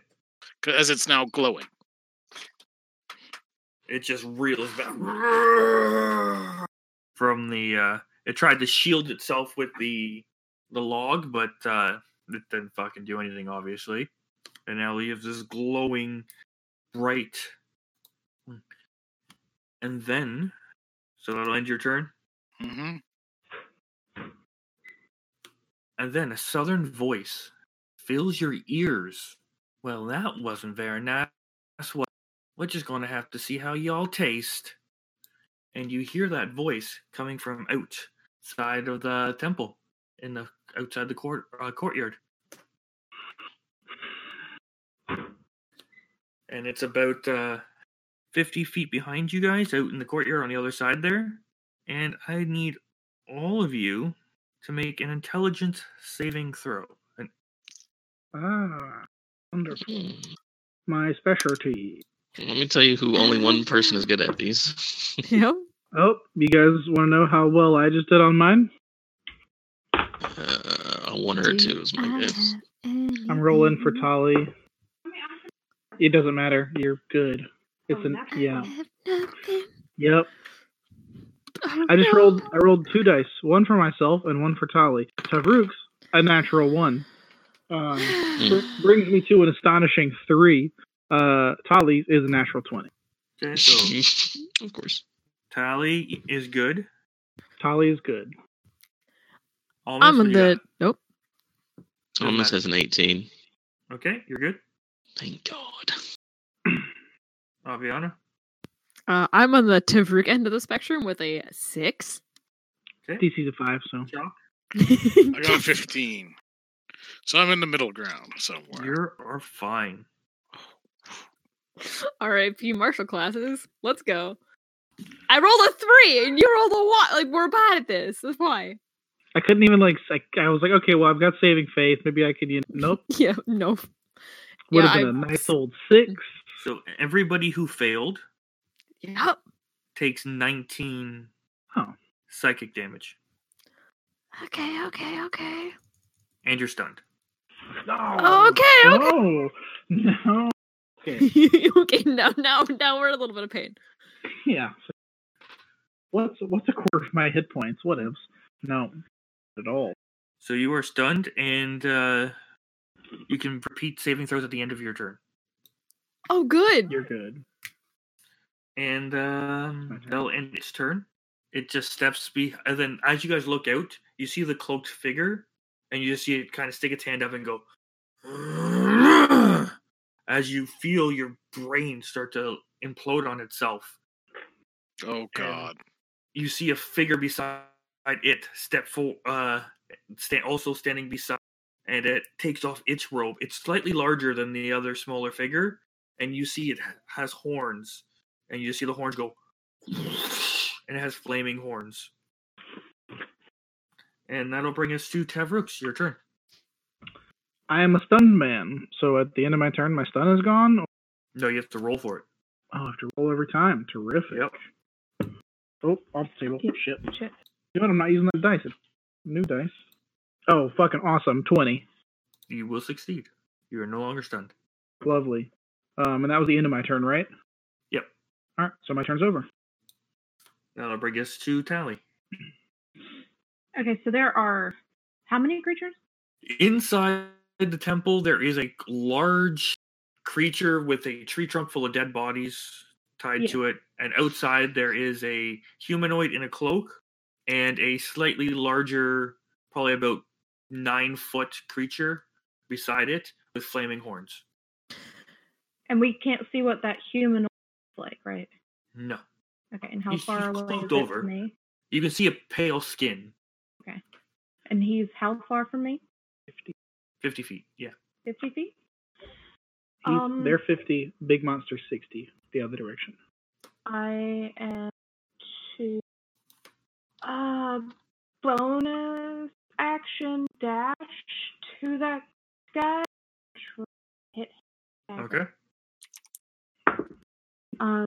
'Cause- As it's now glowing. It just reels back from the. Uh, it tried to shield itself with the the log, but uh, it didn't fucking do anything, obviously. And now we have this glowing, bright. Hmm. And then, so that'll end your turn. Mm-hmm. And then a southern voice fills your ears. Well, that wasn't very nice. What? We're just gonna have to see how y'all taste. And you hear that voice coming from outside of the temple, in the outside the court uh, courtyard. And it's about uh, fifty feet behind you guys, out in the courtyard on the other side there. And I need all of you to make an intelligence saving throw. And Ah. Wonderful. Hmm. My specialty. Let me tell you who only one person is good at these. Yep. Oh, you guys want to know how well I just did on mine? uh, a one or a two is my guess. I'm rolling Mm-hmm. for Tolly. It doesn't matter. You're good. It's an yeah. Yep. I just rolled. I rolled two dice. One for myself and one for Tolly. Tavruk's a natural one. Um, br- brings me to an astonishing three. Uh, Tolly's is a natural twenty. okay, so of course. Tally is good. Tolly is good. Almost, I'm in the. Nope. Thomas has an 18. Okay, you're good. Thank God. Aviana. Uh, I'm on the Tavruk end of the spectrum with a six. Okay. DC's a five, so Jock, I got a 15. So I'm in the middle ground somewhere. you are fine. RIP martial classes. Let's go. I rolled a three and you rolled a one. Like we're bad at this. That's why. I couldn't even like. I, I was like, okay, well, I've got saving faith. Maybe I could. You know, nope. Yeah. No. Would Yeah, have been I- a nice old six. So everybody who failed Yep. takes 19 Oh. psychic damage, Okay. Okay. Okay. and you're stunned. No. Okay. Okay. No. No. Okay. okay. Now, now, now we're in a little bit of pain. Yeah. What's what's a quarter of my hit points? What ifs? No, not at all. So you are stunned, and uh, you can repeat saving throws at the end of your turn. Oh, good. You're good. and um, Okay. that'll end its turn. It just steps be, and then as you guys look out, you see the cloaked figure, and you just see it kind of stick its hand up and go. As you feel your brain start to implode on itself, Oh, God. you see a figure beside it step for uh, sta- also standing beside, and it takes off its robe. It's slightly larger than the other smaller figure, and you see it ha- has horns, and you see the horns go, and it has flaming horns. And that'll bring us to Tavrux. Your turn. I am a stunned man, so at the end of my turn, my stun is gone. Oh, No, you have to roll for it. I have to roll every time. Terrific. Yep. Oh, off the table. Yep. Shit. Shit. You know what? I'm not using that dice. It's new dice. Oh, fucking awesome. 20. You will succeed. You are no longer stunned. Lovely. Um, and that was the end of my turn, right? Yep. All right, so my turn's over. That'll bring us to Tally. Okay, so there are how many creatures? Inside the temple, there is a large creature with a tree trunk full of dead bodies tied Yeah. to it. And outside, there is a humanoid in a cloak and a slightly larger, probably about nine foot creature beside it with flaming horns. And we can't see what that human looks like, right? No. Okay, and how He's- far he's away is cloaked it over. from me? You can see a pale skin, And he's how far from me? 50 feet. Yeah. 50 feet? He's- Um, they're 50, big monster 60, the other direction. I am to uh bonus action dash to that guy. Try to Hit him. Okay. Uh,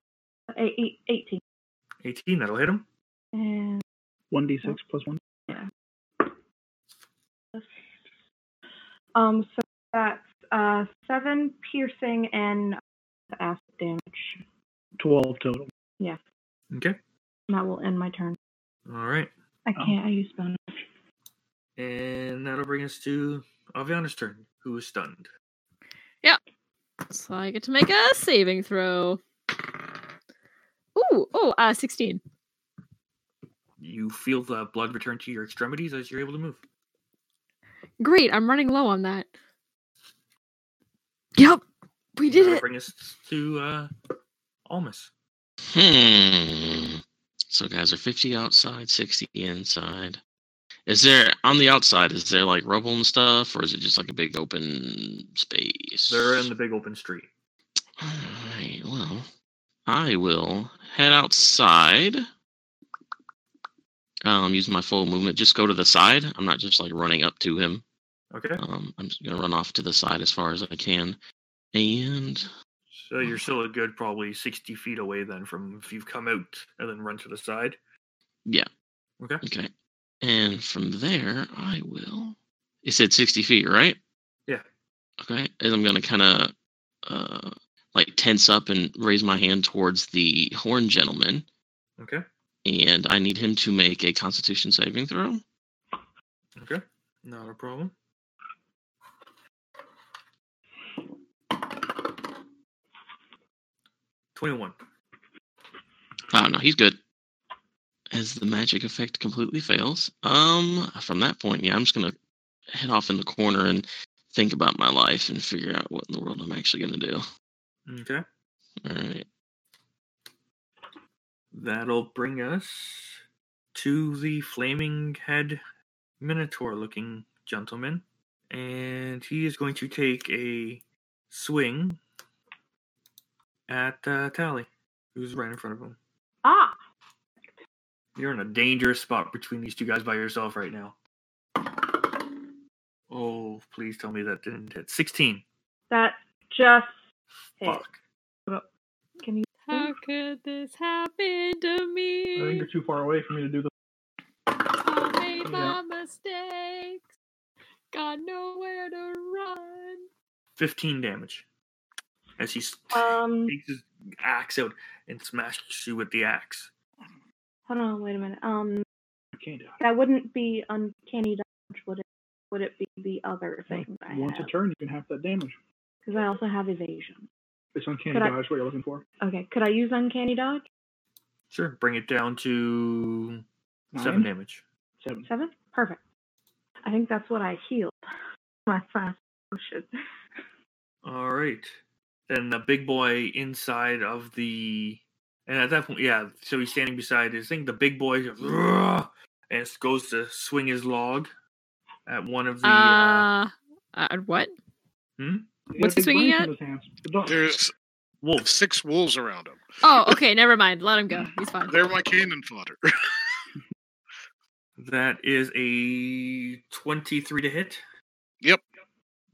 eight- eight- eighteen. 18, that'll hit him. And 1d6 plus 1. um, so that's uh seven piercing and acid damage. 12 total. Okay. And that will end my turn. All right. I Oh. can't. I use bonus. And that'll bring us to Aviana's turn, who is stunned. So I get to make a saving throw. Ooh, oh, uh, 16. You feel the blood return to your extremities as you're able to move. Great, I'm running low on that. Yep, we did That'll it. Bring us to uh, Almas. Hmm. So guys are 50 outside, 60 inside. Is there on the outside? Is there like rubble and stuff, or is it just like a big open space? They're in the big open street. All right. Well, I will head outside. Um, use my full movement. Just go to the side. I'm not just like running up to him. Okay. Um, I'm just gonna run off to the side as far as I can. And So you're still a good probably 60 feet away then from if you've come out and then run to the side. Yeah. Okay. okay, and from there I will. You said 60 feet, right? Yeah. Okay. And I'm gonna kind of uh like tense up and raise my hand towards the horn gentleman, Okay. and I need him to make a Constitution saving throw. Okay. Not a problem. Twenty-one. Oh no, he's good. As the magic effect completely fails, um, from that point, yeah, I'm just gonna head off in the corner and think about my life and figure out what in the world I'm actually gonna do. Okay. All right, That'll bring us to the flaming head minotaur looking gentleman. And he is going to take a swing at uh, Tally, who's right in front of him. Ah, You're in a dangerous spot between these two guys by yourself right now. Oh, please tell me that didn't hit. 16. that just hit. Fuck. Can you? How could this happen to I think me? you're too far away for me to do the. I made Yeah. my mistakes. Got nowhere to run. 15 damage. As he s- Um, takes his axe out and smashes you with the axe. hold on. Wait a minute. Um, I can't do it. that wouldn't be uncanny dodge, would it? Would it be the other thing I Once a have? turn, you can half that damage. Because I also have evasion. It's uncanny Could I- dodge, what you're looking for. Okay, could I use uncanny dodge? Sure. Bring it down to Nine? seven damage. Seven. Seven. Perfect. I think that's what I healed. My fast potion. All right. Then the big boy inside of the. And at that point, yeah, so he's standing beside his thing. The big boy goes, "Roar!" and s- goes to swing his log at one of the. Uh, Uh, uh, what? He What's got a big he swinging brace in at? his hands. The dog. There's wolves. six wolves around him. Oh, okay, never mind. Let him go. He's fine. They're my cannon fodder. That is a 23 to hit. Yep.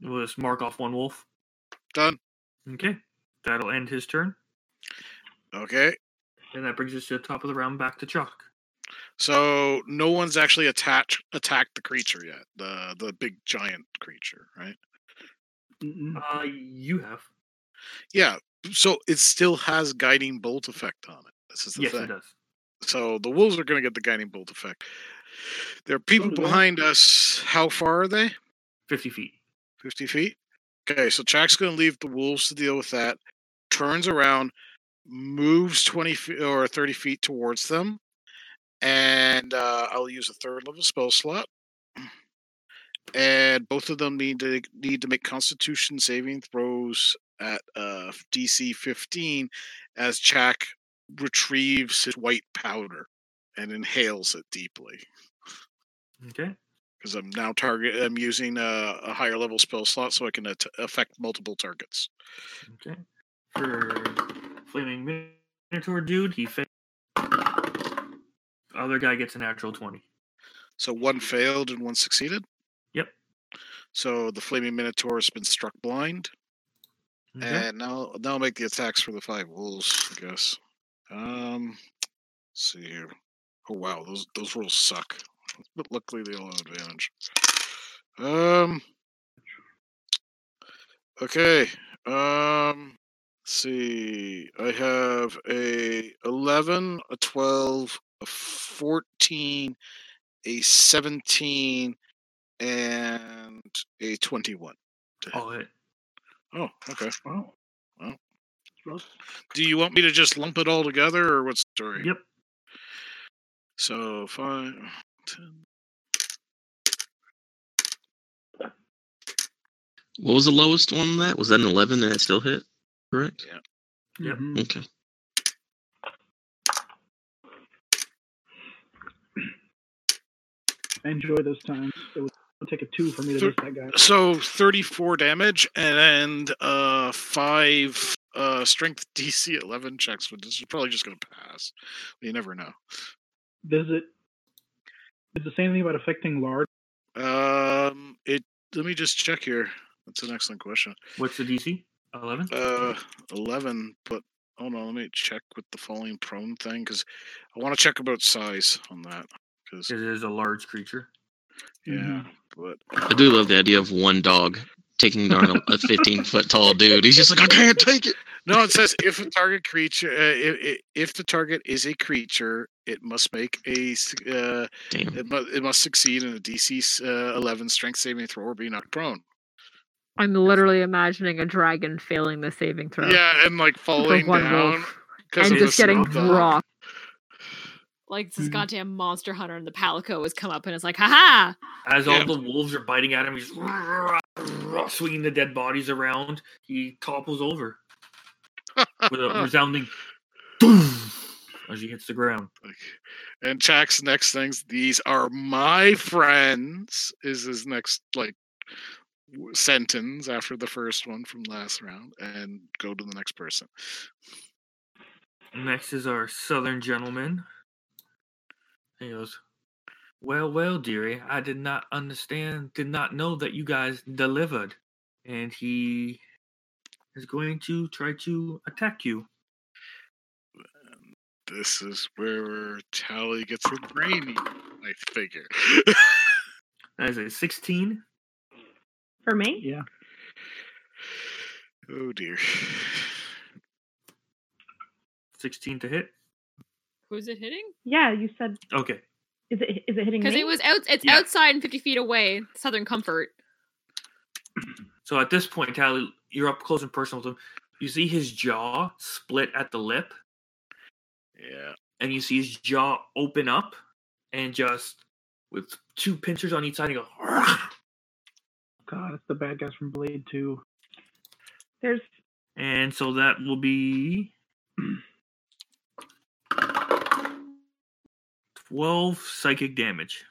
We'll just mark off one wolf. Done. Okay. That'll end his turn. Okay. And that brings us to the top of the round back to Chuck. So no one's actually attached attacked the creature yet. The the big giant creature, right? Mm-mm. Uh, you have. Yeah. So it still has guiding bolt effect on it. This is the yes, thing. it does. So the wolves are going to get the guiding bolt effect. There are people do I. behind us. How far are they? 50 feet. 50 feet. Okay, so Jack's going to leave the wolves to deal with that. Turns around, moves 20 feet or 30 feet towards them. And uh, I'll use a third level spell slot. And both of them need to need to make Constitution saving throws at uh, DC 15 as Jack retrieves his white powder and inhales it deeply Okay. because I'm now target. I'm using a, a higher level spell slot, so I can at- affect multiple targets. Okay. For Flaming Minotaur dude, he failed. Other guy gets a natural 20. So one failed and one succeeded. Yep. So the flaming minotaur has been struck blind, Okay. and now now I'll make the attacks for the five wolves. I guess. Um, let's see here. Oh wow, those those rolls suck. But luckily they all have advantage. Um. Okay. Um. Let's see, I have a eleven, a twelve, a fourteen, a seventeen, and a twenty-one. All hit. Oh, okay. Wow. Well. Well, Do you want me to just lump it all together, or what's the story? Yep. So five, ten. What was the lowest one on that? Was that an 11 and it still hit? Correct? Yep. mhm. Okay. I enjoy those times. It would take a two for me to Sure. miss that guy. So thirty-four damage and uh five uh strength DC eleven checks. But this is probably just going to pass. You never know. Does it? Is the same thing about affecting large? Um, it. Let me just check here. That's an excellent question. What's the DC? 11? Uh, eleven. But hold on, let me check with the falling prone thing because I want to check about size on that. Because It is a large creature. yeah, but I do love the idea of one dog taking down a- a 15 foot tall dude. He's just like, I can't take it. No, it says if a target creature, uh, if, if the target is a creature, it must make a, s- uh, Damn. it must, it must succeed in a DC s- uh, 11 strength saving throw or be knocked prone. I'm literally imagining a dragon failing the saving throw. Yeah, and like for falling one down wolf, because and of the Mm. just getting smell. rocked. Like this Mhm. goddamn monster hunter in the palico has come up and it's like, haha! As Yeah. all the wolves are biting at him, he's swinging the dead bodies around. He topples over with a resounding boom as he hits the ground. Like, and Jack's next things, these are my friends, is his next like w- sentence after the first one from last round, and go to the next person. Next is our southern gentleman. He goes, Well, well, dearie, I did not understand, did not know that you guys delivered. And he is going to try to attack you. And this is where Tally gets her brainy, I figure. That is a 16. For me? Yeah. oh dear. 16 to hit. Who's it hitting? Yeah, you said Okay. is it is it hitting me? Because it was out, it's Yeah. outside and 50 feet away, Southern Comfort. So at this point, Tally, you're up close and personal with him. You see his jaw split at the lip, Yeah. and you see his jaw open up and just with two pincers on each side, he goes, God, it's the bad guys from Blade Two. There's and so that will be 12 psychic damage.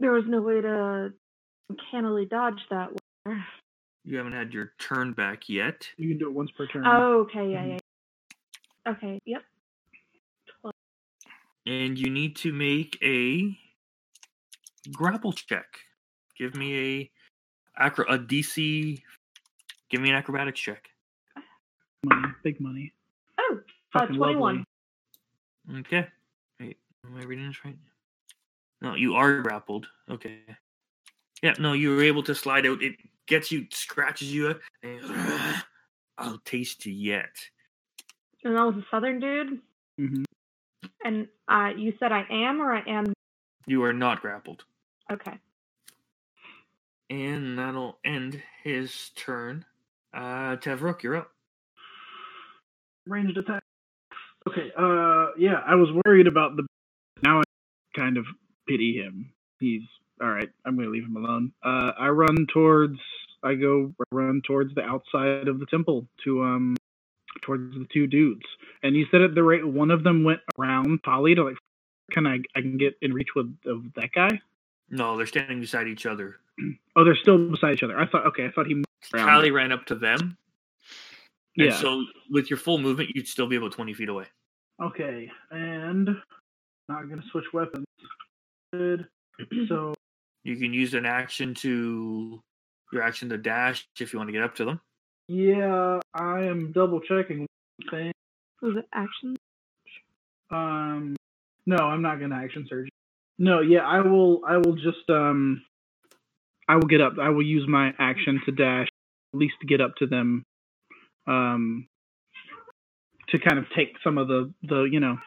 there was no way to cannily dodge that one. You haven't had your turn back yet. You can do it once per turn. Oh, okay, Mm. yeah, yeah. Okay, yep. And you need to make a grapple check. Give me a acro a DC. Give me an acrobatics check. Money, big money. Oh, uh, Fucking lovely. 21. Okay. Wait, am I reading this right? No, you are grappled. Okay. Yeah, no, you were able to slide out. It gets you, scratches you, up, and I'll taste you yet. and that was a southern dude. Mhm. And uh, you said I am or I am. You are not grappled. Okay. And that'll end his turn. Uh, Tevrook, you're up. Ranged attack. Okay. Uh, yeah, I was worried about the. Now I kind of pity him. He's all right. I'm gonna leave him alone. Uh, I run towards. I go run towards the outside of the temple to um, towards the two dudes. And you said at the rate one of them went around Polly to like. Can I? I can get in reach with of that guy. No, they're standing beside each other. Oh, they're still beside each other. I thought. Okay, I thought he. moved Around. Tally ran up to them. And Yeah. so with your full movement, you'd still be about 20 feet away. Okay, and not gonna switch weapons. Good. So You can use an action to your action to dash if you want to get up to them. yeah, I am double checking one thing. Was it action? Um, no, I'm not gonna action surge. No, yeah, I will. I will just um, I will get up. I will use my action to dash, at least to get up to them. Um, to kind of take some of the the you know,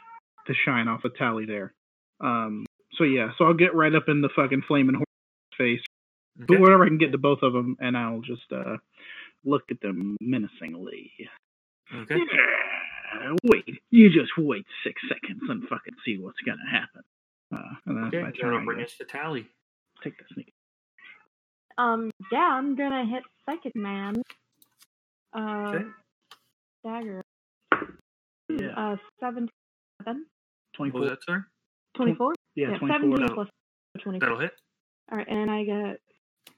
the shine off of Tally there. Um, so yeah, so I'll get right up in the fucking flaming horse face. Okay? But wherever I can get to both of them, and I'll just uh, look at them menacingly. Okay. Yeah, wait, you just wait six seconds and fucking see what's gonna happen. Uh, and that's Okay. my turn. That'll I bring guess. us to Tally. Take the sneak. Um, yeah, I'm gonna hit Psychic Man. Uh, Dagger. Yeah, Uh, 77. What was 24. that, sir? 24? Yeah, Yeah, 24. 17 Oh. plus 24. That'll hit. Alright, and I got.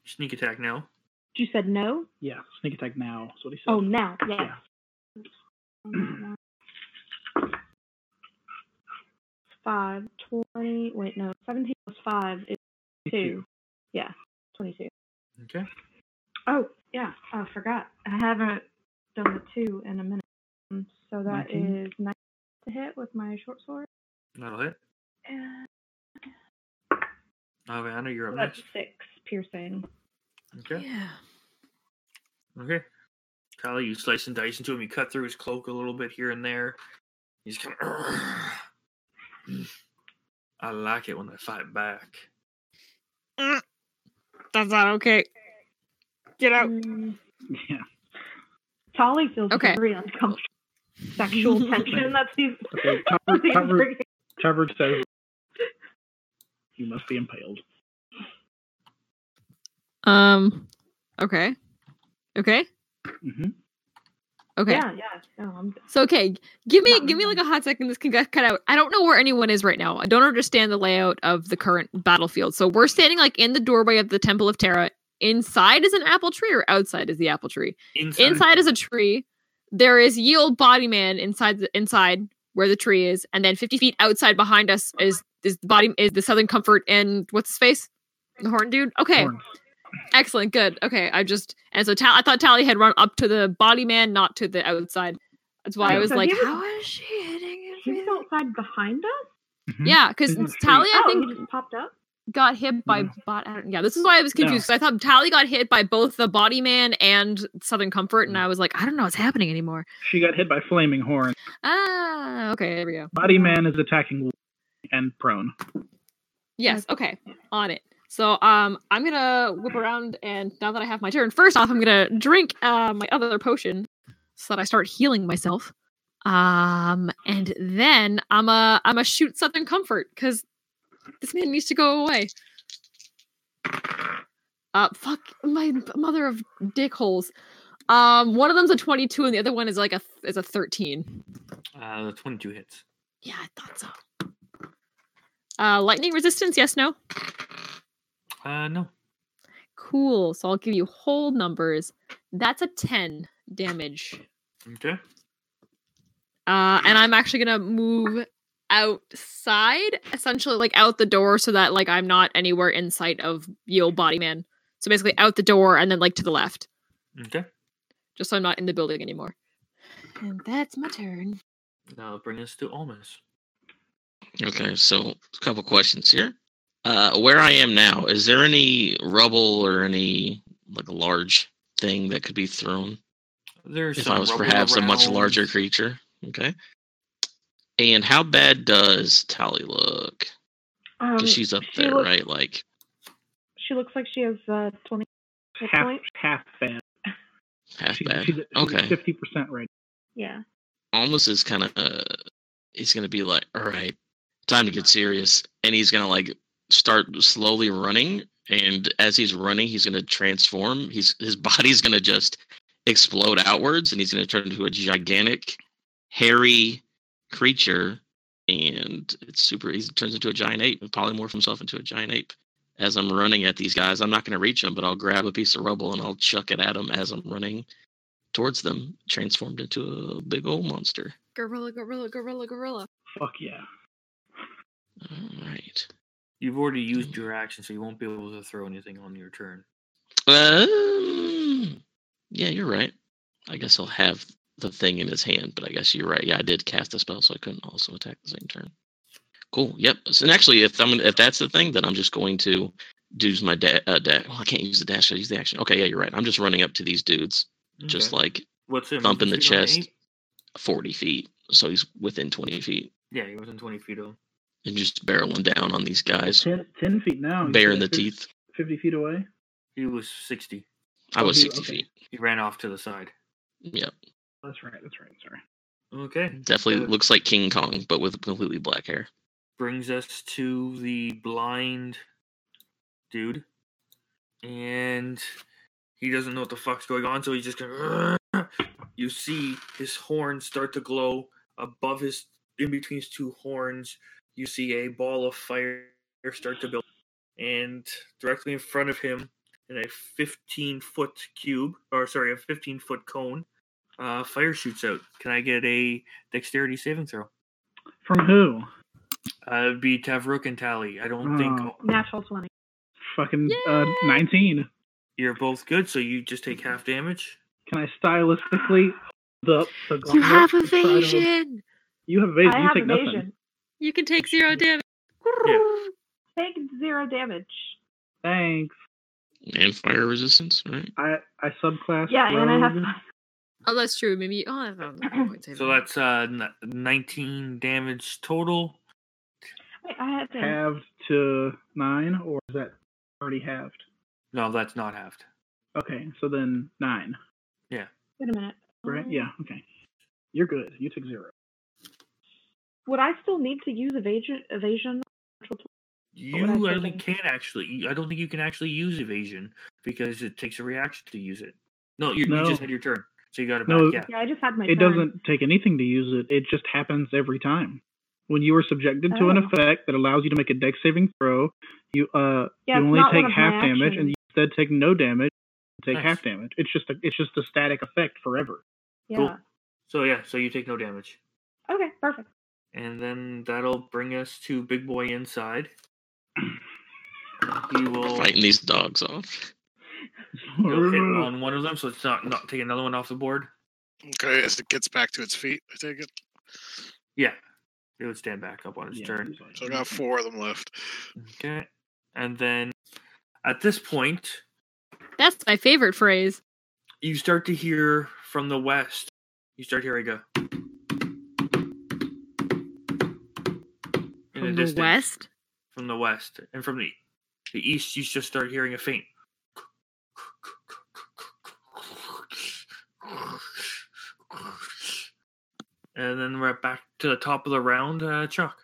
Sneak attack now. You said no? Yeah, sneak attack now. That's what he said. Oh, now. Yes. Yeah. Five, 20, wait, no, 17 plus 5 is 2. Yeah, 22. Okay. Oh, yeah, I forgot. I haven't done the 2 in a minute. Um, So that is 19. 9 to hit with my short sword. That'll hit. And Aviana, you're up that's next. 6 piercing. Okay. Yeah. Okay. Tally, you slice and dice into him. You cut through his cloak a little bit here and there. He's kind of. I like it when they fight back. That's not okay. Get Oh. out. Mm, Yeah. Tolly feels Okay. very uncomfortable. Sexual tension. That's he's. Okay, Trevor, Trevor, Trevor says, You must be impaled. Um. Okay. Okay. hmm Okay. Yeah, yeah. No, I'm So okay, give me Not give me really. like a hot second. This can get cut out. I don't know where anyone is right now. I don't understand the layout of the current battlefield. So we're standing like in the doorway of the Temple of Terra. Inside is an apple tree, or outside is the apple tree. Inside. Inside is a tree. There is ye old body man inside the, inside where the tree is, and then fifty feet outside behind us is is the body is the Southern Comfort and what's his face, the horn dude. Okay, Excellent. Good. Okay. I just and so Tal- I thought Tally had run up to the body man, not to the outside. That's why I Okay, was so like, he was- how is she hitting He's everything? outside behind us. Yeah, because Isn't she- Tally, I oh, think, he just popped up. got hit by Yeah. bot. I don't- Yeah, this is why I was confused. 'cause I thought Tally got hit by both the body man and Southern Comfort, and I was like, I don't know what's happening anymore. She got hit by flaming horn. Ah, okay, there we go. Body man is attacking and prone. Yes. Okay. On it. So um, I'm gonna whip around, and now that I have my turn, first off, I'm gonna drink uh, my other potion so that I start healing myself. Um, and then I'm a I'm a shoot Southern Comfort because this man needs to go away. Uh, fuck my mother of dick holes. Um, one of them's a 22, and the other one is like a is a 13. Uh, the 22 hits. Yeah, I thought so. Uh, lightning resistance? Yes, no. Uh, no. Cool. So I'll give you whole numbers. That's a 10 damage. Okay. Uh, and I'm actually going to move outside, essentially like out the door so that like I'm not anywhere in sight of Yo Body Man. So basically out the door and then like to the left, Okay. just so I'm not in the building anymore. And that's my turn. Now bring us to Almas. Okay, so a couple questions here. Uh, where I am now, is there any rubble or any like large thing that could be thrown? There's if some I was rubble perhaps a much around. larger creature. Okay. And how bad does Tally look? Um, 'Cause she's up she there, looks- right? Like, She looks like she has uh, 20 hit half points. half bad. half She, bad. she's at- she's Okay. at fifty percent right. Yeah. Almost is kind of, uh, he's going to be like, all right, time to get serious. And he's going to like start slowly running. And as he's running, he's going to transform. He's His body's going to just explode outwards and he's going to turn into a gigantic, hairy creature. And it's super, he turns into a giant ape and polymorph himself into a giant ape. As I'm running at these guys, I'm not going to reach them, but I'll grab a piece of rubble and I'll chuck it at them as I'm running towards them, transformed into a big old monster. Gorilla, gorilla, gorilla, gorilla. Fuck yeah. All right. You've already Mm. used your action, so you won't be able to throw anything on your turn. Um, yeah, you're right. I guess he'll have the thing in his hand, but I guess you're right. Yeah, I did cast a spell, so I couldn't also attack the same turn. Cool. Yep. So, and actually, if I'm gonna- if that's the thing, then I'm just going to do my dash. Uh, da- well, I can't use the dash. I use the action. Okay. Yeah, you're right. I'm just running up to these dudes, just Okay. like What's it? thump in the movement speed on chest. eight? 40 feet, so he's within 20 feet, Yeah, he was in 20 feet of. and just barreling down on these guys, Ten, 10 feet now. bare in He's the at fif- teeth. Fifty feet away. He was 60. I Oh, was he- 60 okay. feet. He ran off to the side. Yeah, That's right. That's right. Sorry. Okay. definitely Uh, looks like King Kong, but with completely black hair. brings us to the blind dude, and he doesn't know what the fuck's going on, so he's just gonna. You see his horns start to glow above his, in between his two horns. You see a ball of fire start to build, and directly in front of him, in a 15 foot cube, or sorry, a 15 foot cone, uh, fire shoots out. Can I get a dexterity saving throw? From who? Uh, it'd be Tavruk and Tally. I don't think Oh. Natural 20. Fucking uh, nineteen. you're both good, so you just take half damage. Can I stylistically hold up the You gauntlet have to try to- evasion. You have evasion. I you have take evasion. nothing. You can take zero damage. Take zero damage. Thanks. And fire resistance, right? I I subclass. Yeah, and I have. rogue. Oh, that's true. Maybe. Oh, I don't know. So that's uh, n- 19 damage total. Wait, I had to. halved to nine, or is that already halved? No, that's not halved. Okay, so then nine, Wait a minute. right? Um, Yeah, okay. You're good. You took zero. Would I still need to use evasion? Evasion. You, that's Oh, I your don't think, can actually. you- I don't think you can actually use evasion because it takes a reaction to use it. No, you, you No. just had your turn, so you got it back. No. Yeah. Yeah, I just had my. It turn. doesn't take anything to use it. It just happens every time. When you are subjected to an Oh. effect that allows you to make a dex saving throw, you uh Yeah, you it's only not take one of half my damage, and actions. you instead take no damage. and Take Nice. half damage. It's just a it's just a static effect forever. Yeah. So yeah, so you take no damage, Okay. Perfect. and then that'll bring us to Big Boy inside. He will Fighting these dogs off. he'll hit on one of them, so it's not not take another one off the board. Okay, as it gets back to its feet, I take it. Yeah. It would stand back up on its Yeah, turn. he's like- So I got four of them left. Okay. And then at this point, That's my favorite phrase. you start to hear from the west. You start hearing a in From the distance, west. From the west. And from the the east you just start hearing a faint. And then we're back to the top of the round, uh, Chuck.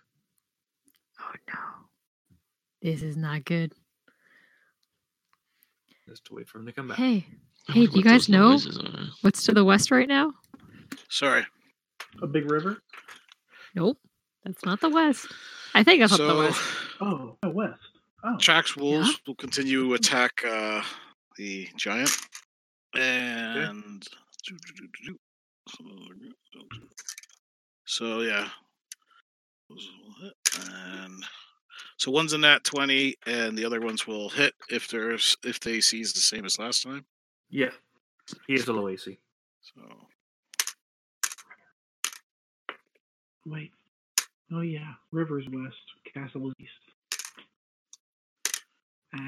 Oh no. This is not good. Just wait for him to come back. Hey, I Hey, do wonder you what guys those know? noises are. what's to the west right now? Sorry. a big river. Nope. That's not the west. I think that's not the So west. Oh, no, west. Oh, Jack's wolves will continue to attack uh, the giant. And so yeah. And so one's in that twenty, and the other ones will hit if there's if they seize the same as last time. Yeah. He has a low AC. So Wait. Oh yeah, Rivers West, Castle East. Ash,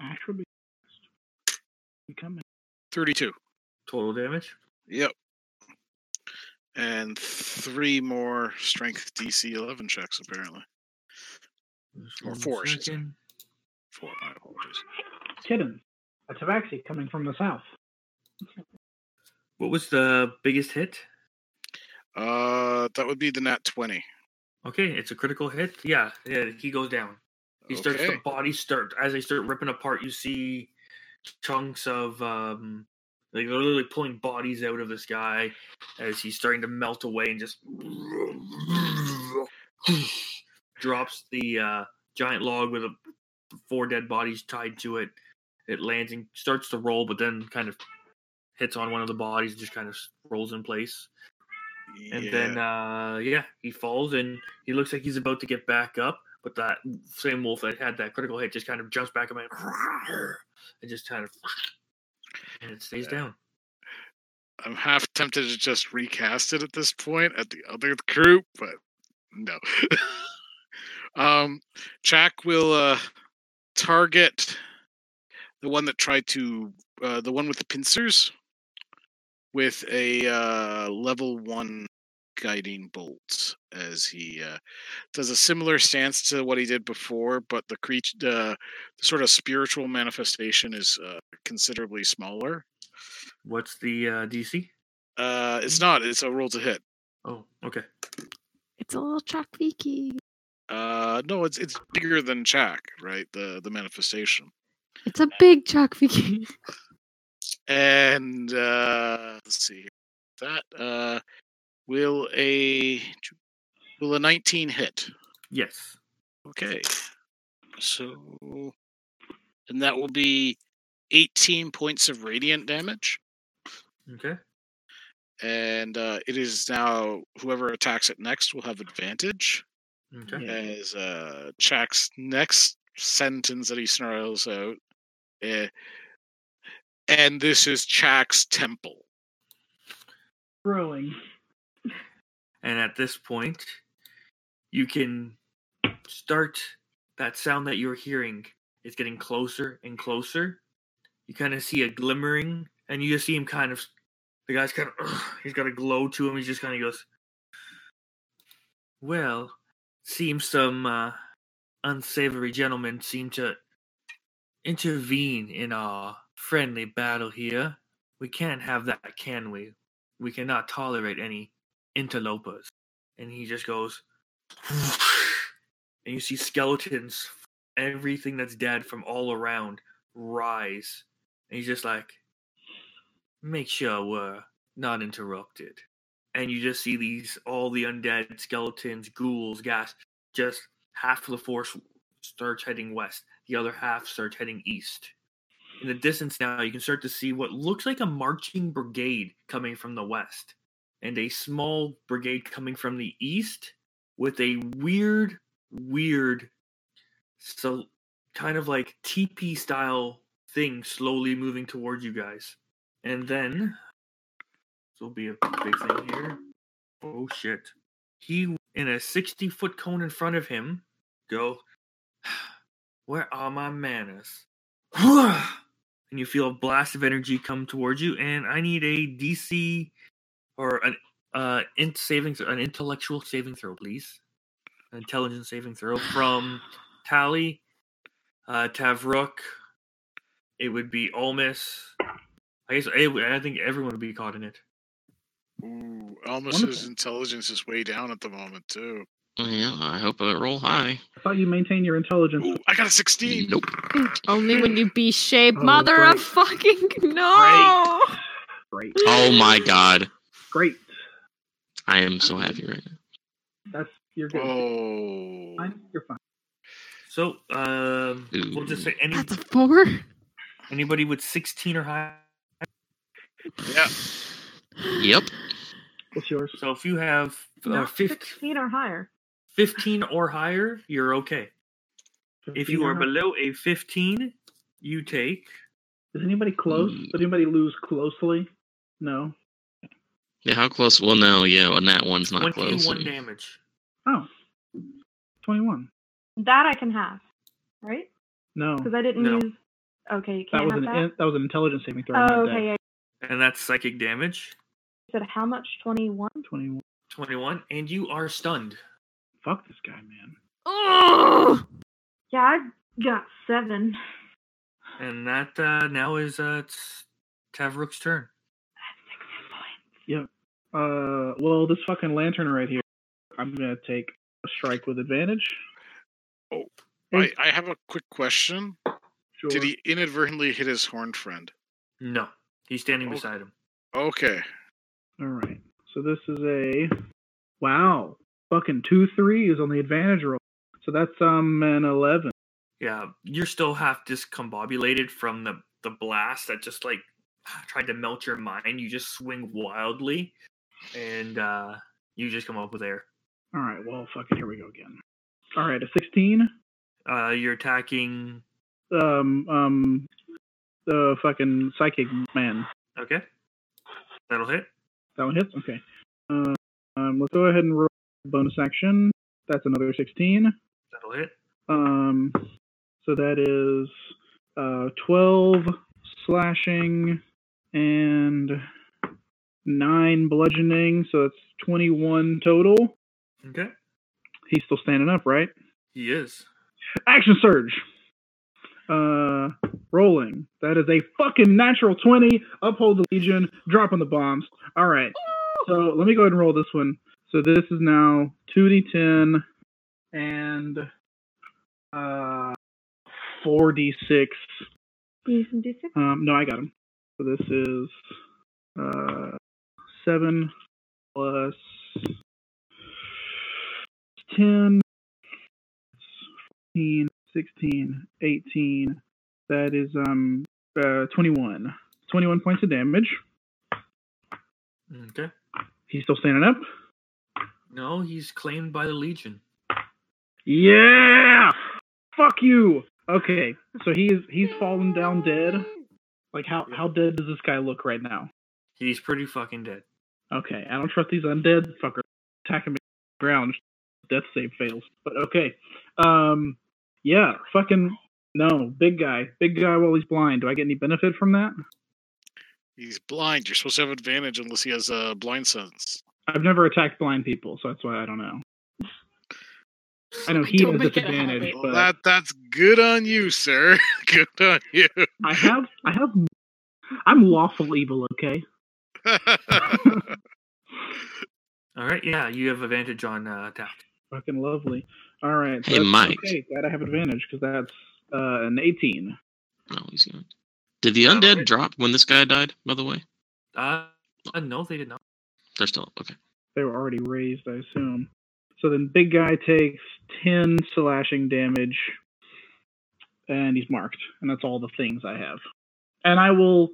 Ash will be west. You come in. thirty-two. Total damage. Yep. And three more strength DC eleven checks apparently. Just Or one four, she said. second. Four. My apologies. Kitten, a tabaxi coming from the south. What was the biggest hit? Uh, that would be the nat twenty. Okay, it's a critical hit. Yeah, yeah, he goes down. He starts Okay. the body start as they start ripping apart. You see chunks of um, like they're literally pulling bodies out of this guy as he's starting to melt away and just drops the uh, giant log with a, four dead bodies tied to it. It lands and starts to roll, but then kind of hits on one of the bodies and just kind of s- rolls in place. And Yeah. then, uh, yeah, he falls and he looks like he's about to get back up, but that same wolf that had that critical hit just kind of jumps back up and, and just kind of and it stays Yeah. down. I'm half tempted to just recast it at this point at the other group, but no. um, Jack will uh, target the one that tried to uh, the one with the pincers with a uh, level one guiding bolt as he uh, does a similar stance to what he did before, but the creature, the sort of spiritual manifestation is uh, considerably smaller. What's the uh, DC? Uh, it's not. It's a roll to hit. Oh, okay. It's a little trafiki. Uh, no, it's it's bigger than Jack, right? The the manifestation. It's a big trafiki. And uh, let's see here. that. Uh, will a will a nineteen hit? Yes. Okay, so and that will be eighteen points of radiant damage, Okay. and uh, it is now whoever attacks it next will have advantage. Hmm. Okay. as uh Jack's next sentence that he snarls out eh, and this is Jack's temple. Growing. And at this point, you can start that sound that you're hearing. It's getting closer and closer. You kind of see a glimmering, and you just see him kind of. The guy's kind of. He's got a glow to him. He just kind of goes. Well, seems some uh, unsavory gentlemen seem to intervene in our friendly battle here. We can't have that, can we? We cannot tolerate any interlopers. And he just goes, and you see skeletons, everything that's dead from all around rise. And he's just like, make sure we're not interrupted. And you just see these, all the undead skeletons, ghouls, gas, just half of the force starts heading west, the other half starts heading east. In the distance now, you can start to see what looks like a marching brigade coming from the west and a small brigade coming from the east with a weird, weird, so kind of like TP style thing slowly moving towards you guys. And then this will be a big thing here. Oh shit! He in a sixty foot cone in front of him. Go. Where are my manners? And you feel a blast of energy come towards you, and I need a DC or an uh int saving th- an intellectual saving throw, please. An intelligence saving throw from Tally, uh Tavruk. It would be Olmis. I guess I, I think everyone would be caught in it. Ooh, Wonderful. Almus's intelligence is way down at the moment too. uh? Oh, Yeah, I hope I roll high. I thought you maintain your intelligence. Ooh, I got a sixteen. Nope. Only when you be shape, Oh, mother great. of fucking no. Great. Oh my god. Great. I am so happy right now. That's you're good. Oh, Fine. You're fine. So um we'll just say any That's a four. anybody with sixteen or higher. Yeah. Yep. What's yours? So if you have uh, Not fifteen six feet or higher. 15 or higher, you're okay. If you are below a 15, you take. Is anybody close? Did anybody lose closely? No. Yeah, how close? Well, no, yeah, well, that one's not close. 21 damage. Oh. 21. That I can have, right? No. Because I didn't No. use. Okay, you That can't was an have that. in- that was an intelligence saving throw. oh, not okay. dex. Yeah. And that's psychic damage. You said how much? Twenty-one. 21. 21. And you are stunned. Fuck this guy, man. Oh! Yeah, I got seven. And that uh, now is uh, it's Tavrook's turn. Uh, well, this fucking lantern right here. I'm gonna take a strike with advantage. Oh, Hey, I, I have a quick question. sure. Did he inadvertently hit his horned friend? No, he's standing Oh. beside him. Okay. All right. So this is a wow. Fucking two threes on the advantage roll. So that's um an eleven. Yeah, you're still half discombobulated from the, the blast that just like tried to melt your mind. You just swing wildly and uh, you just come up with air. All right. Well, fucking here we go again. All right, a sixteen. Uh, you're attacking. Um um the fucking psychic man. Okay. That'll hit. That one hits. Okay. Uh, um, let's go ahead and roll bonus action. That's another sixteen. That'll hit. Um, so that is uh, 12 slashing and 9 bludgeoning, so that's 21 total. Okay. He's still standing up, right? He is. Action surge! Uh, rolling. That is a fucking natural 20. Uphold the Legion, dropping the bombs. All right. So let me go ahead and roll this one. So this is now 2d10 and uh 4d6. Use some d6. Um, no, I got him. So this is uh 7 plus 10, 14, 16, 18. That is um uh, 21. 21 points of damage. Okay. He's still standing up. No, he's claimed by the Legion. Yeah! Fuck you! Okay, so he's he's fallen down dead. Like how how dead does this guy look right now? He's pretty fucking dead. Okay, I don't trust these undead fuckers. Attack him on the ground. Death save fails. But okay. Um yeah, fucking no, big guy. Big guy while he's blind. Do I get any benefit from that? He's blind. You're supposed to have advantage unless he has uh, blind sense. I've never attacked blind people, so that's why I don't know. I know he Don't has make it a disadvantage, habit. Well, but that that's good on you, sir. good on you. I have I have I'm lawful evil, okay? All right. Yeah, you have advantage on uh, attack. Fucking lovely. All right. Hey, that's- Mike. Okay, glad I have advantage because that's uh, an 18. No, he's not. Did the Oh, undead it- drop when this guy died? By the way, Uh, uh, no, they did not. they're still up. Okay. They were already raised, I assume. So then, big guy takes 10 slashing damage, and he's marked, and that's all the things I have. And I will,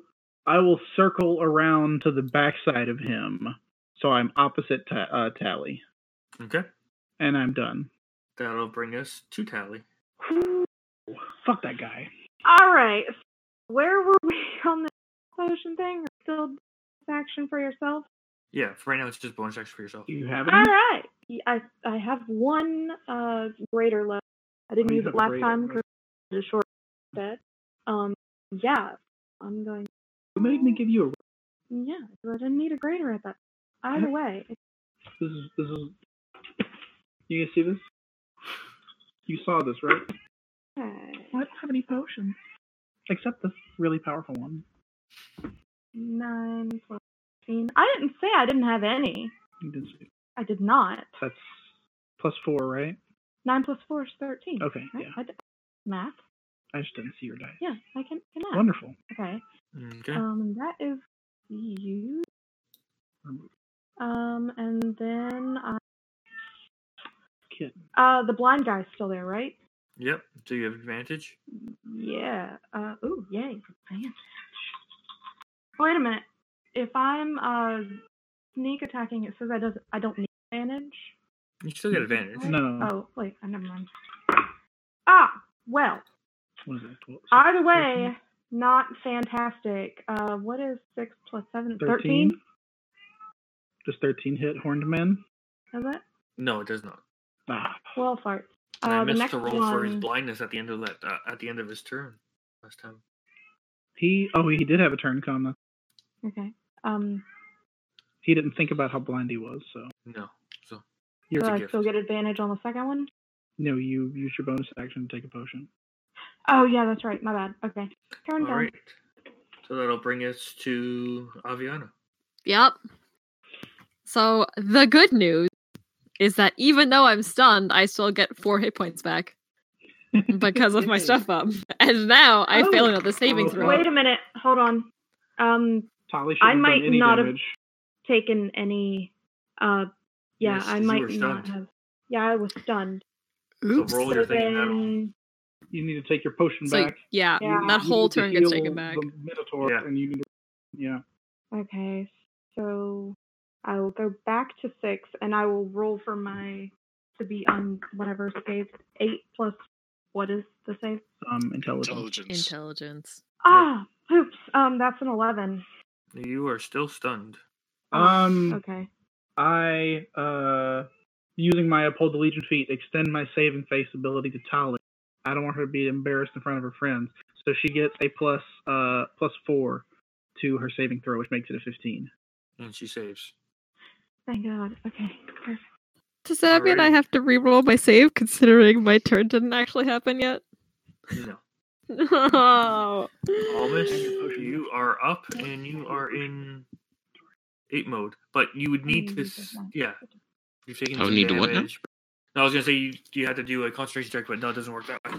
I will circle around to the backside of him, so I'm opposite ta- uh, Tally, Okay. and I'm done. That'll bring us to Tally. Fuck that guy. All right. Where were we on the potion thing? Still action for yourself. Yeah, for right now it's just bonus action for yourself. You have All it. right. Y- I I have one uh greater left. I didn't Oh, you use have it last greater, time okay. because it's a short bet. Um. Yeah. I'm going. Who made me give you a? Yeah. So I didn't need a greater at that. Either way, it's This is this is. You guys see this? You saw this, right? okay. I don't have any potions. Except this really powerful one. Nine, twelve, fifteen. I didn't say I didn't have any. You didn't see. I did not. That's plus four, right? Nine plus four is thirteen. Okay, Right? yeah. I d- math. I just didn't see your dice. Yeah, I can, can add. Wonderful. Okay. Okay. Um, that is you. Um, and then uh, Kid. uh, the blind guy's still there, right? Yep. So you have advantage. Yeah. Uh, ooh, yay. Advantage. Wait a minute. If I'm uh sneak attacking, it says I does I don't need advantage. You still get advantage. Right? No. Oh, wait, oh, never mind. Ah, well, What is that? Twelve- either thirteen? way, not fantastic. Uh, what is 6 plus 7? 13? Does 13 hit Horned Man? Is it? No, it does not. Ah, Well, fart. And I Uh, the missed next the roll one. for his blindness at the end of that uh, at the end of his turn last time. he, oh, he did have a turn comma. Okay. Um, He didn't think about how blind he was, so. No, so so here's a I gift. still get advantage on the second one? No, you use your bonus action to take a potion. Oh, yeah, that's right. My bad. Okay. Turn All down. right, so that'll bring us to Aviana. Yep. So the good news is that even though I'm stunned, I still get four hit points back because of my stuff up. And now I Oh. fail another saving Oh, throw. Wait a minute. Hold on. Um, Tolly shouldn't I have might done any not have- damage. taken any. Uh, yeah, Yes, I 'cause you might were not stunned. have. Yeah, I was stunned. Oops. So roll your thing. That'll, Then- You need to take your potion So back. yeah, Yeah. You- that you whole need to turn gets heal taken back. The Minotaur, Yeah. and you need to, yeah. Okay, so I will go back to six, and I will roll for my to be on whatever save eight plus what is the save? Um, intelligence. Intelligence. Intelligence. Ah, oops. Um, that's an eleven. Oh, you are still stunned. Um, Okay. I, uh, using my uphold the legion feat, extend my saving face ability to Tali. I don't want her to be embarrassed in front of her friends, so she gets a plus, uh, plus four to her saving throw, which makes it a fifteen. And she saves. Thank God. Okay. Perfect. Does that mean I Alrighty. have to re-roll my save considering my turn didn't actually happen yet? No, No. Almas, you are up and you are in eight mode, but you would need to. s- Yeah, you've taken. I would some Oh, need to what now? damage. No, I was gonna say you you had to do a concentration check, but no, it doesn't work that way.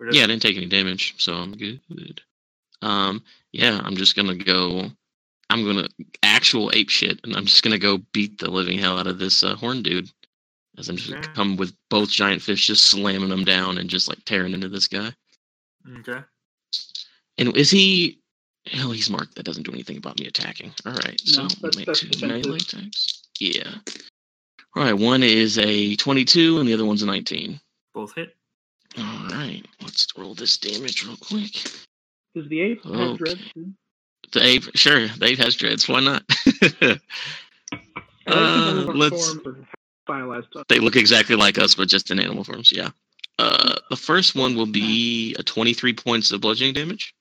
Or does Yeah, I it? didn't take any damage, so I'm good. Um, yeah, I'm just gonna go. I'm gonna actual ape shit, and I'm just gonna go beat the living hell out of this uh, horn dude. As I'm just gonna Okay. come with both giant fish, just slamming them down and just like tearing into this guy. Okay. And is he? Hell, he's marked. That doesn't do anything about me attacking. All right, so No, that's- make that's two defensive. melee attacks. Yeah. All right, one is a 22, and the other one's a 19. Both hit. All right, let's roll this damage real quick. Does the ape Okay. Oh. have dreads? too? The ape, sure, the ape has dreads. Why not? I like people Uh, with our let's. forms are stylized stuff. They look exactly like us, but just in animal forms. Yeah. Uh, the first one will be a 23 points of bludgeoning damage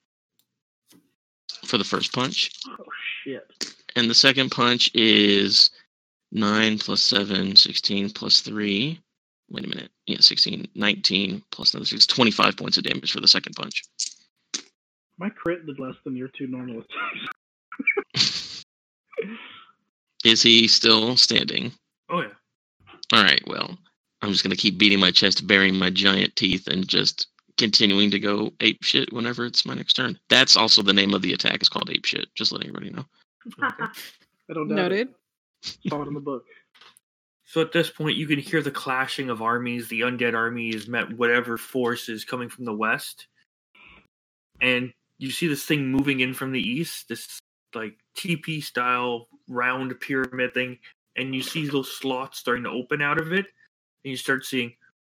for the first punch, Oh shit! and the second punch is nine plus seven, 16 plus three. Wait a minute. Yeah, 16, 19 plus another six, 25 points of damage for the second punch. My crit did less than your two normal attacks. Is he still standing? Oh yeah. All right, well, I'm just going to keep beating my chest, burying my giant teeth, and just continuing to go ape shit whenever it's my next turn. That's also the name of the attack. It's called ape shit. Just letting everybody know. Okay. I don't doubt Noted. it. Saw it in the book. So at this point, you can hear the clashing of armies. The undead army is met whatever force is coming from the west, and you see this thing moving in from the east. This like teepee style round pyramid thing, and you see those slots starting to open out of it, and you start seeing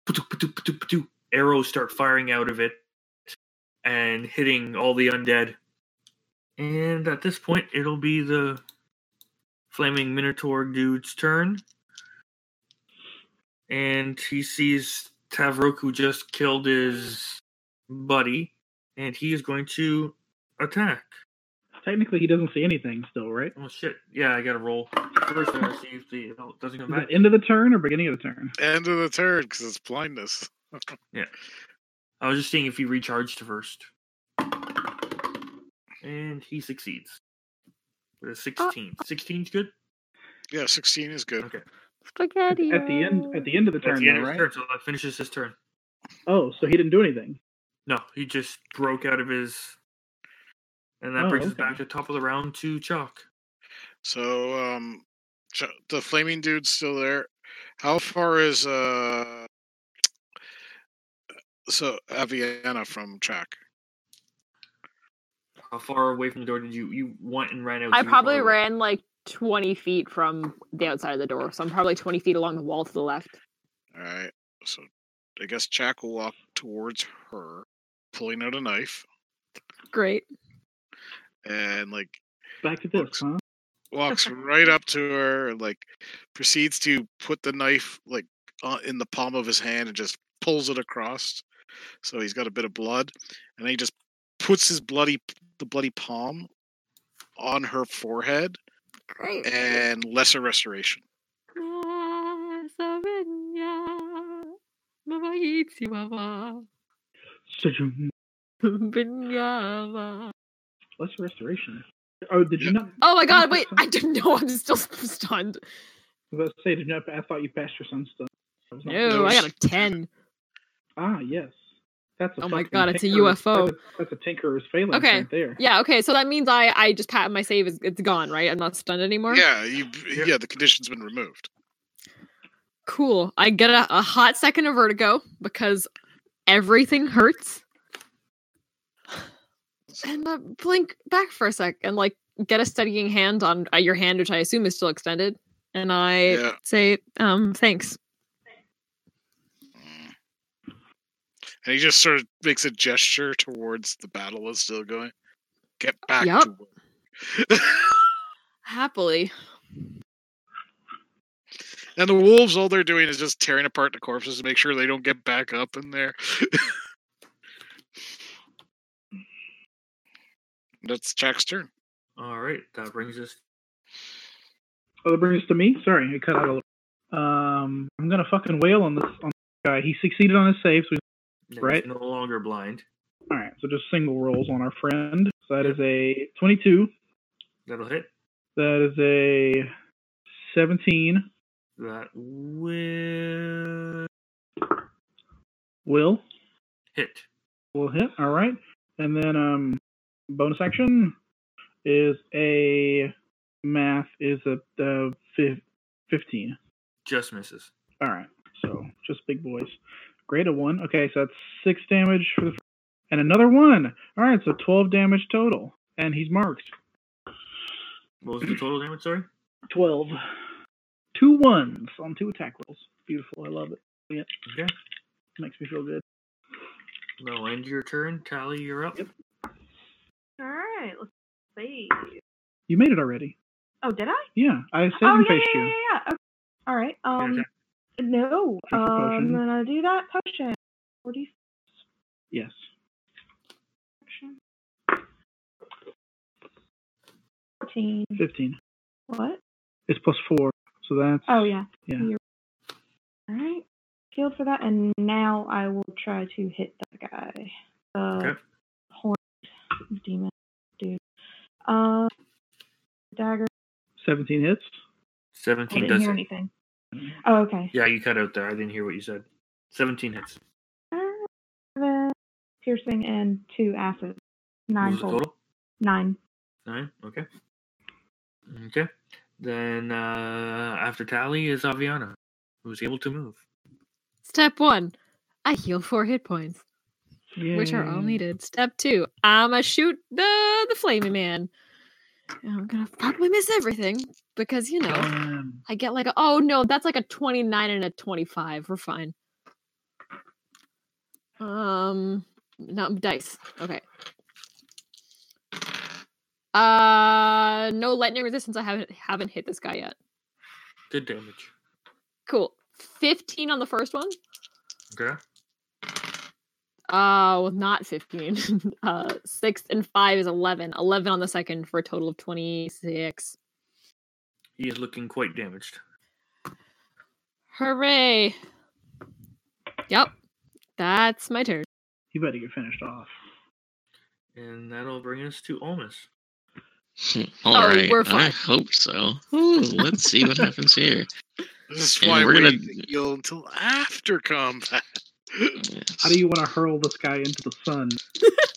patoot, patoot, patoot, patoot, arrows start firing out of it and hitting all the undead. And at this point, it'll be the flaming minotaur dude's turn and he sees Tavroku just killed his buddy, and he is going to attack. Technically, he doesn't see anything still, right? Oh shit! Yeah, I gotta roll. First, I gotta see if the oh, it doesn't come Is back. it end of the turn or beginning of the turn? End of the turn because it's blindness. I was just seeing if he recharged first, and he succeeds. With Ah. a sixteen. 16's good. Yeah, sixteen is good. Okay. Spaghetti. At the end, at the end of the That's turn, the end though, of his right? turn, so that finishes his turn. Oh, so he didn't do anything. No, he just broke out of his, and that Oh, brings us okay. back to top of the round to Chalk. So, um, ch- the flaming dude's still there. How far is uh, so Aviana from track? How far away from the door did you you went and ran out? I so you probably followed? ran like 20 feet from the outside of the door. So I'm probably 20 feet along the wall to the left. All right. So I guess Jack will walk towards her, pulling out a knife Great. and like Back to this, huh? walks right up to her and like proceeds to put the knife like uh, in the palm of his hand and just pulls it across so he's got a bit of blood and then he just puts his bloody the bloody palm on her forehead Great. and lesser restoration Oh Sejum. oh Less restoration. Oh, did you not? my god, wait, I didn't know. I'm still stunned. I was about to say, did you not? I thought you passed your son's stuff. I was not- No, I got a 10. Ah, yes. That's a Oh my fucking God, it's a tinkerer's- UFO. That's a, that's a tinkerer's phalanx Okay, right there. Yeah, okay, so that means I I just pat my save is it's gone, right? I'm not stunned anymore. yeah you yeah the condition's been removed Cool. I get a, a hot second of vertigo because everything hurts. And uh, blink back for a sec and like get a steadying hand on uh, your hand, which I assume is still extended. And I Yeah. say, um, thanks. Mm. and he just sort of makes a gesture towards the battle is still going get back Yup. to work Happily. and the wolves all they're doing is just tearing apart the corpses to make sure they don't get back up in there That's Jack's turn. All right, that brings us. Oh, that brings us to me. Sorry, I cut out a little. Um, I'm gonna fucking wail on this on this guy. He succeeded on his save, so he's Nick's Right. No longer blind. all right. So just single rolls on our friend. So that is a 22. That'll hit. That is a 17. That will Will hit. will hit. All right. And then um, bonus action is a math is a uh, fif- 15. Just misses. All right. So just big boys. Great a one. Okay, so that's six damage for the fir- and another one. All right, so twelve damage total, and he's marked. What was the total damage? Sorry. Twelve. Two ones on two attack rolls. Beautiful. I love it. Okay. Makes me feel good. No, end your turn. Tally, you're up. Yep. All right, let's see. You made it already. Oh, did I? Yeah, I saved Oh and yeah, faced yeah, yeah, you. yeah. Okay. All right. Um, okay. no. Drink um, your potion. I'm gonna do that potion. What do you Yes. potion? Fourteen. Fifteen. What? It's plus four, so that's Oh yeah. Yeah. You're- All right. Healed for that, and now I will try to hit that guy. Uh, Okay. Horned demon dude. Uh, dagger. seventeen hits. I Seventeen didn't does hear hit. anything. Mm-hmm. Oh, okay. Yeah, you cut out there. I didn't hear what you said. Seventeen hits. Seven piercing and two acid. What Nine was the total. total? Nine. Nine. Okay. Okay. Then uh after Tally is Aviana, who's able to move. Step one, I heal four hit points, which are all Yay. needed. Step two, I'ma shoot the the flaming man. And I'm gonna probably miss everything because you know Um, I get like a, oh no, that's like a 29 and a 25. We're fine. Um no dice. Okay. Uh no lightning resistance. I haven't haven't hit this guy yet. Good damage. Cool. 15 on the first one. Okay. Uh well not 15. uh 6 and 5 is 11. 11 on the second for a total of 26. He is looking quite damaged. Hooray. Yep. That's my turn. you better get finished off. And that'll bring us to Olmus. All Oh, right, we're I fine. hope so. Ooh, let's see what happens here. This is And why we're we're gonna- going to heal until after combat. How do you want to hurl this guy into the sun?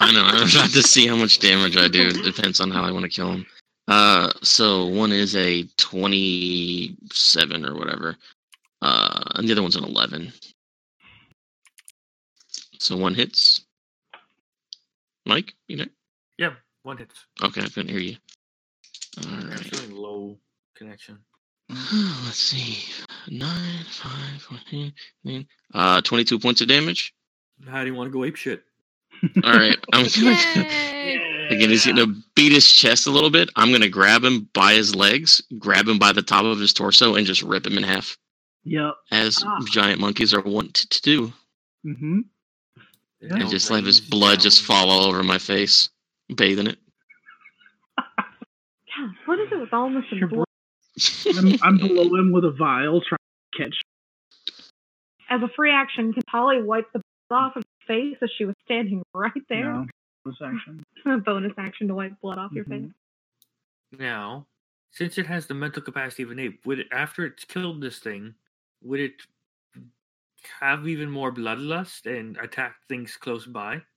I know. I'm about to see how much damage I do. It depends on how I want to kill him. Uh, so one is a twenty-seven or whatever, uh, and the other one's an eleven. So one hits. Mike, you know? Yeah, one hits. Okay, I couldn't hear you. All I'm right. feeling low. connection. Let's see. Nine, five, 14, 15, uh, 22 points of damage. How do you want to go ape shit? All right. I'm going to. Yay! Again, he's going to beat his chest a little bit. I'm going to grab him by his legs, grab him by the top of his torso, and just rip him in half, Yep. as Ah. giant monkeys are wont to do. Mm-hmm. And No, just let his blood just fall all over my face, bathe in it. God, what is it with all this Your blood? I'm, I'm below him with a vial trying to catch. As a free action, can Polly wipe the blood off of his face as she was standing right there? No, this action. A bonus action to wipe blood off your face. Mhm. Now, since it has the mental capacity of an ape, would it, after it's killed this thing, would it have even more bloodlust and attack things close by?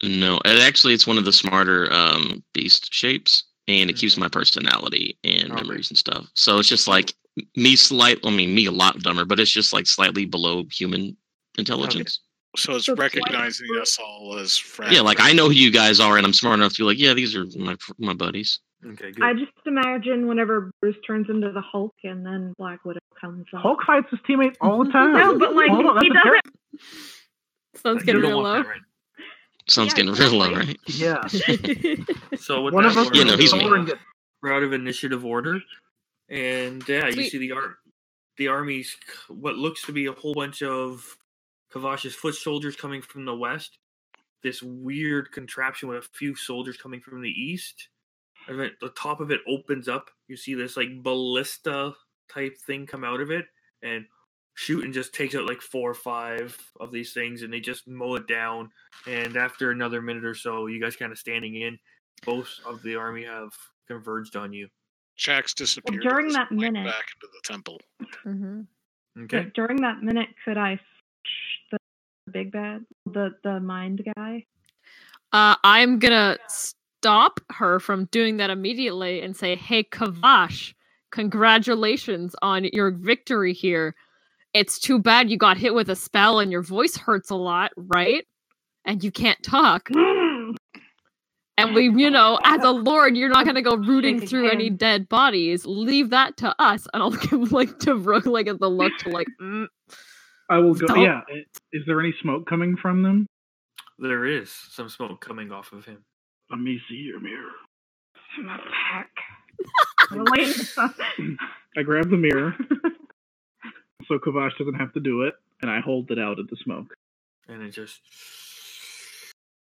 No, and actually, it's one of the smarter um, beast shapes, and it keeps Mm-hmm. Mhm. my personality and Oh, Okay. memories and stuff. So it's just like me slight. I mean, me a lot dumber, but it's just like slightly below human intelligence. So it's So it's like- recognizing us all as friends. Yeah, like I know who you guys are, and I'm smart enough to be like, yeah, these are my fr- my buddies. Okay, I good. just imagine whenever Bruce turns into the Hulk and then Black Widow comes up. Hulk fights his teammates all the time. No, but like Hold on, that's he a doesn't. character- Sounds You getting don't real want low. that, right? Sounds Yeah, getting real low, exactly. right? Yeah. So with One that, of us we're Yeah, no, out he's of, me. over and uh, get we're out of initiative order, and yeah, you Sweet. see the art, the army's c- what looks to be a whole bunch of Kavash's foot soldiers coming from the west. This weird contraption with a few soldiers coming from the east. And then the top of it opens up. You see this like ballista type thing come out of it, and shoot and just takes out like four or five of these things, and they just mow it down. And after another minute or so, you guys kind of standing in. Both of the army have converged on you. Jack's disappeared at during this that point minute- back into the temple. mm-hmm. Okay. But during that minute, could I search the big bad, the the mind guy? Uh, I'm gonna stop her from doing that immediately and say, "Hey, Kavash, congratulations on your victory here. It's too bad you got hit with a spell and your voice hurts a lot, right? And you can't talk. And we, you know, as a lord, you're not gonna go rooting through any dead bodies. Leave that to us." And I'll give like to Rook like the look to like, mm. I will go. Stop. Yeah. Is there any smoke coming from them? There is some smoke coming off of him. Let me see your mirror. My pack. Related to something. I grab the mirror so Kavash doesn't have to do it, and I hold it out at the smoke. and it just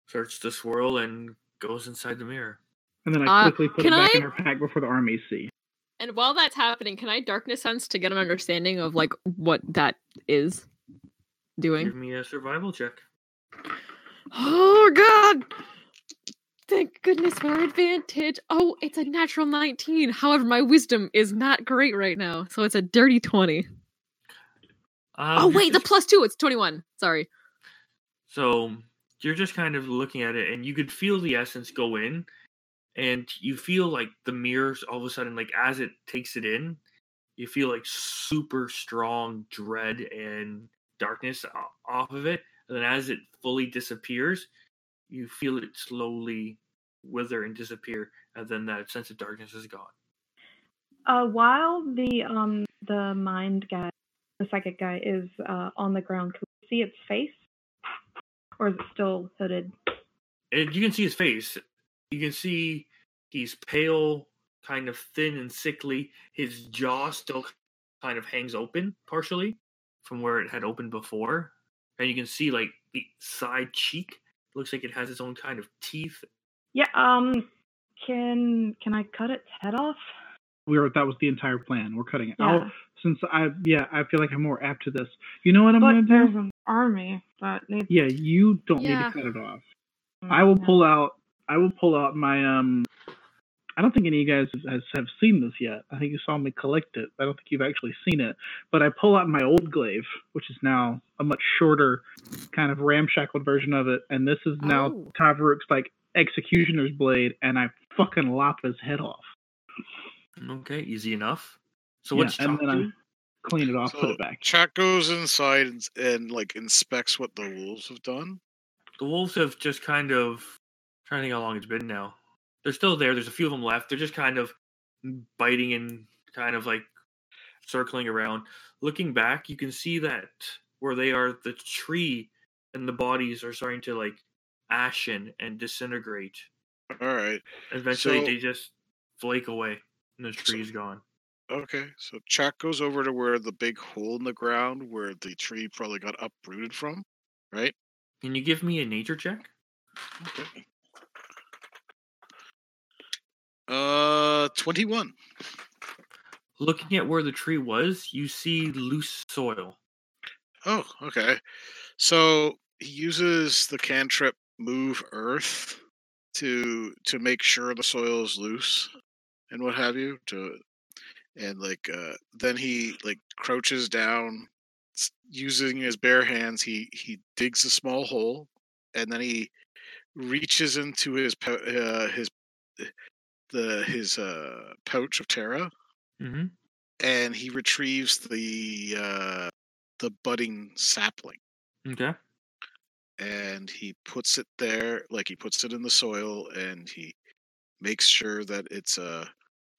starts to swirl and goes inside the mirror. And then I Uh, quickly put it can back I- in her pack before the armies see. And while that's happening, can I darkness sense to get an understanding of like what that is doing? Give me a survival check. Oh god! Thank goodness for advantage. Oh, it's a natural 19. However, my wisdom is not great right now, so it's a dirty 20. Um, oh you're wait, the just- plus two, it's 21. Sorry. So you're just kind of looking at it, and you could feel the essence go in, and you feel like the mirrors all of a sudden, like as it takes it in, you feel like super strong dread and darkness o- off of it, and then as it fully disappears, you feel it slowly wither and disappear, and then that sense of darkness is gone. Uh, while the um the mind guy, the psychic guy, is uh, on the ground, can we see its face, or is it still hooded? and you can see his face. You can see he's pale, kind of thin and sickly. His jaw still kind of hangs open partially from where it had opened before, and you can see like the side cheek looks like it has its own kind of teeth. Yeah. Um. Can can I cut its head off? We were, that was the entire plan. We're cutting it Yeah. out. Since I, yeah, I feel like I'm more apt to this. You know what I'm but going to there's do? an army that needs. Yeah, you don't Yeah. need to cut it off. I will pull out. I will pull out my. Um, I don't think any of you guys has, have seen this yet. I think you saw me collect it. I don't think you've actually seen it. But I pull out my old glaive, which is now a much shorter, kind of ramshackled version of it, and this is now Oh. Tavaruk's like executioner's blade, and I fucking lop his head off. Okay, easy enough. So Yeah, what's and Chalk then I- do? Clean it off, So put it back. Chuck goes inside and, and like inspects what the wolves have done. The wolves have just kind of trying to think how long it's been now. They're still there. There's a few of them left. They're just kind of biting and kind of like circling around. Looking back, you can see that where they are, the tree and the bodies are starting to like ashen and disintegrate. All right. Eventually, So- they just flake away, and the tree's gone. Okay. So Chuck goes over to where the big hole in the ground where the tree probably got uprooted from, right? Can you give me a nature check? Okay. Uh, twenty-one. Looking at where the tree was, you see loose soil. Oh, okay. So he uses the cantrip move earth to to make sure the soil is loose and what have you to and like uh then he like crouches down s- using his bare hands he he digs a small hole and then he reaches into his pou- uh, his the his uh pouch of terra Mm-hmm. and he retrieves the uh the budding sapling Okay. and he puts it there like he puts it in the soil and he makes sure that it's uh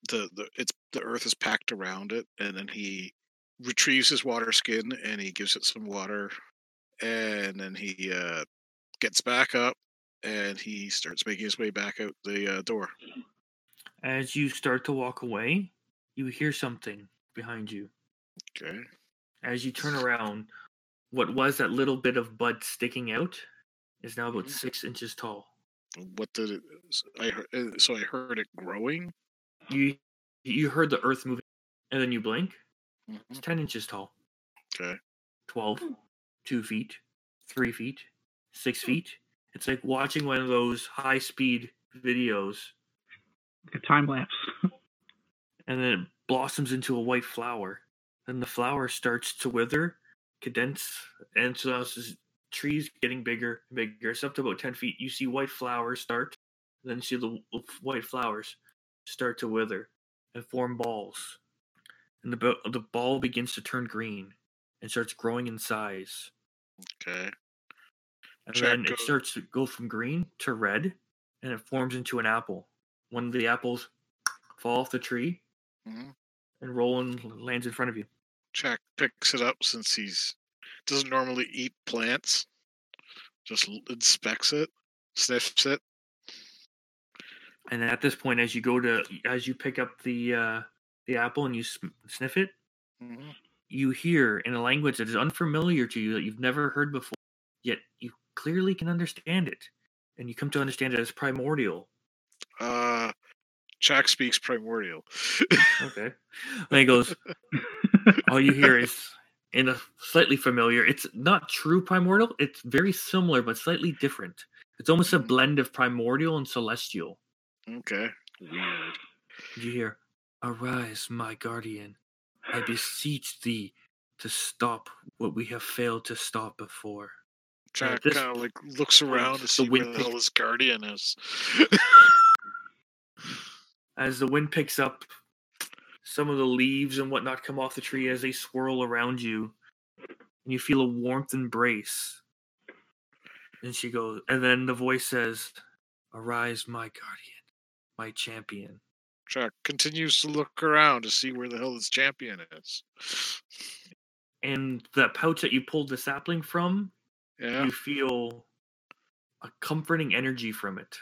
the, the it's the earth is packed around it and then he retrieves his water skin and he gives it some water and then he uh gets back up and he starts making his way back out the uh, door As you start to walk away, you hear something behind you. okay As you turn around, what was that little bit of bud sticking out is now about six inches tall. what did it s- i heard uh, so i heard it growing You you heard the earth moving, and then you blink. It's ten inches tall. Okay. Twelve, two feet, three feet, six feet. It's like watching one of those high speed videos, Like a time lapse. and then it blossoms into a white flower. Then the flower starts to wither, condense, and so now it's this trees getting bigger and bigger. It's up to about ten feet. You see white flowers start, then you see the w- white flowers start to wither and form balls, and the bo- the ball begins to turn green and starts growing in size. okay And Jack then it goes- starts to go from green to red, and it forms into an apple. One of the apples fall off the tree Mhm. and roll and l- lands in front of you. Jack picks it up since he's doesn't normally eat plants. Just l- inspects it, sniffs it. And at this point, as you go to, as you pick up the uh, the apple and you sm- sniff it, you hear in a language that is unfamiliar to you that you've never heard before, yet you clearly can understand it, and you come to understand it as primordial. Uh, Jack speaks primordial. Okay. And he goes, all you hear is in a slightly familiar it's not true primordial it's very similar but slightly different it's almost a blend of primordial and celestial okay. Weird. you hear arise my guardian i beseech thee to stop what we have failed to stop before Jack this Oh, kind of like looks around to the see where the wind- hell his guardian is. as the wind picks up some of the leaves and whatnot come off the tree as they swirl around you and you feel a warmth embrace and she goes and then the voice says arise my guardian my champion Jack continues to look around to see where the hell his champion is. and the pouch that you pulled the sapling from Yeah. you feel a comforting energy from it